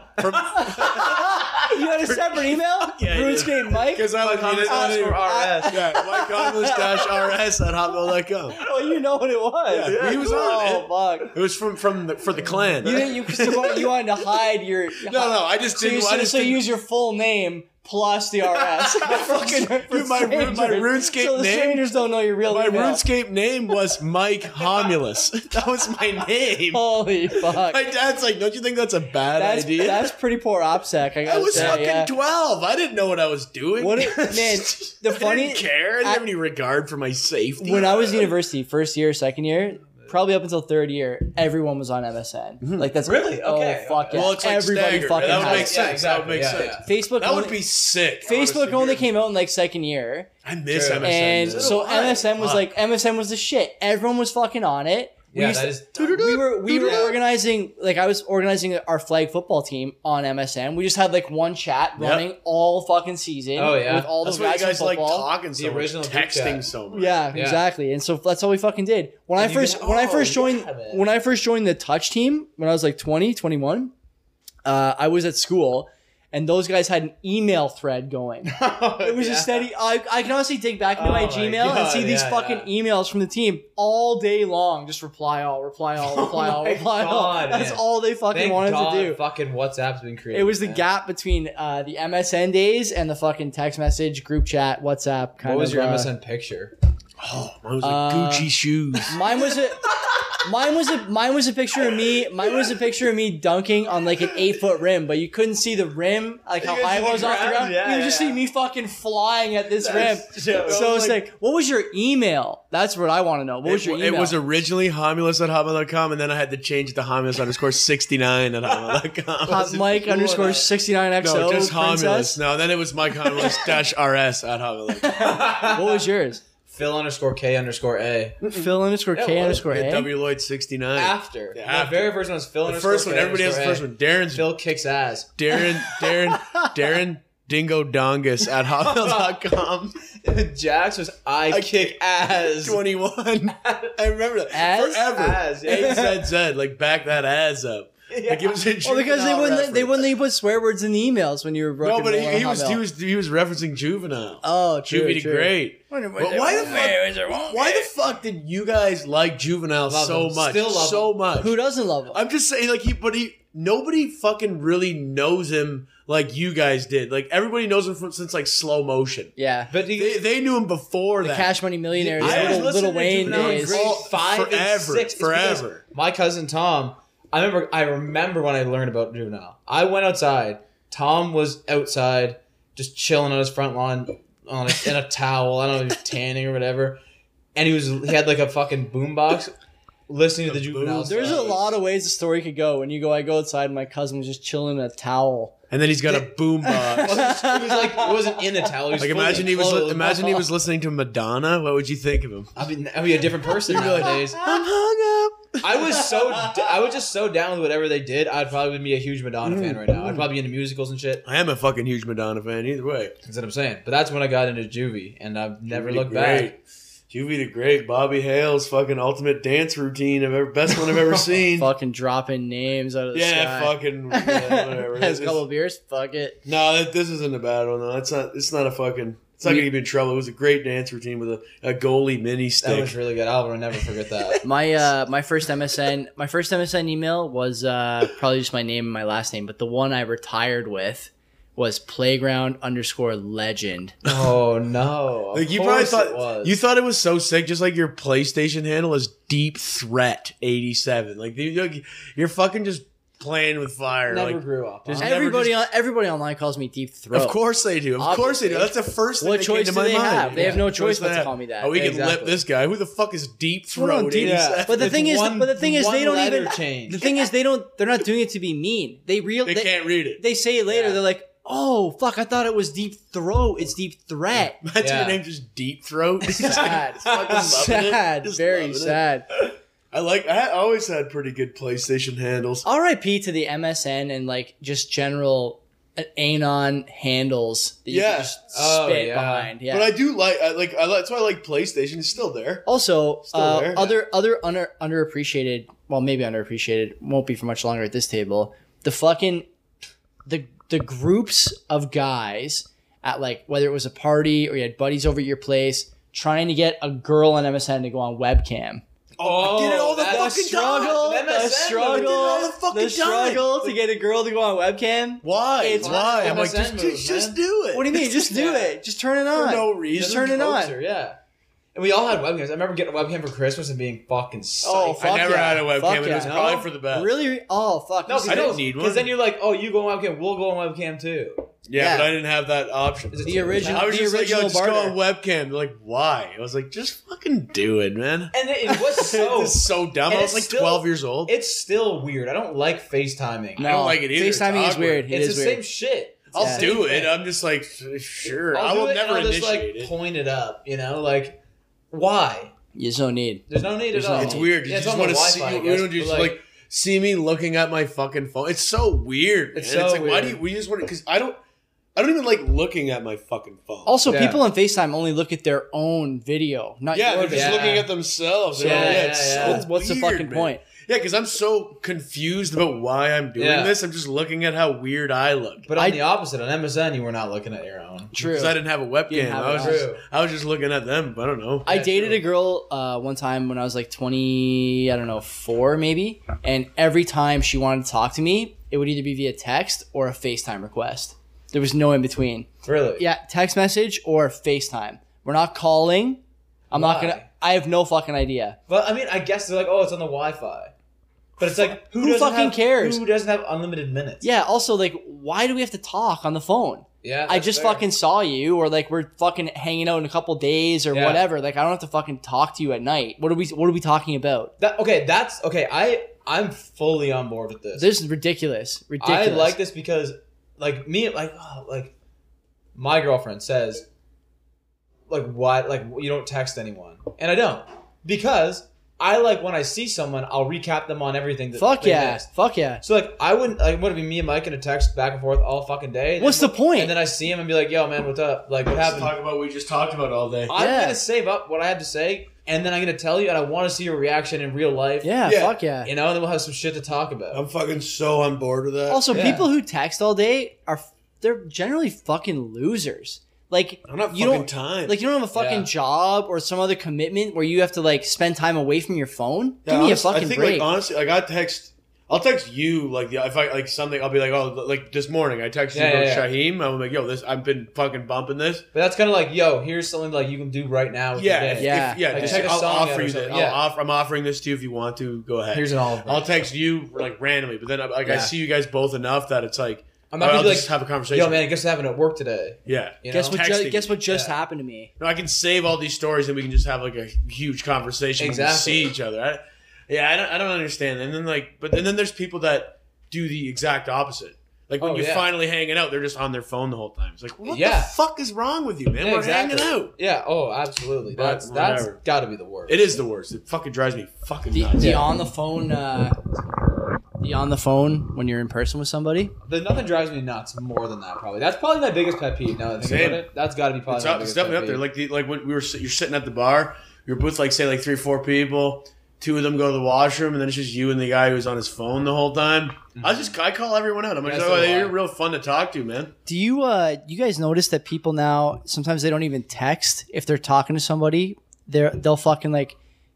Speaker 3: MSN
Speaker 1: you had a separate email?
Speaker 3: Yeah, I did.
Speaker 1: RuneScape Mike?
Speaker 3: because I
Speaker 2: Like,
Speaker 3: like needed
Speaker 2: underscore
Speaker 3: money.
Speaker 2: RS.
Speaker 3: Yeah, Mike Conless dash RS at hotmail.com.
Speaker 1: Well, Oh, you know what it was.
Speaker 3: Yeah, he was on it.
Speaker 1: Oh, fuck.
Speaker 3: It was from from the, for the clan.
Speaker 1: You, didn't- you, 'cause you, wanted, you wanted to hide your.
Speaker 3: No, no, I just
Speaker 1: So you,
Speaker 3: didn't. I
Speaker 1: so,
Speaker 3: just
Speaker 1: so you
Speaker 3: didn't-
Speaker 1: use your full name plus the RS. Fucking- for
Speaker 3: Dude, my Ru- my
Speaker 1: strangers.
Speaker 3: RuneScape
Speaker 1: So the
Speaker 3: name-
Speaker 1: strangers don't know your real
Speaker 3: my
Speaker 1: email.
Speaker 3: RuneScape name was Mike Homulus. That was my name.
Speaker 1: Holy fuck.
Speaker 3: My dad's like, don't you think that's a bad
Speaker 1: That's,
Speaker 3: idea?
Speaker 1: that's pretty poor OPSEC, I
Speaker 3: I
Speaker 1: gotta
Speaker 3: was
Speaker 1: say.
Speaker 3: fucking
Speaker 1: yeah.
Speaker 3: twelve. I didn't know what I was doing.
Speaker 1: What it- man, the
Speaker 3: I
Speaker 1: funny-
Speaker 3: didn't care. I didn't
Speaker 1: I-
Speaker 3: have any regard for my safety.
Speaker 1: when I was in university, first year, second year, probably up until third year, everyone was on MSN.
Speaker 3: Mm-hmm.
Speaker 1: Like that's
Speaker 2: Really? Okay.
Speaker 1: Oh fuck yeah!
Speaker 3: well, it's like
Speaker 1: Everybody
Speaker 3: staggered.
Speaker 1: fucking
Speaker 3: That
Speaker 1: has
Speaker 3: would
Speaker 1: it.
Speaker 3: make
Speaker 2: has it. Yeah,
Speaker 3: sense. That would
Speaker 2: exactly.
Speaker 3: make
Speaker 2: Yeah,
Speaker 3: sense.
Speaker 1: Facebook.
Speaker 3: That would
Speaker 1: only-
Speaker 3: be sick.
Speaker 1: Facebook
Speaker 3: honestly.
Speaker 1: only came out in like second year,
Speaker 3: I miss
Speaker 2: True.
Speaker 3: MSN.
Speaker 1: and
Speaker 3: dude.
Speaker 1: so
Speaker 2: Why?
Speaker 1: MSN was
Speaker 2: Fuck.
Speaker 1: like MSN was the shit. Everyone was fucking on it. We
Speaker 2: Yeah,
Speaker 1: used-
Speaker 2: that is.
Speaker 1: we were we were organizing like I was organizing our flag football team on MSN. We just had like one chat
Speaker 3: Yep.
Speaker 1: running all fucking season.
Speaker 2: Oh, yeah.
Speaker 1: with all
Speaker 3: that's
Speaker 1: the
Speaker 3: why you
Speaker 1: guys, from
Speaker 3: guys like
Speaker 1: football.
Speaker 3: talking so
Speaker 2: The
Speaker 3: much,
Speaker 2: original group
Speaker 3: texting
Speaker 2: chat.
Speaker 3: so much.
Speaker 1: Yeah,
Speaker 2: Yeah.
Speaker 1: exactly. And so that's all we fucking did. When I
Speaker 2: And you
Speaker 1: first
Speaker 2: can-
Speaker 1: when I
Speaker 2: oh,
Speaker 1: first joined
Speaker 2: yeah, man.
Speaker 1: when I first joined the touch team when I was like 20, 21, uh, I was at school and those guys had an email thread going. It was a steady I, I can honestly dig back into
Speaker 2: Oh
Speaker 1: my
Speaker 2: my
Speaker 1: Gmail and
Speaker 2: God,
Speaker 1: see these
Speaker 2: yeah,
Speaker 1: fucking emails from the team all day long. Just reply all, reply all, reply all,
Speaker 2: Oh my
Speaker 1: reply all.
Speaker 2: God,
Speaker 1: That's
Speaker 2: man.
Speaker 1: all they fucking
Speaker 2: Thank
Speaker 1: wanted
Speaker 2: God
Speaker 1: to do.
Speaker 2: fucking WhatsApp's been created.
Speaker 1: It was the
Speaker 2: man.
Speaker 1: gap between uh, the MSN days and the fucking text message, group chat, WhatsApp kind
Speaker 2: What was
Speaker 1: of
Speaker 2: your
Speaker 1: uh,
Speaker 2: MSN picture?
Speaker 3: Oh, mine was like
Speaker 1: Uh,
Speaker 3: Gucci shoes.
Speaker 1: Mine was a mine was a mine was a picture of me mine was a picture of me dunking on like an eight foot rim, but you couldn't see the rim like how
Speaker 2: You
Speaker 1: high it
Speaker 2: couldn't see
Speaker 1: was
Speaker 2: the
Speaker 1: off the
Speaker 2: ground?
Speaker 1: ground.
Speaker 2: Yeah,
Speaker 1: you
Speaker 2: yeah,
Speaker 1: just see
Speaker 2: yeah.
Speaker 1: me fucking flying at this rim.
Speaker 2: yeah,
Speaker 1: So
Speaker 2: I
Speaker 1: it's
Speaker 2: was
Speaker 1: like, what was your email? That's what I want to know. What was
Speaker 3: it,
Speaker 1: your
Speaker 3: w-
Speaker 1: email?
Speaker 3: it was originally homulus at homulus.com, and then I had to change it to homulus underscore 69 at
Speaker 1: Hot
Speaker 3: homulus.com.
Speaker 1: Mike underscore sixty nine XO.
Speaker 3: No, just
Speaker 1: princess.
Speaker 3: homulus. No, then it was Mike homulus dash RS at homulus.
Speaker 1: What was yours?
Speaker 2: Phil underscore K underscore A.
Speaker 1: Phil underscore K
Speaker 2: Yeah,
Speaker 1: underscore
Speaker 3: Yeah,
Speaker 1: A.
Speaker 3: W Lloyd sixty nine.
Speaker 2: After.
Speaker 3: Yeah,
Speaker 2: My
Speaker 3: after.
Speaker 2: very first one was Phil
Speaker 3: The
Speaker 2: underscore
Speaker 3: first one,
Speaker 2: K
Speaker 3: everybody has the
Speaker 2: underscore
Speaker 3: first
Speaker 2: A.
Speaker 3: one. Darren's
Speaker 2: Phil kicks ass.
Speaker 3: Darren, Darren, Darren Dingo Dongus at hotmail.com.
Speaker 2: Jax was I, kick ass.
Speaker 3: 21. I remember that.
Speaker 1: As?
Speaker 3: Forever.
Speaker 2: As, yeah.
Speaker 3: He said, said, like, back that ass up. Like, it was a
Speaker 1: Well, Oh, because they
Speaker 3: juvenile
Speaker 1: wouldn't let, they
Speaker 3: reference.
Speaker 1: wouldn't let you put swear words in the emails when you were
Speaker 3: No,
Speaker 1: broken.
Speaker 3: but he, he, was, he, was, he was referencing juvenile.
Speaker 1: oh true,
Speaker 3: Juvie to
Speaker 1: true.
Speaker 3: great.
Speaker 1: Wonder
Speaker 3: But why the fuck? Why the fuck did you guys like juvenile
Speaker 2: Love
Speaker 3: so
Speaker 2: him.
Speaker 3: much?
Speaker 2: Still love
Speaker 3: so much.
Speaker 1: Who doesn't love him?
Speaker 3: I'm just saying, like he, but he, nobody fucking really knows him like you guys did. Like everybody knows him from, since like slow motion.
Speaker 1: yeah,
Speaker 2: But he,
Speaker 3: They, they knew him before that.
Speaker 1: Cash Money Millionaires,
Speaker 3: I
Speaker 1: little,
Speaker 2: was
Speaker 1: little
Speaker 2: listening to
Speaker 1: Wayne
Speaker 2: Juvenile in
Speaker 1: days.
Speaker 2: grade
Speaker 3: Oh,
Speaker 2: five and
Speaker 3: forever,
Speaker 2: six. It's because
Speaker 3: forever.
Speaker 2: My cousin Tom. I remember. I remember when I learned about juvenile. I went outside. Tom was outside, just chilling on his front lawn, on a, in a towel. I don't know, he was tanning or whatever. And he was. He had like a fucking boombox, listening to the juvenile.
Speaker 1: There's a
Speaker 2: stuff.
Speaker 1: lot of ways the story could go. When you go, I go outside, and my cousin was just chilling in a towel.
Speaker 3: and then he's got a boom box.
Speaker 2: He was like, he wasn't in a towel. He was
Speaker 3: like
Speaker 2: fully
Speaker 3: imagine he was li-
Speaker 2: clothed.
Speaker 3: imagine he was listening to Madonna. What would you think of him?
Speaker 2: I mean, I'd be a different person nowadays.
Speaker 3: I'm hung up.
Speaker 2: I was so I was just so down with whatever they did. I'd probably be a huge Madonna fan right
Speaker 3: Mm.
Speaker 2: now. I'd probably be into musicals and shit.
Speaker 3: I am a fucking huge Madonna fan. Either way,
Speaker 2: That's what I'm saying. But that's when I got into juvie, and I've never
Speaker 3: Juvie the
Speaker 2: looked back.
Speaker 3: Great. Juvie the Great, Bobby Hale's fucking ultimate dance routine. I've ever best one I've ever seen.
Speaker 1: Fucking dropping names out of the
Speaker 3: yeah,
Speaker 1: sky.
Speaker 3: fucking yeah, whatever.
Speaker 1: Has a couple of beers. Fuck it.
Speaker 3: No, that, this isn't a bad one though. It's not. It's not a fucking. It's not gonna get you in trouble. It was a great dance routine with a, a goalie mini
Speaker 2: That
Speaker 3: stick.
Speaker 2: was really good. I'll never forget that.
Speaker 1: My uh, my first MSN, my first MSN email was uh, probably just my name and my last name, but the one I retired with was playground underscore legend.
Speaker 2: oh no! Of
Speaker 3: like you probably
Speaker 2: course it
Speaker 3: thought
Speaker 2: was.
Speaker 3: you thought it was so sick, just like your PlayStation handle is Deep Threat eighty seven. Like you- like, you're fucking just playing with fire.
Speaker 2: never
Speaker 3: like,
Speaker 2: grew up. huh?
Speaker 3: just- never
Speaker 1: Everybody on everybody online calls me deep throat.
Speaker 3: of course they do. Of course they do. That's the first thing
Speaker 1: What
Speaker 3: that came
Speaker 1: choice
Speaker 3: to
Speaker 1: do
Speaker 3: my
Speaker 1: they
Speaker 3: mind.
Speaker 1: have? They have no choice but
Speaker 3: they
Speaker 1: to
Speaker 3: have.
Speaker 1: call me that.
Speaker 3: Oh, we
Speaker 1: Yeah,
Speaker 3: can lip
Speaker 1: exactly.
Speaker 3: this guy. Who the fuck is Deep
Speaker 2: on,
Speaker 3: Throat
Speaker 2: Deep-
Speaker 3: eighty seven?
Speaker 1: But the
Speaker 2: It's
Speaker 1: thing is,
Speaker 2: one-
Speaker 1: but the thing is, they
Speaker 2: one
Speaker 1: don't even.
Speaker 2: letter change.
Speaker 1: The thing is, they don't. They're not doing it to be mean. They real.
Speaker 3: They,
Speaker 1: They,
Speaker 3: can't read it.
Speaker 1: they say it later.
Speaker 2: Yeah.
Speaker 1: They're like, "Oh fuck, I thought it was deep throat. It's deep threat."
Speaker 3: Imagine
Speaker 2: Yeah.
Speaker 3: your name just Deep Throat.
Speaker 1: sad,
Speaker 3: fucking loving it.
Speaker 1: sad,
Speaker 3: Just
Speaker 1: very
Speaker 3: loving it.
Speaker 1: sad.
Speaker 3: I like. I always had pretty good PlayStation
Speaker 1: Oh,
Speaker 3: handles.
Speaker 1: R.I.P. to the MSN and like just general uh, anon handles that you
Speaker 3: Yeah.
Speaker 1: can just spit
Speaker 2: Oh, yeah.
Speaker 1: behind. Yeah.
Speaker 3: But I do like. I like. I like, that's why I like PlayStation. It's still there.
Speaker 1: also,
Speaker 3: Still
Speaker 1: uh,
Speaker 3: there.
Speaker 1: other other under underappreciated, well, maybe underappreciated, won't be for much longer at this table. The fucking the the groups of guys at like whether it was a party or you had buddies over at your place trying to get a girl on MSN to go on webcam.
Speaker 2: oh,
Speaker 3: I did it all the
Speaker 2: that
Speaker 3: fucking
Speaker 1: struggle,
Speaker 2: time.
Speaker 1: the
Speaker 2: MSN,
Speaker 1: struggle,
Speaker 2: we did it all
Speaker 3: the fucking time.
Speaker 1: struggle to get a girl to go on webcam.
Speaker 3: Why?
Speaker 1: It's
Speaker 3: why? I'm like,
Speaker 2: MSN
Speaker 3: just,
Speaker 2: move,
Speaker 3: just, just
Speaker 2: man.
Speaker 3: do it.
Speaker 1: What do you mean? Just do
Speaker 2: Yeah.
Speaker 1: it. Just turn it
Speaker 3: For
Speaker 1: on.
Speaker 3: no
Speaker 1: Just
Speaker 3: reason.
Speaker 1: turn it
Speaker 2: Culture,
Speaker 1: on.
Speaker 2: Yeah. And we all had webcams. I remember getting a webcam for Christmas and being fucking psyched.
Speaker 1: Oh, fuck
Speaker 3: I never
Speaker 1: yeah.
Speaker 3: had a webcam.
Speaker 1: Fuck
Speaker 3: and
Speaker 1: yeah.
Speaker 3: It was
Speaker 1: No?
Speaker 3: probably for the best.
Speaker 1: Really? Oh fuck.
Speaker 2: No,
Speaker 1: You see
Speaker 3: I don't
Speaker 1: those-
Speaker 3: need one.
Speaker 2: Because then you're like, oh, you go on webcam, we'll go on webcam too.
Speaker 3: Yeah,
Speaker 1: Yeah.
Speaker 3: but I didn't have that option.
Speaker 2: Is it
Speaker 1: The original,
Speaker 3: I was
Speaker 1: the
Speaker 3: just like, yo,
Speaker 1: original
Speaker 3: just go on webcam. They're like, why? I was like, just fucking do it, man.
Speaker 2: And it, it was so.
Speaker 3: this is so dumb.
Speaker 2: and
Speaker 3: I was
Speaker 2: it's
Speaker 3: like
Speaker 2: still-
Speaker 3: 12 years old.
Speaker 2: it's still weird. I don't like FaceTiming.
Speaker 1: No,
Speaker 3: I don't like it either. It's
Speaker 1: FaceTiming is
Speaker 3: awkward.
Speaker 1: weird. It
Speaker 2: it's
Speaker 1: is
Speaker 2: the
Speaker 1: weird.
Speaker 2: same shit.
Speaker 3: I'll
Speaker 1: Yeah.
Speaker 3: do it. I'm just like, sure.
Speaker 2: I'll
Speaker 3: I
Speaker 2: do
Speaker 3: will
Speaker 2: it,
Speaker 3: never
Speaker 2: and I'll just,
Speaker 3: initiate
Speaker 2: like
Speaker 3: it.
Speaker 2: point it up. You know, like why?
Speaker 1: You just don't need.
Speaker 2: There's no need
Speaker 1: There's
Speaker 2: at
Speaker 1: no
Speaker 2: all.
Speaker 1: need.
Speaker 3: It's weird. You
Speaker 2: Yeah,
Speaker 3: just
Speaker 2: on
Speaker 3: want
Speaker 2: the
Speaker 3: to see.
Speaker 2: Wi-Fi, I
Speaker 3: You,
Speaker 2: guess,
Speaker 3: don't just
Speaker 2: but,
Speaker 3: like, see me looking at my fucking phone. It's so weird.
Speaker 2: It's
Speaker 3: man.
Speaker 2: so
Speaker 3: it's like, why do you?
Speaker 2: weird.
Speaker 3: We just want to because I don't. I don't even like looking at my fucking phone.
Speaker 1: Also,
Speaker 2: Yeah.
Speaker 1: people on Facetime only look at their own video, not
Speaker 3: yeah,
Speaker 1: your
Speaker 3: they're just
Speaker 1: video.
Speaker 3: looking at themselves. They're
Speaker 1: Yeah,
Speaker 3: like,
Speaker 2: yeah,
Speaker 3: it's
Speaker 2: yeah.
Speaker 3: so
Speaker 1: What's the
Speaker 3: weird,
Speaker 1: fucking
Speaker 3: man.
Speaker 1: point?
Speaker 3: Yeah, because I'm so confused about why I'm doing
Speaker 2: Yeah.
Speaker 3: this. I'm just looking at how weird I look.
Speaker 2: But on
Speaker 1: I-
Speaker 2: the opposite, on MSN, you were not looking at your own.
Speaker 1: True.
Speaker 3: Because I didn't have a webcam.
Speaker 1: have
Speaker 3: I
Speaker 1: it
Speaker 3: was
Speaker 1: on.
Speaker 3: just,
Speaker 2: True.
Speaker 3: I was just looking at them. I don't know.
Speaker 1: I
Speaker 2: Yeah,
Speaker 1: dated
Speaker 2: true.
Speaker 1: a girl uh, one time when I was like 20, I don't know, four maybe. And every time she wanted to talk to me, it would either be via text or a FaceTime request. There was no in between.
Speaker 2: Really?
Speaker 1: Yeah, text message or FaceTime. We're not calling. I'm not
Speaker 2: Why?
Speaker 1: gonna. I have no fucking idea.
Speaker 2: But I mean, I guess they're like, oh, it's on the Wi-Fi. But it's like, who,
Speaker 1: Who
Speaker 2: doesn't
Speaker 1: fucking
Speaker 2: have-
Speaker 1: cares?
Speaker 2: Who doesn't have unlimited minutes?
Speaker 1: Yeah. Also, like, why do we have to talk on the phone?
Speaker 2: yeah.
Speaker 1: I
Speaker 2: that's
Speaker 1: just
Speaker 2: fair.
Speaker 1: fucking saw you, or like we're fucking hanging out in a couple days or
Speaker 2: Yeah.
Speaker 1: whatever. Like, I don't have to fucking talk to you at night. What are we? What are we talking about?
Speaker 2: That, okay, that's okay. I I'm fully on board with this.
Speaker 1: This is ridiculous. Ridiculous.
Speaker 2: I like this because, like me, like oh, like my girlfriend says, like what like you don't text anyone, and I don't because I like when I see someone, I'll recap them on everything. That
Speaker 1: Fuck
Speaker 2: they
Speaker 1: yeah.
Speaker 2: missed.
Speaker 1: Fuck yeah.
Speaker 2: So like I wouldn't like would it be me and Mike in a text back and forth all fucking day? And
Speaker 1: What's
Speaker 2: then-
Speaker 1: the point?
Speaker 2: And then I see him and be like, "Yo, man, what's up? Like, what
Speaker 3: Let's
Speaker 2: happened?"
Speaker 3: talk about what we just talked about all day.
Speaker 2: I'm
Speaker 1: Yeah.
Speaker 2: gonna save up what I have to say, and then I'm gonna tell you, and I want to see your reaction in real life.
Speaker 1: Yeah,
Speaker 3: Yeah.
Speaker 1: fuck yeah.
Speaker 2: you know, and then we'll have some shit to talk about.
Speaker 3: I'm fucking so on board with that.
Speaker 1: Also,
Speaker 2: Yeah.
Speaker 1: people who text all day are they're generally fucking losers. Like
Speaker 3: I'm not
Speaker 1: you
Speaker 3: fucking
Speaker 1: don't
Speaker 3: time.
Speaker 1: like you don't have a fucking
Speaker 2: Yeah.
Speaker 1: job or some other commitment where you have to like spend time away from your phone.
Speaker 3: Yeah,
Speaker 1: Give me
Speaker 3: honest-
Speaker 1: a fucking
Speaker 3: I think,
Speaker 1: break.
Speaker 3: Like, honestly, like I text, I'll text you like the- if I like something, I'll be like, oh, like this morning I texted
Speaker 2: Yeah,
Speaker 3: you about
Speaker 2: yeah, yeah.
Speaker 3: Shaheem. I'm like, yo, this I've been fucking bumping this.
Speaker 2: But that's kind of like, yo, here's something like you can do right now. with
Speaker 3: Yeah,
Speaker 2: your
Speaker 3: if-
Speaker 2: day.
Speaker 1: Yeah.
Speaker 3: if- yeah.
Speaker 2: Like,
Speaker 3: just-
Speaker 2: check a
Speaker 3: I'll
Speaker 2: song out
Speaker 3: offer
Speaker 2: or
Speaker 3: you this.
Speaker 2: something. Yeah.
Speaker 3: I'll offer, I'm offering this to you if you want to. Go ahead.
Speaker 2: Here's an olive.
Speaker 3: I'll text you like randomly, but then I- like I
Speaker 2: Yeah.
Speaker 3: see you guys both enough that it's like
Speaker 2: I'm
Speaker 3: all
Speaker 2: not
Speaker 3: right,
Speaker 2: gonna
Speaker 3: I'll
Speaker 2: be
Speaker 3: just
Speaker 2: like,
Speaker 3: have a conversation.
Speaker 2: yo, man, guess what happened at work today?
Speaker 3: Yeah.
Speaker 2: You
Speaker 1: guess
Speaker 2: know?
Speaker 1: what? Ju-
Speaker 3: Texting.
Speaker 1: guess what just
Speaker 2: Yeah.
Speaker 1: happened to me.
Speaker 3: No, I can save all these stories and we can just have like a huge conversation when we
Speaker 2: Exactly.
Speaker 3: see each other. I, yeah, I don't, I don't understand. And then like, but and then there's people that do the exact opposite. Like when
Speaker 2: Oh,
Speaker 3: you're
Speaker 2: yeah.
Speaker 3: finally hanging out, they're just on their phone the whole time. It's like, what
Speaker 2: Yeah.
Speaker 3: the fuck is wrong with you, man?
Speaker 2: Yeah,
Speaker 3: We're
Speaker 2: exactly.
Speaker 3: hanging out.
Speaker 2: Yeah. Oh, absolutely.
Speaker 3: But
Speaker 2: that's that's
Speaker 3: whatever.
Speaker 2: got to be the worst.
Speaker 3: It is the worst. It fucking drives me fucking
Speaker 1: The,
Speaker 3: nuts.
Speaker 1: the on the phone. Uh, the on the phone when you're in person with somebody.
Speaker 2: There's nothing drives me nuts more than that. Probably. That's probably my biggest pet peeve. Now that I think
Speaker 3: Same.
Speaker 2: about it, that's got to be probably.
Speaker 3: It's,
Speaker 2: my
Speaker 3: up, it's
Speaker 2: biggest
Speaker 3: definitely
Speaker 2: pet
Speaker 3: up there. Like
Speaker 2: peeve.
Speaker 3: the like when we were sit- you're sitting at the bar, you're with like say like three or four people. Two of them go to the washroom, and then it's just you and the guy who's on his phone the whole time. I just I call everyone out. I'm like,
Speaker 2: Mm-hmm. Yeah, so
Speaker 3: oh,
Speaker 2: do I.
Speaker 3: you're real fun to talk to, man.
Speaker 1: Do you uh you guys notice that people now sometimes they don't even text if they're talking to somebody they are they'll fucking like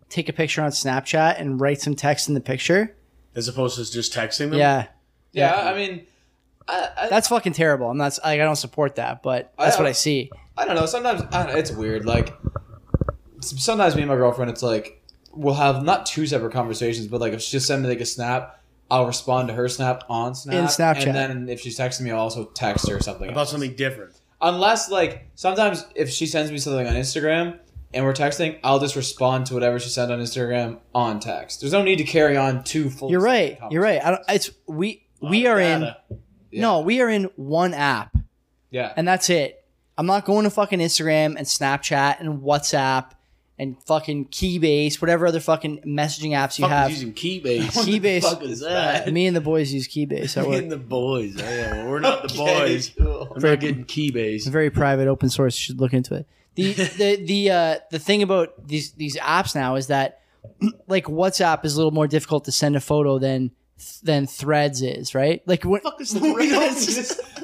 Speaker 1: take a picture on Snapchat and write some text in the picture.
Speaker 3: As opposed to just texting them.
Speaker 1: Yeah,
Speaker 2: yeah, I mean, I, I,
Speaker 1: that's fucking terrible. I'm not like I don't support that, but that's
Speaker 2: I-
Speaker 1: what I see.
Speaker 2: I don't know. Sometimes I don't know, it's weird. Like s- sometimes me and my girlfriend, it's like we'll have not two separate conversations, but like if she just send me like a snap, I'll respond to her snap on Snap
Speaker 1: In Snapchat.
Speaker 2: and then if she's texting me, I'll also text her something
Speaker 3: About
Speaker 2: else.
Speaker 3: something different.
Speaker 2: Unless like sometimes if she sends me something on Instagram and we're texting, I'll just respond to whatever she sent on Instagram on text. There's no need to carry on two full.
Speaker 1: You're right. You're right. I don't, it's we we are in
Speaker 2: Yeah.
Speaker 1: no we are in one app
Speaker 2: Yeah.
Speaker 1: and that's it. I'm not going to fucking Instagram and Snapchat and WhatsApp and fucking Keybase, whatever other fucking messaging apps you
Speaker 3: Fuck
Speaker 1: have.
Speaker 3: is using Keybase.
Speaker 1: Keybase.
Speaker 3: What the fuck is that?
Speaker 1: Me and the boys use Keybase. at
Speaker 3: Me
Speaker 1: work.
Speaker 3: and the boys. Oh, yeah, well, we're not the boys. I'm
Speaker 1: Very-
Speaker 3: not getting Keybase.
Speaker 1: It's very private, open source. You should look into it. The the the uh, the thing about these these apps now is that like WhatsApp is a little more difficult to send a photo than than Threads is, right? Like when,
Speaker 3: fuck is the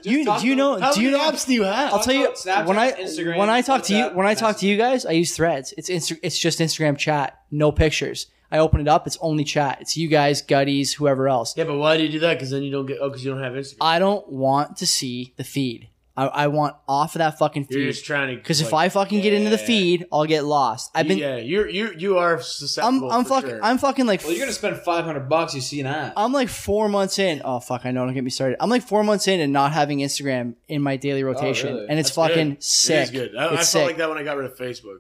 Speaker 1: you do you know
Speaker 3: How
Speaker 1: do you
Speaker 3: many
Speaker 1: know?
Speaker 3: apps do you have?
Speaker 1: I'll tell you
Speaker 2: Snapchat,
Speaker 1: when I
Speaker 2: Instagram,
Speaker 1: when I talk to you
Speaker 2: WhatsApp,
Speaker 1: when I talk to you guys, I use Threads. It's Insta- it's just Instagram chat, no pictures. I open it up, it's only chat. It's you guys, gutties, whoever else.
Speaker 3: yeah, but why do you do that? Because then you don't get. Oh, because you don't have Instagram.
Speaker 1: I don't want to see the feed. I, I want off of that fucking
Speaker 3: You're
Speaker 1: feed.
Speaker 3: just trying to.
Speaker 1: Because if I fucking get into the
Speaker 3: yeah.
Speaker 1: feed, I'll get lost. I've been
Speaker 3: yeah, you're you you are
Speaker 1: I'm
Speaker 3: susceptible.
Speaker 1: I'm
Speaker 3: for
Speaker 1: fucking
Speaker 3: sure.
Speaker 1: I'm fucking like
Speaker 2: Well, you're gonna spend 500 bucks. You see an ad.
Speaker 1: I'm like four months in. Oh fuck! I know. Don't get me started. I'm like four months in and not having Instagram in my daily rotation,
Speaker 2: really?
Speaker 1: and it's
Speaker 3: Oh, That's
Speaker 1: fucking
Speaker 3: good.
Speaker 1: sick.
Speaker 3: It is good. I, I
Speaker 1: it's
Speaker 3: felt
Speaker 1: sick.
Speaker 3: like that when I got rid of Facebook.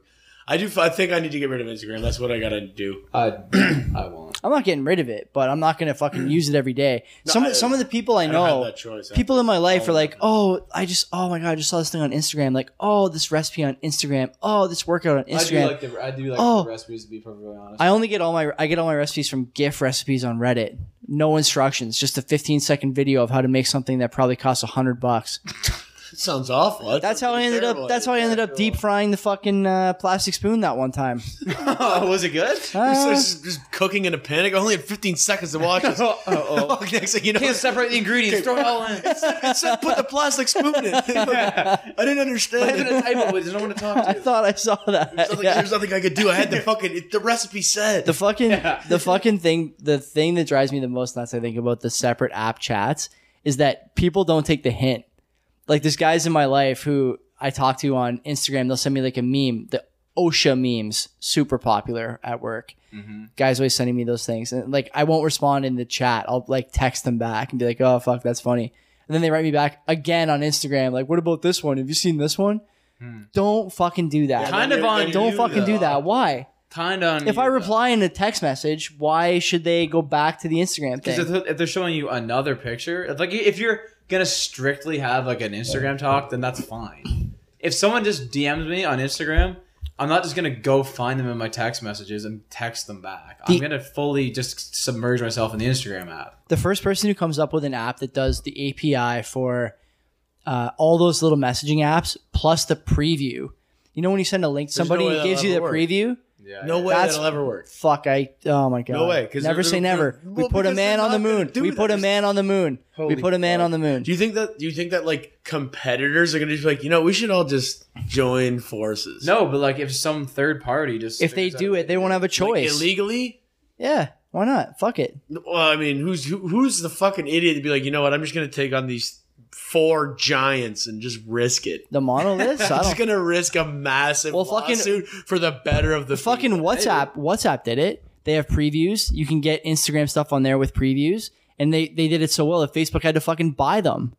Speaker 3: I do. I think I need to get rid of Instagram. That's what I gotta do.
Speaker 2: I I won't.
Speaker 1: I'm not getting rid of it, but I'm not gonna fucking use it every day. some
Speaker 3: Mm. I-
Speaker 1: some of the people I
Speaker 3: I don't have
Speaker 1: know,
Speaker 3: that choice.
Speaker 1: people in my life are
Speaker 3: all
Speaker 1: like, oh, I just oh my god, I just saw this thing on Instagram. Like, oh, this recipe on Instagram. Oh, this workout on
Speaker 2: I do
Speaker 1: Instagram.
Speaker 2: like the I do like
Speaker 1: Oh.
Speaker 2: the recipes to be perfectly honest.
Speaker 1: I only get all my I get all my recipes from GIF recipes on Reddit. No instructions, just a 15 second video of how to make something that probably costs a hundred bucks.
Speaker 3: That sounds awful. That
Speaker 1: That's
Speaker 3: sounds
Speaker 1: how I ended
Speaker 3: terrible.
Speaker 1: up. That's how I ended up deep frying the fucking uh, plastic spoon that one time.
Speaker 3: Oh, was it good?
Speaker 1: Uh,
Speaker 3: just, just cooking in a panic. I only had 15 seconds to watch this. oh, Next thing you know,
Speaker 2: separate the ingredients. Throw it all in.
Speaker 3: it said put the plastic spoon in. I didn't understand. it.
Speaker 2: There's no one to talk
Speaker 1: I thought I saw
Speaker 3: There's
Speaker 1: that.
Speaker 3: nothing,
Speaker 1: Yeah.
Speaker 3: there's nothing I could do. I had the fucking it, the recipe said.
Speaker 1: The fucking the fucking thing the thing that drives me the most nuts I think about the separate app chats is that people don't take the hint. Like there's guys in my life who I talk to on Instagram, they'll send me like a meme, the OSHA memes, super popular at work.
Speaker 2: Mm-hmm.
Speaker 1: Guys always sending me those things. And like I won't respond in the chat. I'll like text them back and be like, oh fuck, that's funny. And then they write me back again on Instagram, like, what about this one? Have you seen this one? Don't fucking do that.
Speaker 2: Kind of on
Speaker 1: don't
Speaker 2: Hmm. you,
Speaker 1: fucking do
Speaker 2: though.
Speaker 1: that. Why?
Speaker 2: Kind of.
Speaker 1: if I reply in a text message, why should they go back to the Instagram
Speaker 2: because
Speaker 1: thing?
Speaker 2: if, if they're showing you another picture, if, like if you're gonna strictly have like an Instagram talk, then that's fine. if someone just DMs me on Instagram, I'm not just gonna go find them in my text messages and text them back. I'm
Speaker 1: The-
Speaker 2: gonna fully just submerge myself in the Instagram app.
Speaker 1: the first person who comes up with an app that does the API for uh, all those little messaging apps plus the preview. You know when you send a link to somebody,
Speaker 3: no way
Speaker 1: it gives
Speaker 3: that'll
Speaker 1: you the
Speaker 3: ever work.
Speaker 1: preview.
Speaker 2: Yeah.
Speaker 3: No way
Speaker 1: That's-
Speaker 3: that'll ever work.
Speaker 1: Fuck! I oh my god!
Speaker 3: way, 'cause
Speaker 1: never
Speaker 3: they're-
Speaker 1: say
Speaker 3: they're-
Speaker 1: never. we
Speaker 3: well,
Speaker 1: put a
Speaker 3: because
Speaker 1: man
Speaker 3: they're
Speaker 1: on the
Speaker 3: not gonna
Speaker 1: moon.
Speaker 3: do
Speaker 1: We
Speaker 3: that.
Speaker 1: put a man on the moon. We
Speaker 3: Holy
Speaker 1: put a man
Speaker 3: fuck.
Speaker 1: on the moon.
Speaker 3: Do you think that? Do you think that like competitors are gonna just be like, you know, we should all just join forces?
Speaker 2: No, but like if some third party just
Speaker 1: If they
Speaker 2: figures
Speaker 1: do
Speaker 2: out-
Speaker 1: it, they won't have a
Speaker 3: Like,
Speaker 1: choice.
Speaker 3: illegally.
Speaker 1: yeah, why not? Fuck it.
Speaker 3: Well, I mean, who's who, who's the fucking idiot to be like, you know what? I'm just gonna take on these four giants and just risk it.
Speaker 1: The monoliths.
Speaker 3: I'm
Speaker 1: I
Speaker 3: just
Speaker 1: don't.
Speaker 3: gonna risk a massive
Speaker 1: Well, fucking-
Speaker 3: lawsuit for the better of the
Speaker 1: Fucking
Speaker 3: people.
Speaker 1: WhatsApp. WhatsApp did it. They have previews. You can get Instagram stuff on there with previews, and they they did it so well that Facebook had to fucking buy them.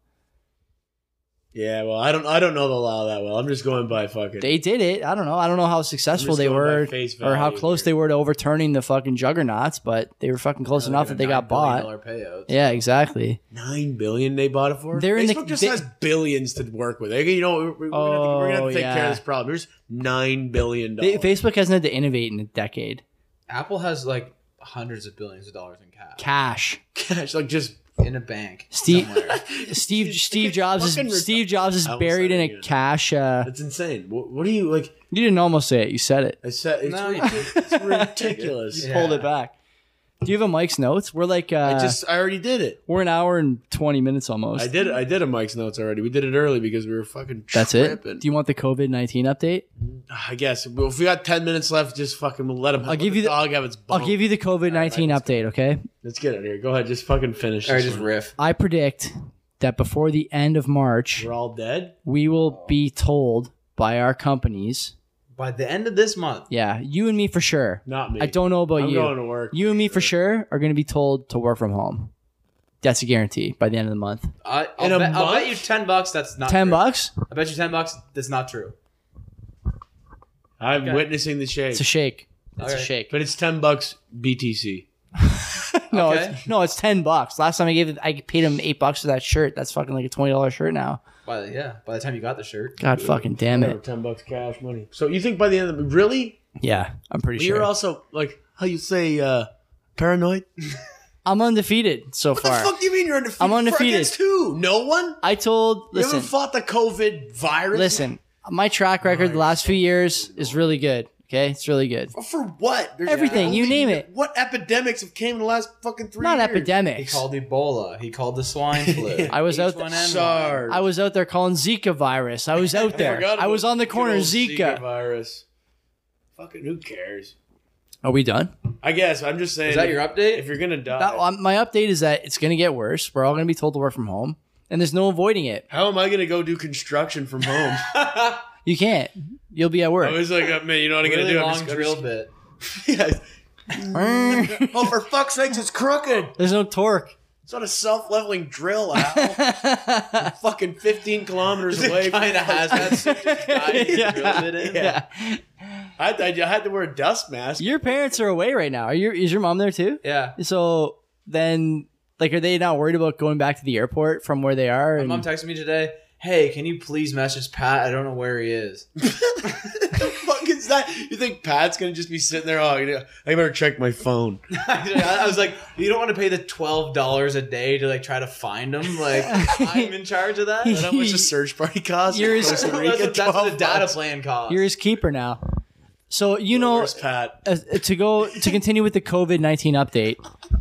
Speaker 3: Yeah, well, I don't, I don't know the law that well. I'm just going by fucking.
Speaker 1: They did it. I don't know. I don't know how successful
Speaker 3: just
Speaker 1: they
Speaker 3: going by
Speaker 1: were
Speaker 3: face
Speaker 1: or how
Speaker 3: value
Speaker 1: close
Speaker 3: here.
Speaker 1: they were to overturning the fucking juggernauts, but they were fucking close enough that they got bought.
Speaker 2: $9 billion Payouts.
Speaker 1: Yeah, exactly.
Speaker 3: Nine billion they bought it for.
Speaker 1: They're
Speaker 3: Facebook
Speaker 1: in the-
Speaker 3: just
Speaker 1: they-
Speaker 3: has billions to work with. They- You know, we're, we're gonna, have to- we're gonna have
Speaker 1: Oh,
Speaker 3: to take care
Speaker 1: yeah.
Speaker 3: of this problem. There's nine billion
Speaker 1: They,
Speaker 3: dollars.
Speaker 1: Facebook hasn't had to innovate in a decade.
Speaker 2: Apple has like hundreds of billions of dollars in cash
Speaker 1: Cash.
Speaker 3: Cash, like just
Speaker 2: in a bank
Speaker 1: Steve-
Speaker 2: somewhere.
Speaker 1: Steve Steve Jobs
Speaker 3: Fucking
Speaker 1: is
Speaker 3: retard-
Speaker 1: Steve Jobs is
Speaker 3: I almost
Speaker 1: buried
Speaker 3: said
Speaker 1: in
Speaker 3: it
Speaker 1: a
Speaker 3: again.
Speaker 1: cash. Uh,
Speaker 3: that's insane. What, what do you like?
Speaker 1: you didn't almost say it. You said it.
Speaker 3: I said, it's,
Speaker 2: No,
Speaker 3: ri-
Speaker 2: you
Speaker 3: it's ridiculous.
Speaker 2: Yeah.
Speaker 1: Hold it back. Do you have a Mike's notes? We're like uh,
Speaker 3: I just, I already did it.
Speaker 1: we're an hour and twenty minutes almost.
Speaker 3: I did, I did a Mike's notes already. We did it early because we were fucking.
Speaker 1: That's
Speaker 3: tripping.
Speaker 1: it. Do you want the COVID nineteen update?
Speaker 3: I guess. Well, if we got ten minutes left, just fucking let him. I'll
Speaker 1: give you the-
Speaker 3: dog have its.
Speaker 1: I'll
Speaker 3: Bone.
Speaker 1: give you the COVID nineteen
Speaker 3: All right,
Speaker 1: update. Okay.
Speaker 3: Let's get it here. Go ahead. Just fucking finish.
Speaker 2: or
Speaker 3: this
Speaker 2: just
Speaker 3: one.
Speaker 2: riff.
Speaker 1: I predict that before the end of March,
Speaker 3: We're all dead.
Speaker 1: we will be told by our companies.
Speaker 2: By the end of this month,
Speaker 1: Yeah, you and me for sure.
Speaker 3: Not me.
Speaker 1: I don't know about
Speaker 3: I'm
Speaker 1: you.
Speaker 3: going to work.
Speaker 1: you and me for sure are going to be told to work from home. That's a guarantee by the end of the month.
Speaker 2: I, I'll,
Speaker 3: In a
Speaker 2: bet, I'll
Speaker 3: month?
Speaker 2: bet you ten bucks that's not
Speaker 1: Ten
Speaker 2: true.
Speaker 1: bucks?
Speaker 2: I bet you ten bucks that's not true.
Speaker 3: I'm
Speaker 2: Okay.
Speaker 3: witnessing the shake.
Speaker 1: It's a shake. It's a
Speaker 2: Alright.
Speaker 1: shake.
Speaker 3: but it's ten bucks BTC.
Speaker 1: no,
Speaker 2: Okay.
Speaker 1: it's, no, it's ten bucks. Last time I gave it, I paid him eight bucks for that shirt. That's fucking like a twenty dollar shirt now.
Speaker 2: By the, yeah, by the time you got the shirt,
Speaker 1: God fucking damn
Speaker 3: Or
Speaker 1: it.
Speaker 3: ten bucks cash money. So you think by the end of the really?
Speaker 1: Yeah, I'm pretty
Speaker 3: You're
Speaker 1: sure.
Speaker 3: also like how you say uh paranoid.
Speaker 1: I'm undefeated so
Speaker 3: What the
Speaker 1: far.
Speaker 3: fuck do you mean you're undefeated?
Speaker 1: I'm undefeated.
Speaker 3: Against who? No one.
Speaker 1: I told.
Speaker 3: you
Speaker 1: Listen,
Speaker 3: haven't fought the COVID virus.
Speaker 1: listen. My track record the last few years is really good. Okay, it's really good.
Speaker 3: For what? There's
Speaker 1: Everything,
Speaker 3: only-
Speaker 1: you name it.
Speaker 3: What epidemics have came in the last fucking three?
Speaker 1: Not
Speaker 3: years?
Speaker 2: he
Speaker 1: epidemics.
Speaker 2: called Ebola. He called the swine flu.
Speaker 1: I was out there.
Speaker 2: H1N1.
Speaker 3: SARS.
Speaker 1: I was out there calling Zika virus. I was out there.
Speaker 3: forgot
Speaker 1: I was
Speaker 3: about
Speaker 1: on the
Speaker 3: good
Speaker 1: corner
Speaker 3: old
Speaker 1: Zika.
Speaker 3: virus. Fucking who cares?
Speaker 1: Are we done?
Speaker 3: I guess I'm just saying.
Speaker 2: Is that your update?
Speaker 3: If you're gonna die,
Speaker 1: That- um, my update is that it's going to get worse. We're all going to be told to work from home, and there's no avoiding it.
Speaker 3: how am I gonna go do construction from home?
Speaker 1: You can't. You'll be at
Speaker 3: I
Speaker 1: work.
Speaker 3: was like, oh, man, you know what I'm gonna
Speaker 2: really
Speaker 3: do?
Speaker 2: long
Speaker 3: I'm just,
Speaker 2: drill
Speaker 3: I'm
Speaker 2: bit.
Speaker 3: just-
Speaker 1: There's
Speaker 3: oh, for fuck's sakes, it's crooked.
Speaker 1: no torque.
Speaker 3: It's not a self-leveling drill, Al. I'm fucking 15 kilometers away. from-
Speaker 2: Kinda has that suit just died
Speaker 1: Yeah.
Speaker 2: drill bit in.
Speaker 1: Yeah.
Speaker 3: I, had to- I had to wear a dust mask.
Speaker 1: Your parents are away right now. Are your is your mom there too?
Speaker 2: Yeah.
Speaker 1: So then, like, are they not worried about going back to the airport from where they are?
Speaker 2: My mom
Speaker 1: And
Speaker 2: texted me today. Hey, can you please message Pat? I don't know where he is.
Speaker 3: What the fuck is that? You think Pat's gonna just be sitting there? Oh, you know, I better check my phone.
Speaker 2: I I was like, you don't want to pay the twelve dollars a day to like try to find him. Like I'm in charge of that.
Speaker 3: Is that how much a search party costs? in
Speaker 1: You're as-
Speaker 3: Costa
Speaker 2: That's
Speaker 3: Rica?
Speaker 2: what, that's what
Speaker 3: 12
Speaker 2: the data
Speaker 3: bucks.
Speaker 2: plan costs.
Speaker 1: you're his keeper now. So you know,
Speaker 3: Where's Pat?
Speaker 1: uh, to go to continue with the COVID nineteen update.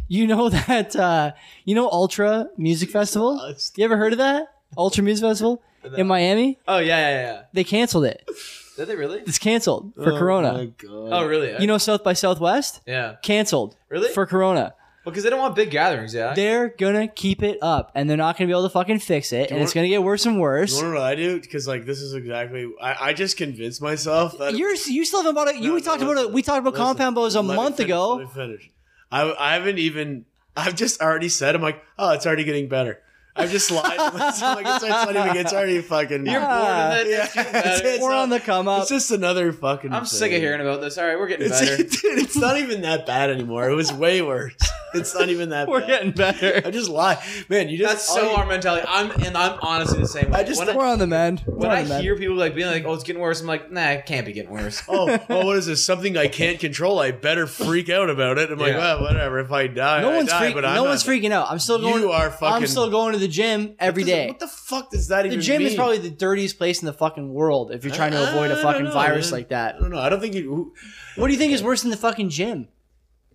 Speaker 1: You know that uh, you know Ultra Music Festival.
Speaker 3: Christ.
Speaker 1: You ever heard of that Ultra Music Festival in Miami?
Speaker 2: oh yeah, yeah, yeah.
Speaker 1: They canceled it.
Speaker 2: Did they really?
Speaker 1: It's canceled for
Speaker 3: Oh my
Speaker 1: Corona.
Speaker 3: God.
Speaker 2: Oh really?
Speaker 1: You know South by Southwest
Speaker 2: yeah.
Speaker 1: canceled
Speaker 2: Really?
Speaker 1: for Corona.
Speaker 2: Because they don't want big gatherings, yeah.
Speaker 1: They're gonna keep it up, and they're not gonna be able to fucking fix it, and
Speaker 3: you
Speaker 1: it's gonna get worse and
Speaker 3: You
Speaker 1: worse.
Speaker 3: wanna know what I do? Because like this is exactly I, I just convinced myself that
Speaker 1: You're you still haven't bought it. You
Speaker 3: No,
Speaker 1: we
Speaker 3: no,
Speaker 1: talked about
Speaker 3: listen,
Speaker 1: it. We talked about
Speaker 3: listen,
Speaker 1: compound bows a
Speaker 3: let me
Speaker 1: month
Speaker 3: finish,
Speaker 1: ago.
Speaker 3: Let me finish. I, I haven't even. I've just already said. I'm like, oh, it's already getting better. I've just lied. to myself. I'm like, it's, it's not even. It's already fucking.
Speaker 1: You're bored
Speaker 3: Yeah,
Speaker 2: of it.
Speaker 3: Yeah,
Speaker 2: It's getting better.
Speaker 3: it's
Speaker 1: We're
Speaker 3: not-
Speaker 1: on the come up.
Speaker 3: It's just another fucking.
Speaker 2: I'm sick of
Speaker 3: thing.
Speaker 2: hearing about this. All right, we're getting
Speaker 3: It's,
Speaker 2: better.
Speaker 3: dude, it's not even that bad anymore. It was way worse. It's not even that
Speaker 1: We're
Speaker 3: bad.
Speaker 1: getting
Speaker 3: I
Speaker 1: better.
Speaker 3: just lie, man. You just
Speaker 2: That's so our mentality. I'm and I'm honestly the same. Way.
Speaker 3: I just
Speaker 2: when
Speaker 1: We're on the mend. We're
Speaker 2: when
Speaker 1: on
Speaker 2: I
Speaker 1: the mend.
Speaker 2: hear people like being like, "Oh, it's getting worse," I'm like, "Nah, it can't be getting worse."
Speaker 3: oh, oh, what is this? Something I can't control. I better freak out about it. I'm like,
Speaker 2: Yeah.
Speaker 3: well, whatever. If I die,
Speaker 1: no
Speaker 3: I
Speaker 1: one's
Speaker 3: die,
Speaker 1: freaking.
Speaker 3: but
Speaker 1: No
Speaker 3: I'm not-
Speaker 1: one's freaking out. I'm still
Speaker 3: You
Speaker 1: going.
Speaker 3: are
Speaker 1: I'm
Speaker 3: fucking-
Speaker 1: still going to the gym every
Speaker 3: What does-
Speaker 1: day.
Speaker 3: What the fuck does that
Speaker 1: The
Speaker 3: even
Speaker 1: gym is
Speaker 3: mean?
Speaker 1: probably the dirtiest place in the fucking world if you're trying to avoid a
Speaker 3: I
Speaker 1: fucking
Speaker 3: don't know,
Speaker 1: virus
Speaker 3: man.
Speaker 1: like that.
Speaker 3: I don't know. I don't think you.
Speaker 1: What do you think is worse than the fucking gym?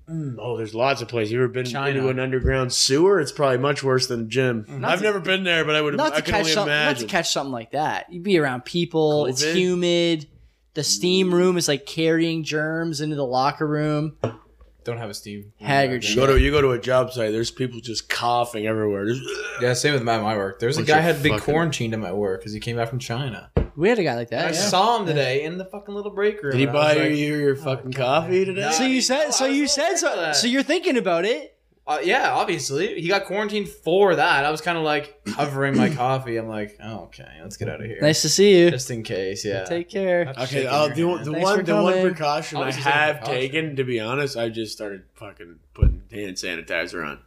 Speaker 3: Oh, there's lots of places. You ever been
Speaker 2: China.
Speaker 3: into an underground sewer? It's probably much worse than gym. I've never been there, but I would.
Speaker 1: Mm-hmm. Not
Speaker 3: I
Speaker 1: to
Speaker 3: can
Speaker 1: catch
Speaker 3: only
Speaker 1: something. Not to
Speaker 3: imagine.
Speaker 1: catch something like that. You'd be around people. It's
Speaker 3: COVID?
Speaker 1: humid. The steam room is like carrying germs into the locker room.
Speaker 2: Don't have a steam.
Speaker 1: Haggard
Speaker 3: You
Speaker 1: shit.
Speaker 3: go to you go to a job site. There's people just coughing everywhere. There's-
Speaker 2: Yeah, same with my my work. There's a
Speaker 3: Bunch
Speaker 2: guy
Speaker 3: of
Speaker 2: had been
Speaker 3: fucking-
Speaker 2: quarantined at my work because he came back from China.
Speaker 1: We had a guy like
Speaker 2: I
Speaker 1: that. Yeah.
Speaker 2: saw him today in the fucking little break room.
Speaker 3: Did he
Speaker 2: and I
Speaker 3: buy
Speaker 2: was like,
Speaker 3: you
Speaker 1: "Oh,
Speaker 3: your fucking coffee today?
Speaker 1: So you said. So you said. So, so you're thinking about it.
Speaker 2: Uh, yeah, obviously. He got quarantined for that. I was kind of like hovering my coffee. I'm like, oh, okay, let's get out of here.
Speaker 1: Nice to see you.
Speaker 2: Just in case, yeah.
Speaker 1: Take care.
Speaker 3: Okay,
Speaker 2: Shaking
Speaker 3: I'll
Speaker 2: your
Speaker 3: do
Speaker 2: hand.
Speaker 3: the
Speaker 1: Thanks for
Speaker 3: one. The one
Speaker 1: coming.
Speaker 3: precaution
Speaker 2: I
Speaker 3: I
Speaker 2: was just taking
Speaker 3: have
Speaker 2: precaution.
Speaker 3: taken, to be honest, I just started fucking putting hand sanitizer on.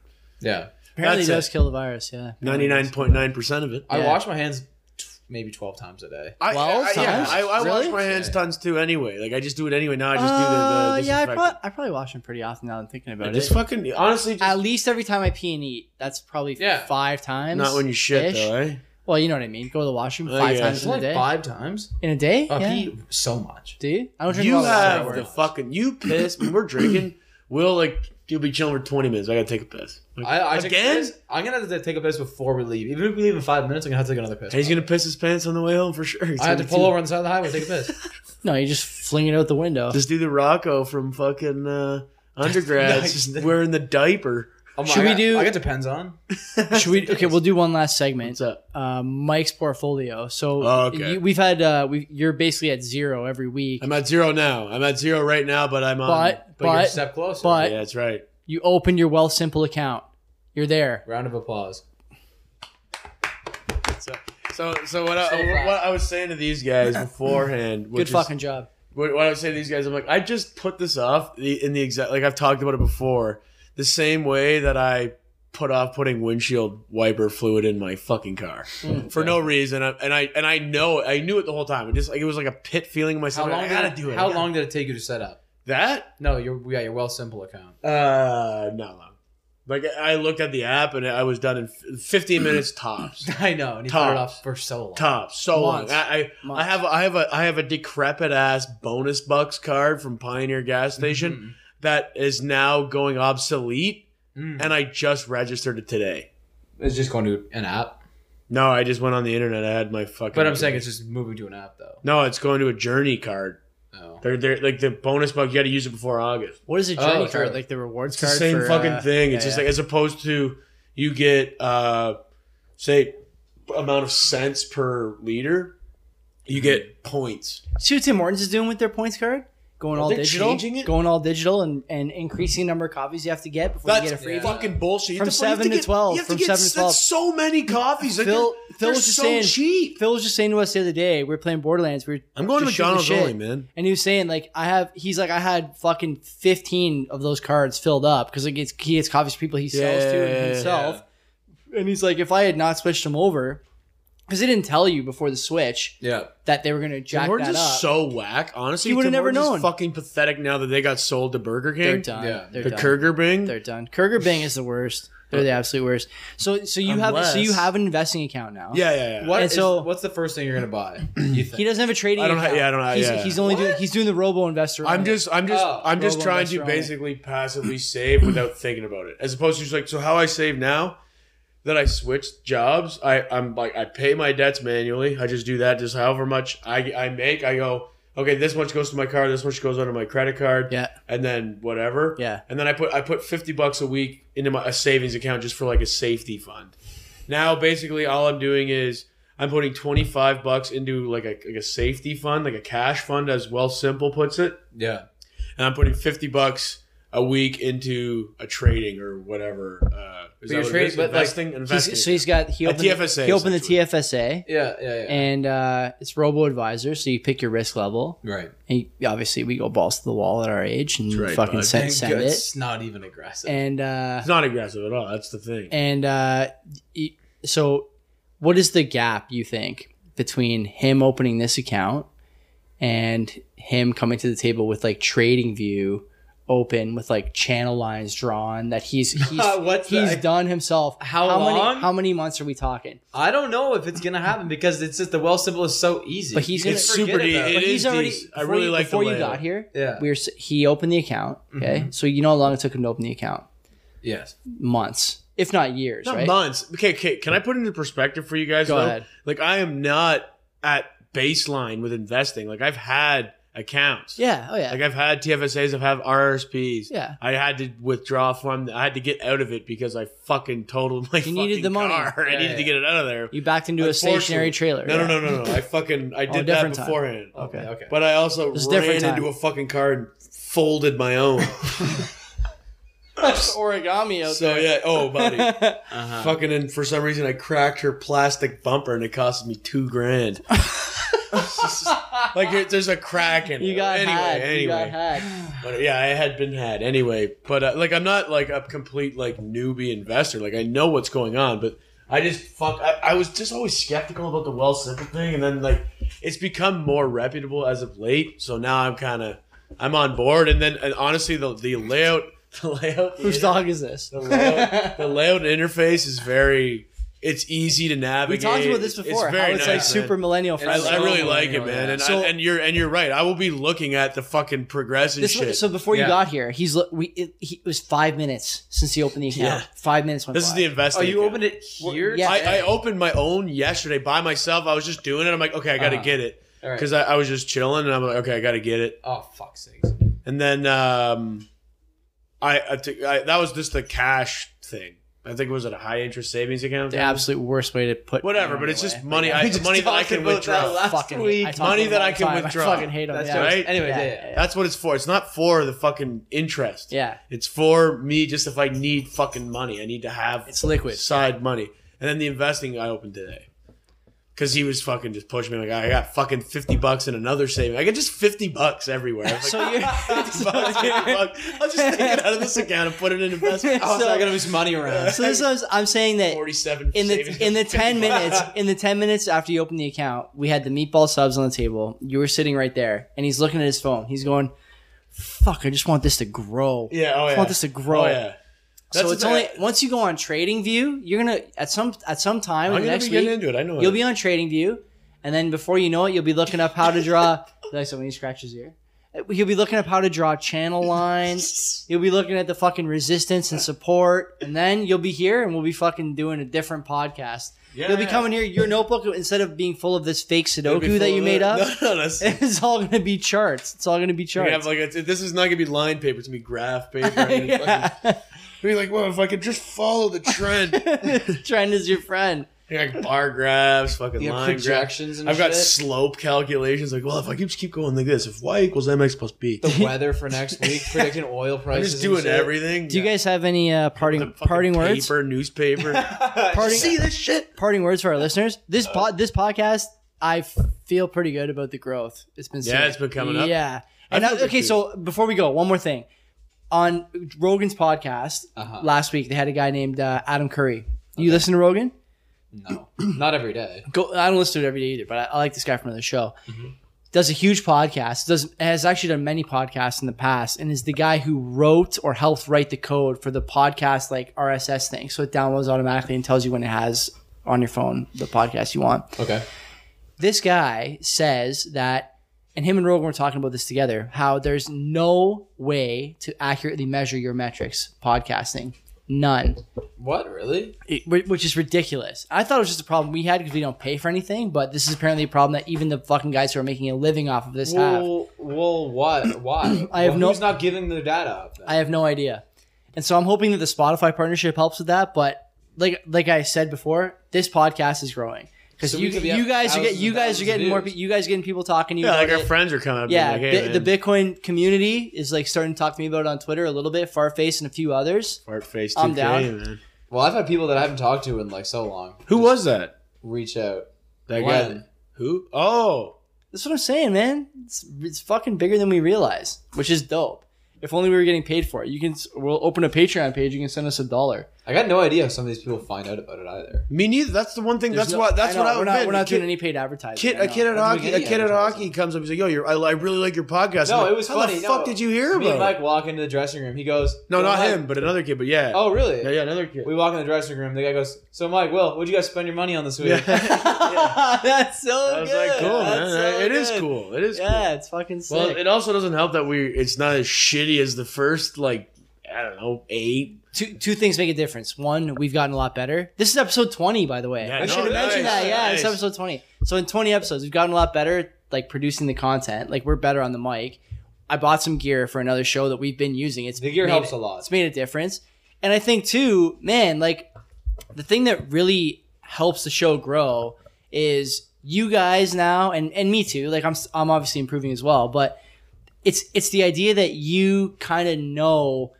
Speaker 2: Yeah.
Speaker 1: Apparently, it
Speaker 3: That's
Speaker 1: does
Speaker 3: it.
Speaker 1: kill the virus. Yeah.
Speaker 3: Ninety nine point nine percent of it.
Speaker 2: I
Speaker 1: Yeah.
Speaker 2: wash my hands t- maybe 12 times a day.
Speaker 3: I,
Speaker 1: Twelve
Speaker 3: I, yeah,
Speaker 1: times?
Speaker 3: I, I
Speaker 1: Really?
Speaker 3: wash my hands
Speaker 2: Yeah.
Speaker 3: tons too anyway. Like I just do it anyway. Now I just
Speaker 1: Uh,
Speaker 3: do the, the
Speaker 1: yeah, I,
Speaker 3: disinfectant.
Speaker 1: prob- I probably wash them pretty often now. that I'm thinking
Speaker 3: I
Speaker 1: about it.
Speaker 3: just fucking honestly just
Speaker 1: At least every time I pee and eat, that's probably
Speaker 2: Yeah.
Speaker 1: five times.
Speaker 3: not when you
Speaker 1: ish.
Speaker 3: shit though, eh?
Speaker 1: Well, you know what I mean. Go to the washroom
Speaker 3: Oh,
Speaker 1: five
Speaker 3: yeah.
Speaker 1: times in a day.
Speaker 2: five times?
Speaker 1: In a day?
Speaker 2: I
Speaker 1: yeah.
Speaker 2: pee so much.
Speaker 1: Do you? I don't drink
Speaker 3: You
Speaker 1: all that
Speaker 3: have the
Speaker 1: water.
Speaker 3: fucking you piss when we're drinking. We'll like you'll be chilling for twenty minutes. I gotta take a piss. Like,
Speaker 2: I, I took a
Speaker 3: again.
Speaker 2: piss. I'm gonna have to take a piss before we leave. Even if we leave in five minutes, I'm gonna have to take another piss.
Speaker 3: He's gonna piss his pants on the way home for sure. He's
Speaker 2: I had to
Speaker 3: gonna
Speaker 2: pull
Speaker 3: do-
Speaker 2: over on the side of the highway and take a piss.
Speaker 1: No, you just fling it out the window.
Speaker 3: Just do the Rocco from fucking uh, undergrad.
Speaker 2: Nice.
Speaker 3: just wearing the diaper.
Speaker 2: Oh my,
Speaker 1: Should
Speaker 2: I
Speaker 1: we
Speaker 2: got-
Speaker 1: do-
Speaker 2: I got depends on.
Speaker 1: Should we? Okay, we'll do one last
Speaker 3: What's
Speaker 1: segment.
Speaker 3: up?
Speaker 1: Uh, Mike's portfolio. So
Speaker 3: Oh, okay.
Speaker 1: you, we've had uh, we you're basically at zero every week,
Speaker 3: I'm at zero now. I'm at zero right now, Um, but I'm on.
Speaker 1: but
Speaker 2: But, you're a
Speaker 1: but
Speaker 2: step closer.
Speaker 1: but-
Speaker 3: yeah, that's right.
Speaker 1: you opened your Wealth Simple account. You're there.
Speaker 2: Round of applause.
Speaker 3: So so, so what,
Speaker 2: So
Speaker 3: I,
Speaker 2: flat.
Speaker 3: what I was saying to these guys beforehand,
Speaker 1: Good
Speaker 3: which is-
Speaker 1: fucking job.
Speaker 3: what, what I was saying to these guys, I'm like, I just put this off the, in the exact like I've talked about it before, the same way that I put off putting windshield wiper fluid in my fucking car
Speaker 2: Hmm.
Speaker 3: for no reason, I- and I and I know I knew it the whole time. It just like it was like a pit feeling in my
Speaker 2: How
Speaker 3: stomach.
Speaker 2: long?
Speaker 3: I gotta
Speaker 2: did
Speaker 3: do it. I
Speaker 2: How
Speaker 3: gotta-
Speaker 2: long did it take you to set up?
Speaker 3: that?
Speaker 2: No, your yeah, your well simple account.
Speaker 3: Uh, not long. Like I I looked at the app and I was done in f- 15 minutes tops.
Speaker 2: I know, and he put it
Speaker 3: Tops.
Speaker 2: off for so long.
Speaker 3: Top so
Speaker 1: Months.
Speaker 3: long. I I, I
Speaker 1: Months.
Speaker 3: have I have a I have a decrepit ass bonus bucks card from Pioneer gas station
Speaker 1: Mm-hmm.
Speaker 3: that is now going obsolete,
Speaker 2: Mm.
Speaker 3: and I just registered it today.
Speaker 2: It's just going to an app.
Speaker 3: No, I just went on the internet. I had my fucking.
Speaker 2: But I'm saying it's just moving to an app though.
Speaker 3: no, it's going to a journey card.
Speaker 2: No.
Speaker 3: They're they're like the bonus buck. You got to use it before August.
Speaker 1: What is a journey
Speaker 2: Oh,
Speaker 1: card?
Speaker 2: true.
Speaker 1: Like the rewards
Speaker 3: It's the
Speaker 1: card?
Speaker 3: same
Speaker 1: for,
Speaker 3: fucking
Speaker 1: uh,
Speaker 3: thing.
Speaker 1: yeah,
Speaker 3: It's just
Speaker 1: yeah.
Speaker 3: like as opposed to you get uh say amount of cents per liter, you get points.
Speaker 1: See what Tim Hortons is doing with their points card? Going all
Speaker 3: they're
Speaker 1: digital,
Speaker 3: changing it?
Speaker 1: going all digital, and, and increasing the number of coffees you have to get before you
Speaker 3: That's
Speaker 1: get a free.
Speaker 2: yeah.
Speaker 3: fucking bullshit. You
Speaker 1: From
Speaker 3: have you have
Speaker 1: 7 to
Speaker 3: get-
Speaker 1: 12,
Speaker 3: You have
Speaker 1: from
Speaker 3: to get
Speaker 1: 7 to 12.
Speaker 3: that's so many coffees. Like
Speaker 1: Phil, Phil
Speaker 3: they're, they're
Speaker 1: was just
Speaker 3: so
Speaker 1: saying.
Speaker 3: cheap.
Speaker 1: Phil was just saying to us the other day. We were playing Borderlands. We were
Speaker 3: I'm going to
Speaker 1: just shooting the
Speaker 3: McDonald's
Speaker 1: shit.
Speaker 3: only, man.
Speaker 1: And he was saying like I have. He's like I had fucking fifteen of those cards filled up because it gets he gets coffees from people he sells to
Speaker 3: Yeah,
Speaker 1: and himself. And he's like, if I had not switched them over, because they didn't tell you before the switch
Speaker 2: Yeah.
Speaker 1: that they were gonna jack
Speaker 3: Tim Hortons
Speaker 1: that up.
Speaker 3: is so whack. Honestly,
Speaker 1: You would've
Speaker 3: Tim
Speaker 1: never
Speaker 3: Hortons is
Speaker 1: known.
Speaker 3: Fucking pathetic now that they got sold to Burger King.
Speaker 1: they're done.
Speaker 2: Yeah.
Speaker 1: They're
Speaker 3: The
Speaker 1: done.
Speaker 3: Kurger Bing.
Speaker 1: They're done. Kurger Bing is the worst. They're the absolute worst. So so you have so you
Speaker 3: Unless-
Speaker 1: have an investing account now.
Speaker 3: yeah, yeah, yeah.
Speaker 2: What
Speaker 1: And
Speaker 2: is-
Speaker 1: so-
Speaker 2: what's the first thing you're gonna buy? You think?
Speaker 1: He doesn't have a trading.
Speaker 3: I don't ha-
Speaker 1: account.
Speaker 3: yeah, I don't ha-
Speaker 1: He's,
Speaker 3: yeah.
Speaker 1: he's only doing he's doing the robo investor.
Speaker 3: I'm just, I'm just,
Speaker 2: Oh,
Speaker 3: I'm just
Speaker 1: Robo
Speaker 3: trying to
Speaker 1: Restaurant.
Speaker 3: basically passively save without thinking about it, as opposed to just like, so how I save now that I switched jobs, I, I'm like, I pay my debts manually. I just do that, just however much I, I make, I go, okay, this much goes to my car, this much goes onto my credit card,
Speaker 1: Yeah.
Speaker 3: and then whatever,
Speaker 1: Yeah.
Speaker 3: and then I put, I put fifty bucks a week into my a savings account just for like a safety fund. Now basically, all I'm doing is. I'm putting 25 bucks into like a, like a safety fund, like a cash fund, as Well Simple puts it
Speaker 2: yeah.
Speaker 3: and I'm putting 50 bucks a week into a trading or whatever. Uh, is that
Speaker 2: But you're
Speaker 3: what it
Speaker 2: trading-
Speaker 3: is?
Speaker 2: but, like,
Speaker 3: investing, investing.
Speaker 1: He's, so he's got he
Speaker 3: A
Speaker 1: opened,
Speaker 3: TFSA,
Speaker 1: he opened the
Speaker 3: essentially.
Speaker 1: TFSA,
Speaker 2: Yeah, yeah, yeah.
Speaker 1: and uh, it's robo advisor. So you pick your risk level.
Speaker 2: right.
Speaker 1: And you- obviously, we go balls to the wall at our age and
Speaker 3: right,
Speaker 1: fucking
Speaker 3: bud.
Speaker 1: send,
Speaker 2: Thank
Speaker 1: send
Speaker 2: God
Speaker 1: it.
Speaker 2: It's not even aggressive.
Speaker 1: And uh,
Speaker 3: it's not aggressive at all. That's the thing.
Speaker 1: and uh, y- so, what is the gap you think between him opening this account and him coming to the table with like trading view open with like channel lines drawn that he's he's
Speaker 2: What's
Speaker 1: he's
Speaker 2: that?
Speaker 1: done himself?
Speaker 2: How long?
Speaker 1: many how many months are we talking?
Speaker 2: I don't know if it's gonna happen because it's just the well symbol is so easy.
Speaker 1: But he's
Speaker 2: You
Speaker 1: gonna-
Speaker 2: can
Speaker 1: It's
Speaker 2: forget
Speaker 3: super
Speaker 2: about
Speaker 3: de-
Speaker 2: it.
Speaker 1: But
Speaker 3: It
Speaker 1: he's
Speaker 3: is
Speaker 1: already
Speaker 3: decent. I
Speaker 1: before
Speaker 3: really
Speaker 1: you,
Speaker 3: like the
Speaker 1: before you
Speaker 3: layout.
Speaker 1: got here.
Speaker 2: Yeah.
Speaker 1: we were s- he opened the account. Okay,
Speaker 3: Mm-hmm.
Speaker 1: so you know how long it took him to open the account?
Speaker 2: Yes.
Speaker 1: Months, if not years,
Speaker 3: not
Speaker 1: right?
Speaker 3: months. Okay, okay, can I put into perspective for you guys?
Speaker 1: Go
Speaker 3: though?
Speaker 1: ahead.
Speaker 3: Like I am not at baseline with investing. Like I've had accounts.
Speaker 1: Yeah. Oh yeah.
Speaker 3: Like I've had TFSAs, I've had RRSPs.
Speaker 1: Yeah.
Speaker 3: I had to withdraw from. I had to get out of it because I fucking totaled my.
Speaker 1: You needed
Speaker 3: fucking
Speaker 1: the money.
Speaker 3: Car. I
Speaker 2: Yeah,
Speaker 3: needed to
Speaker 2: yeah.
Speaker 3: get it out of there.
Speaker 1: you backed into a
Speaker 3: Unfortunately-
Speaker 1: stationary trailer.
Speaker 3: No, no, no, no, no. I fucking I did that
Speaker 1: different time. Oh,
Speaker 3: beforehand.
Speaker 1: Okay.
Speaker 2: Okay.
Speaker 3: But I also
Speaker 1: It's a
Speaker 3: ran
Speaker 1: different time.
Speaker 3: into a fucking car and folded my own.
Speaker 1: origami out
Speaker 3: so yeah. Oh, buddy.
Speaker 2: Uh-huh.
Speaker 3: Fucking and for some reason I cracked her plastic bumper and it cost me two grand. like it- there's a crack in it.
Speaker 1: You got
Speaker 3: anyway,
Speaker 1: hacked.
Speaker 3: Anyway,
Speaker 1: You got hacked.
Speaker 3: but uh, yeah, I had been had anyway. But uh, like I'm not like a complete like newbie investor. Like I know what's going on, but I just fuck. I, I was just always skeptical about the well simple thing, and then like it's become more reputable as of late. So now I'm kind of I'm on board. And then and honestly, the the layout, the layout,
Speaker 1: Whose dog is this?
Speaker 3: the layout, the layout and interface is very. It's easy to
Speaker 1: We
Speaker 3: navigate.
Speaker 1: talked about this
Speaker 3: It's
Speaker 1: before. It's,
Speaker 3: very
Speaker 1: how it's like
Speaker 3: nice, man.
Speaker 1: super millennial
Speaker 2: And
Speaker 3: I,
Speaker 1: friendly.
Speaker 3: I really
Speaker 2: So
Speaker 3: like it,
Speaker 2: millennial,
Speaker 3: man,
Speaker 2: yeah.
Speaker 3: and,
Speaker 1: So-
Speaker 3: I, and you're and you're right. I will be looking at the fucking progression
Speaker 1: This
Speaker 3: shit.
Speaker 1: was, so before you
Speaker 2: Yeah.
Speaker 1: got here, he's lo- we it, he, it was five minutes since he opened the account.
Speaker 3: Yeah.
Speaker 1: Five minutes went
Speaker 3: This is
Speaker 1: by.
Speaker 3: the investing.
Speaker 2: Oh, you
Speaker 3: account.
Speaker 2: opened it here?
Speaker 1: Yeah.
Speaker 3: I, I opened my own yesterday by myself. I was just doing it. I'm like, okay, I got to
Speaker 2: Uh-huh.
Speaker 3: get it
Speaker 2: All right.
Speaker 3: because I, I was just chilling, and I'm like, okay, I got to get it.
Speaker 2: Oh fuck's sakes.
Speaker 3: And then um, I, I, took, I that was just the cash thing. I think it was at a high interest savings account.
Speaker 1: the absolute worst way to put
Speaker 3: Whatever,
Speaker 1: money
Speaker 3: but it's
Speaker 1: away.
Speaker 3: just money. I,
Speaker 2: We just
Speaker 3: money that I
Speaker 2: talked
Speaker 3: can
Speaker 2: about
Speaker 3: withdraw.
Speaker 2: that last
Speaker 1: Fucking
Speaker 2: week.
Speaker 1: I talk
Speaker 3: Money
Speaker 1: about
Speaker 3: that
Speaker 1: it all
Speaker 3: I
Speaker 1: the
Speaker 3: can
Speaker 1: time.
Speaker 3: withdraw.
Speaker 1: I fucking hate him.
Speaker 2: That's
Speaker 1: yeah.
Speaker 2: right.
Speaker 1: Yeah,
Speaker 2: Anyway,
Speaker 1: yeah,
Speaker 2: yeah,
Speaker 1: yeah.
Speaker 3: That's what it's for. It's not for the fucking interest.
Speaker 1: Yeah.
Speaker 3: It's for me just if I need fucking money. I need to have
Speaker 1: It's liquid.
Speaker 3: side money. And then the investing I opened today. Cause he was fucking just pushing me like I got fucking fifty bucks in another saving. I get just fifty bucks everywhere. I was like,
Speaker 1: So you're.
Speaker 3: 50 bucks, 50 bucks. I'll just take it out of this account and put it in investment.
Speaker 2: Oh, it's
Speaker 1: So-
Speaker 2: not gonna be some money around.
Speaker 1: So this is I'm saying that
Speaker 3: Forty-seven
Speaker 1: in
Speaker 3: savings. Oh,
Speaker 1: the in the ten
Speaker 3: 50 bucks.
Speaker 1: minutes in the ten minutes after you open the account, we had the meatball subs on the table. You were sitting right there, and he's looking at his phone. He's going, "Fuck! I just want this to grow.
Speaker 3: Yeah,
Speaker 1: I
Speaker 3: oh yeah.
Speaker 1: just want this to grow."
Speaker 3: Oh yeah. That's
Speaker 1: so it's
Speaker 3: the-
Speaker 1: only once you go on Trading View, you're gonna at some at some time in
Speaker 3: I'm gonna
Speaker 1: the next
Speaker 3: be getting
Speaker 1: week,
Speaker 3: into it. I know
Speaker 1: you'll
Speaker 3: it.
Speaker 1: be on Trading View, and then before you know it, you'll be looking up how to draw. like so when he scratches here. You'll be looking up how to draw channel lines. You'll be looking at the fucking resistance and support, and then you'll be here, and we'll be fucking doing a different podcast. You'll be
Speaker 3: Yeah.
Speaker 1: coming here. Your notebook, instead of being full of this fake
Speaker 3: It'll be
Speaker 1: Sudoku that
Speaker 3: full
Speaker 1: you
Speaker 3: of
Speaker 1: made
Speaker 3: it.
Speaker 1: up,
Speaker 3: No, no, that's
Speaker 1: it's all gonna be charts. It's all gonna be
Speaker 3: We
Speaker 1: charts.
Speaker 3: have like a, this is not gonna be line paper. It's gonna be graph paper. I'm gonna fucking-
Speaker 1: Yeah.
Speaker 3: be like, well, if I could just follow the trend,
Speaker 1: Trend is your friend.
Speaker 3: like bar graphs, fucking
Speaker 2: You have
Speaker 3: line graphs.
Speaker 2: projections and
Speaker 3: I've got
Speaker 2: shit.
Speaker 3: slope calculations. Like, well, if I keep keep going like this, if y equals mx plus b,
Speaker 2: the weather for next week, predicting oil
Speaker 3: I'm
Speaker 2: prices.
Speaker 3: just
Speaker 2: and
Speaker 3: doing
Speaker 2: shit.
Speaker 3: everything.
Speaker 1: Do you guys have any uh, parting
Speaker 3: Fucking
Speaker 1: parting
Speaker 3: paper,
Speaker 1: words?
Speaker 3: newspaper.
Speaker 1: Parting-
Speaker 3: See this shit?
Speaker 1: parting words for our listeners. This pod, this podcast, I f- feel pretty good about the growth. It's been
Speaker 3: Yeah,
Speaker 1: sick.
Speaker 3: it's been coming up.
Speaker 1: Yeah,
Speaker 3: I
Speaker 1: and I-
Speaker 3: feel good
Speaker 1: okay.
Speaker 3: too.
Speaker 1: So before we go, one more thing. On Rogan's podcast
Speaker 2: Uh-huh.
Speaker 1: last week, they had a guy named uh, Adam Curry. You listen to Rogan?
Speaker 2: No, not every day.
Speaker 1: Go. I don't listen to it every day either, but I, I like this guy from the show.
Speaker 3: Mm-hmm.
Speaker 1: Does a huge podcast. Does has actually done many podcasts in the past, and is the guy who wrote or helped write the code for the podcast like RSS thing, so it downloads automatically and tells you when it has on your phone the podcast you want
Speaker 2: Okay.
Speaker 1: this guy says that, and him and Rogan were talking about this together, how there's no way to accurately measure your metrics podcasting. None.
Speaker 2: What really?
Speaker 1: It- whi- which is ridiculous. I thought it was just a problem we had because we don't pay for anything, but this is apparently a problem that even the fucking guys who are making a living off of this have.
Speaker 2: Well, well, what? Why?
Speaker 1: I have
Speaker 2: well,
Speaker 1: no-
Speaker 2: Who's not giving their data up? Then?
Speaker 1: I have no idea. And so I'm hoping that the Spotify partnership helps with that, but like like I said before, this podcast is growing. because
Speaker 2: So we
Speaker 1: you,
Speaker 2: could be up
Speaker 1: you guys are get
Speaker 2: thousands
Speaker 1: you
Speaker 2: and
Speaker 1: guys are
Speaker 2: thousands of
Speaker 1: getting more pe-
Speaker 2: views.
Speaker 1: you guys getting people talking to you.
Speaker 3: Yeah,
Speaker 1: about
Speaker 3: like our
Speaker 1: it.
Speaker 3: friends are coming up.
Speaker 1: Yeah,
Speaker 3: Yeah, like, hey,
Speaker 1: bi- the
Speaker 3: big
Speaker 1: Bitcoin community is like starting to talk to me about it on Twitter a little bit. Farface and a few others.
Speaker 3: fart face.
Speaker 1: I'm
Speaker 3: 2K,
Speaker 1: down.
Speaker 3: Man.
Speaker 2: Well, I've had people that I haven't talked to in like so long
Speaker 3: Who was that?
Speaker 2: reach out.
Speaker 3: That
Speaker 2: Glenn.
Speaker 3: guy. Who? Oh,
Speaker 1: That's what I'm saying, man. It's, it's fucking bigger than we realize, which is dope. If only we were getting paid for it. You can s- we'll open a Patreon page. You can send us a dollar.
Speaker 2: I got no idea if some of these people find out about it either.
Speaker 3: me neither. That's the one thing.
Speaker 1: There's
Speaker 3: that's
Speaker 1: no-
Speaker 3: what. That's
Speaker 1: know,
Speaker 3: what I
Speaker 1: We're
Speaker 3: would
Speaker 1: not, we're not
Speaker 3: kid,
Speaker 1: doing any paid advertising.
Speaker 3: Kid,
Speaker 1: I
Speaker 3: a
Speaker 1: know.
Speaker 3: kid at
Speaker 2: I don't
Speaker 3: hockey,
Speaker 2: think
Speaker 3: a
Speaker 2: any
Speaker 3: kid at
Speaker 2: advertising.
Speaker 3: hockey comes up. He's like, "Yo, you're, I, I really like your podcast." I'm
Speaker 2: No,
Speaker 3: like,
Speaker 2: it was
Speaker 3: How
Speaker 2: funny.
Speaker 3: the fuck
Speaker 2: no,
Speaker 3: did you hear
Speaker 2: me and
Speaker 3: about?
Speaker 2: Mike
Speaker 3: it?
Speaker 2: walk into the dressing room. He goes,
Speaker 3: No,
Speaker 2: "So
Speaker 3: not
Speaker 2: Mike-"
Speaker 3: him, but another kid. But yeah.
Speaker 2: Oh, really?
Speaker 3: yeah, yeah, another kid.
Speaker 2: We walk in the dressing room. The guy goes, "So, Mike, Will, what'd you guys spend your money on this week?"
Speaker 3: Yeah.
Speaker 1: That's so
Speaker 3: I was
Speaker 1: good.
Speaker 3: like, cool, man.
Speaker 1: That's so
Speaker 3: it is
Speaker 1: good.
Speaker 3: cool. It is
Speaker 1: Yeah,
Speaker 3: cool.
Speaker 1: it's fucking sick.
Speaker 3: Well, it also doesn't help that we it's not as shitty as the first like I don't know eight.
Speaker 1: two two things make a difference. One, we've gotten a lot better. This is episode twenty, by the way.
Speaker 3: Yeah,
Speaker 1: I
Speaker 3: no,
Speaker 1: should have mentioned
Speaker 3: nice,
Speaker 1: that. Yeah, it's
Speaker 3: nice.
Speaker 1: episode twenty. So in twenty episodes, we've gotten a lot better, at, like producing the content. Like we're better on the mic. I bought some gear for another show that we've been using. It's
Speaker 2: The gear
Speaker 1: made-
Speaker 2: helps a lot.
Speaker 1: It's made a difference, and I think too, man, like the thing that really helps the show grow is you guys now and and me too. Like I'm s- I'm obviously improving as well, but it's it's the idea that you kind of know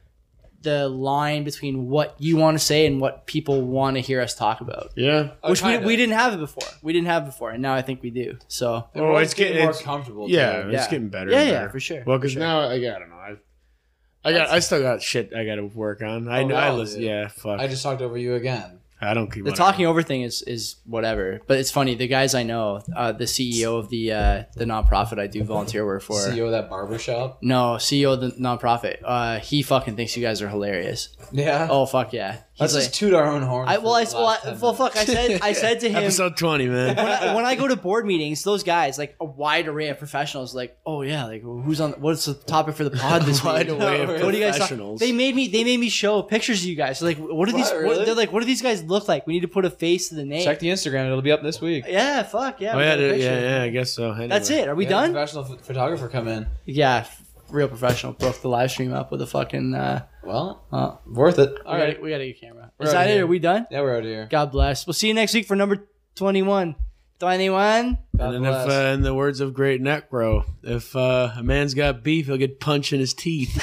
Speaker 1: the line between what you want to say and what people want to hear us talk about,
Speaker 3: Yeah.
Speaker 2: Oh,
Speaker 1: which we,
Speaker 2: kinda.
Speaker 1: we didn't have it before. We didn't have it before, and now I think we do. So
Speaker 2: And
Speaker 3: Oh,
Speaker 2: we're
Speaker 3: it's
Speaker 2: just getting
Speaker 3: getting-
Speaker 2: more
Speaker 3: it's-
Speaker 2: comfortable.
Speaker 3: Yeah,
Speaker 2: too.
Speaker 1: Yeah.
Speaker 3: it's getting better.
Speaker 1: yeah,
Speaker 3: and
Speaker 1: yeah,
Speaker 3: better.
Speaker 1: for sure.
Speaker 3: Well, because
Speaker 1: for sure.
Speaker 3: now I, I don't know. I, I got I still got shit I got to work on. I
Speaker 2: Oh,
Speaker 3: know. I
Speaker 2: wow,
Speaker 3: listen.
Speaker 2: dude.
Speaker 3: Yeah, fuck.
Speaker 2: I
Speaker 3: I,
Speaker 2: just talked over you again.
Speaker 3: don't keep
Speaker 1: the
Speaker 3: whatever.
Speaker 1: talking over thing is is whatever, but it's funny. The guys I know, uh, the CEO of the uh, the nonprofit I do volunteer work for,
Speaker 3: E
Speaker 2: CEO of that barber shop.
Speaker 1: no CEO of the nonprofit, uh, he fucking thinks you guys are hilarious.
Speaker 2: Yeah.
Speaker 1: Oh fuck yeah, he's
Speaker 2: Let's
Speaker 1: like,
Speaker 2: just toot our own horn.
Speaker 1: I well I well, I, well fuck I said I said to him.
Speaker 3: Episode twenty, man.
Speaker 1: when, I, when I go to board meetings, those guys, like a wide array of professionals, like, oh yeah, like who's on? What's the topic for the pod this
Speaker 3: Wide
Speaker 1: week?
Speaker 3: array of
Speaker 1: what do you guys? Talk?
Speaker 3: professionals.
Speaker 1: They made me. They made me show pictures of you guys. Like, what are these?
Speaker 2: What,
Speaker 1: What,
Speaker 2: really?
Speaker 1: they're like, what do these guys look like? We need to put a face to the name.
Speaker 2: Check the Instagram. It'll be up this week.
Speaker 1: yeah, fuck yeah.
Speaker 3: oh
Speaker 1: we
Speaker 3: yeah,
Speaker 1: got a
Speaker 3: dude,
Speaker 1: picture.
Speaker 3: yeah, yeah. I guess so. Anyway.
Speaker 1: That's it. Are we
Speaker 2: Yeah,
Speaker 1: done?
Speaker 2: Professional ph- photographer come in.
Speaker 1: Yeah, f- real professional. Broke the live stream up with a fucking. Uh,
Speaker 2: Well,
Speaker 1: uh,
Speaker 2: worth it.
Speaker 1: we,
Speaker 2: All
Speaker 1: gotta,
Speaker 2: right.
Speaker 1: we gotta get a camera.
Speaker 2: We're
Speaker 1: Is that
Speaker 2: outta
Speaker 1: it?
Speaker 2: here.
Speaker 1: Are we done?
Speaker 2: Yeah, we're out here.
Speaker 1: God bless. We'll see you next week for number twenty-one. Twenty-one.
Speaker 2: God
Speaker 3: and if,
Speaker 2: bless.
Speaker 3: uh, in the words of great Necro, if uh, a man's got beef, he'll get punched in his teeth.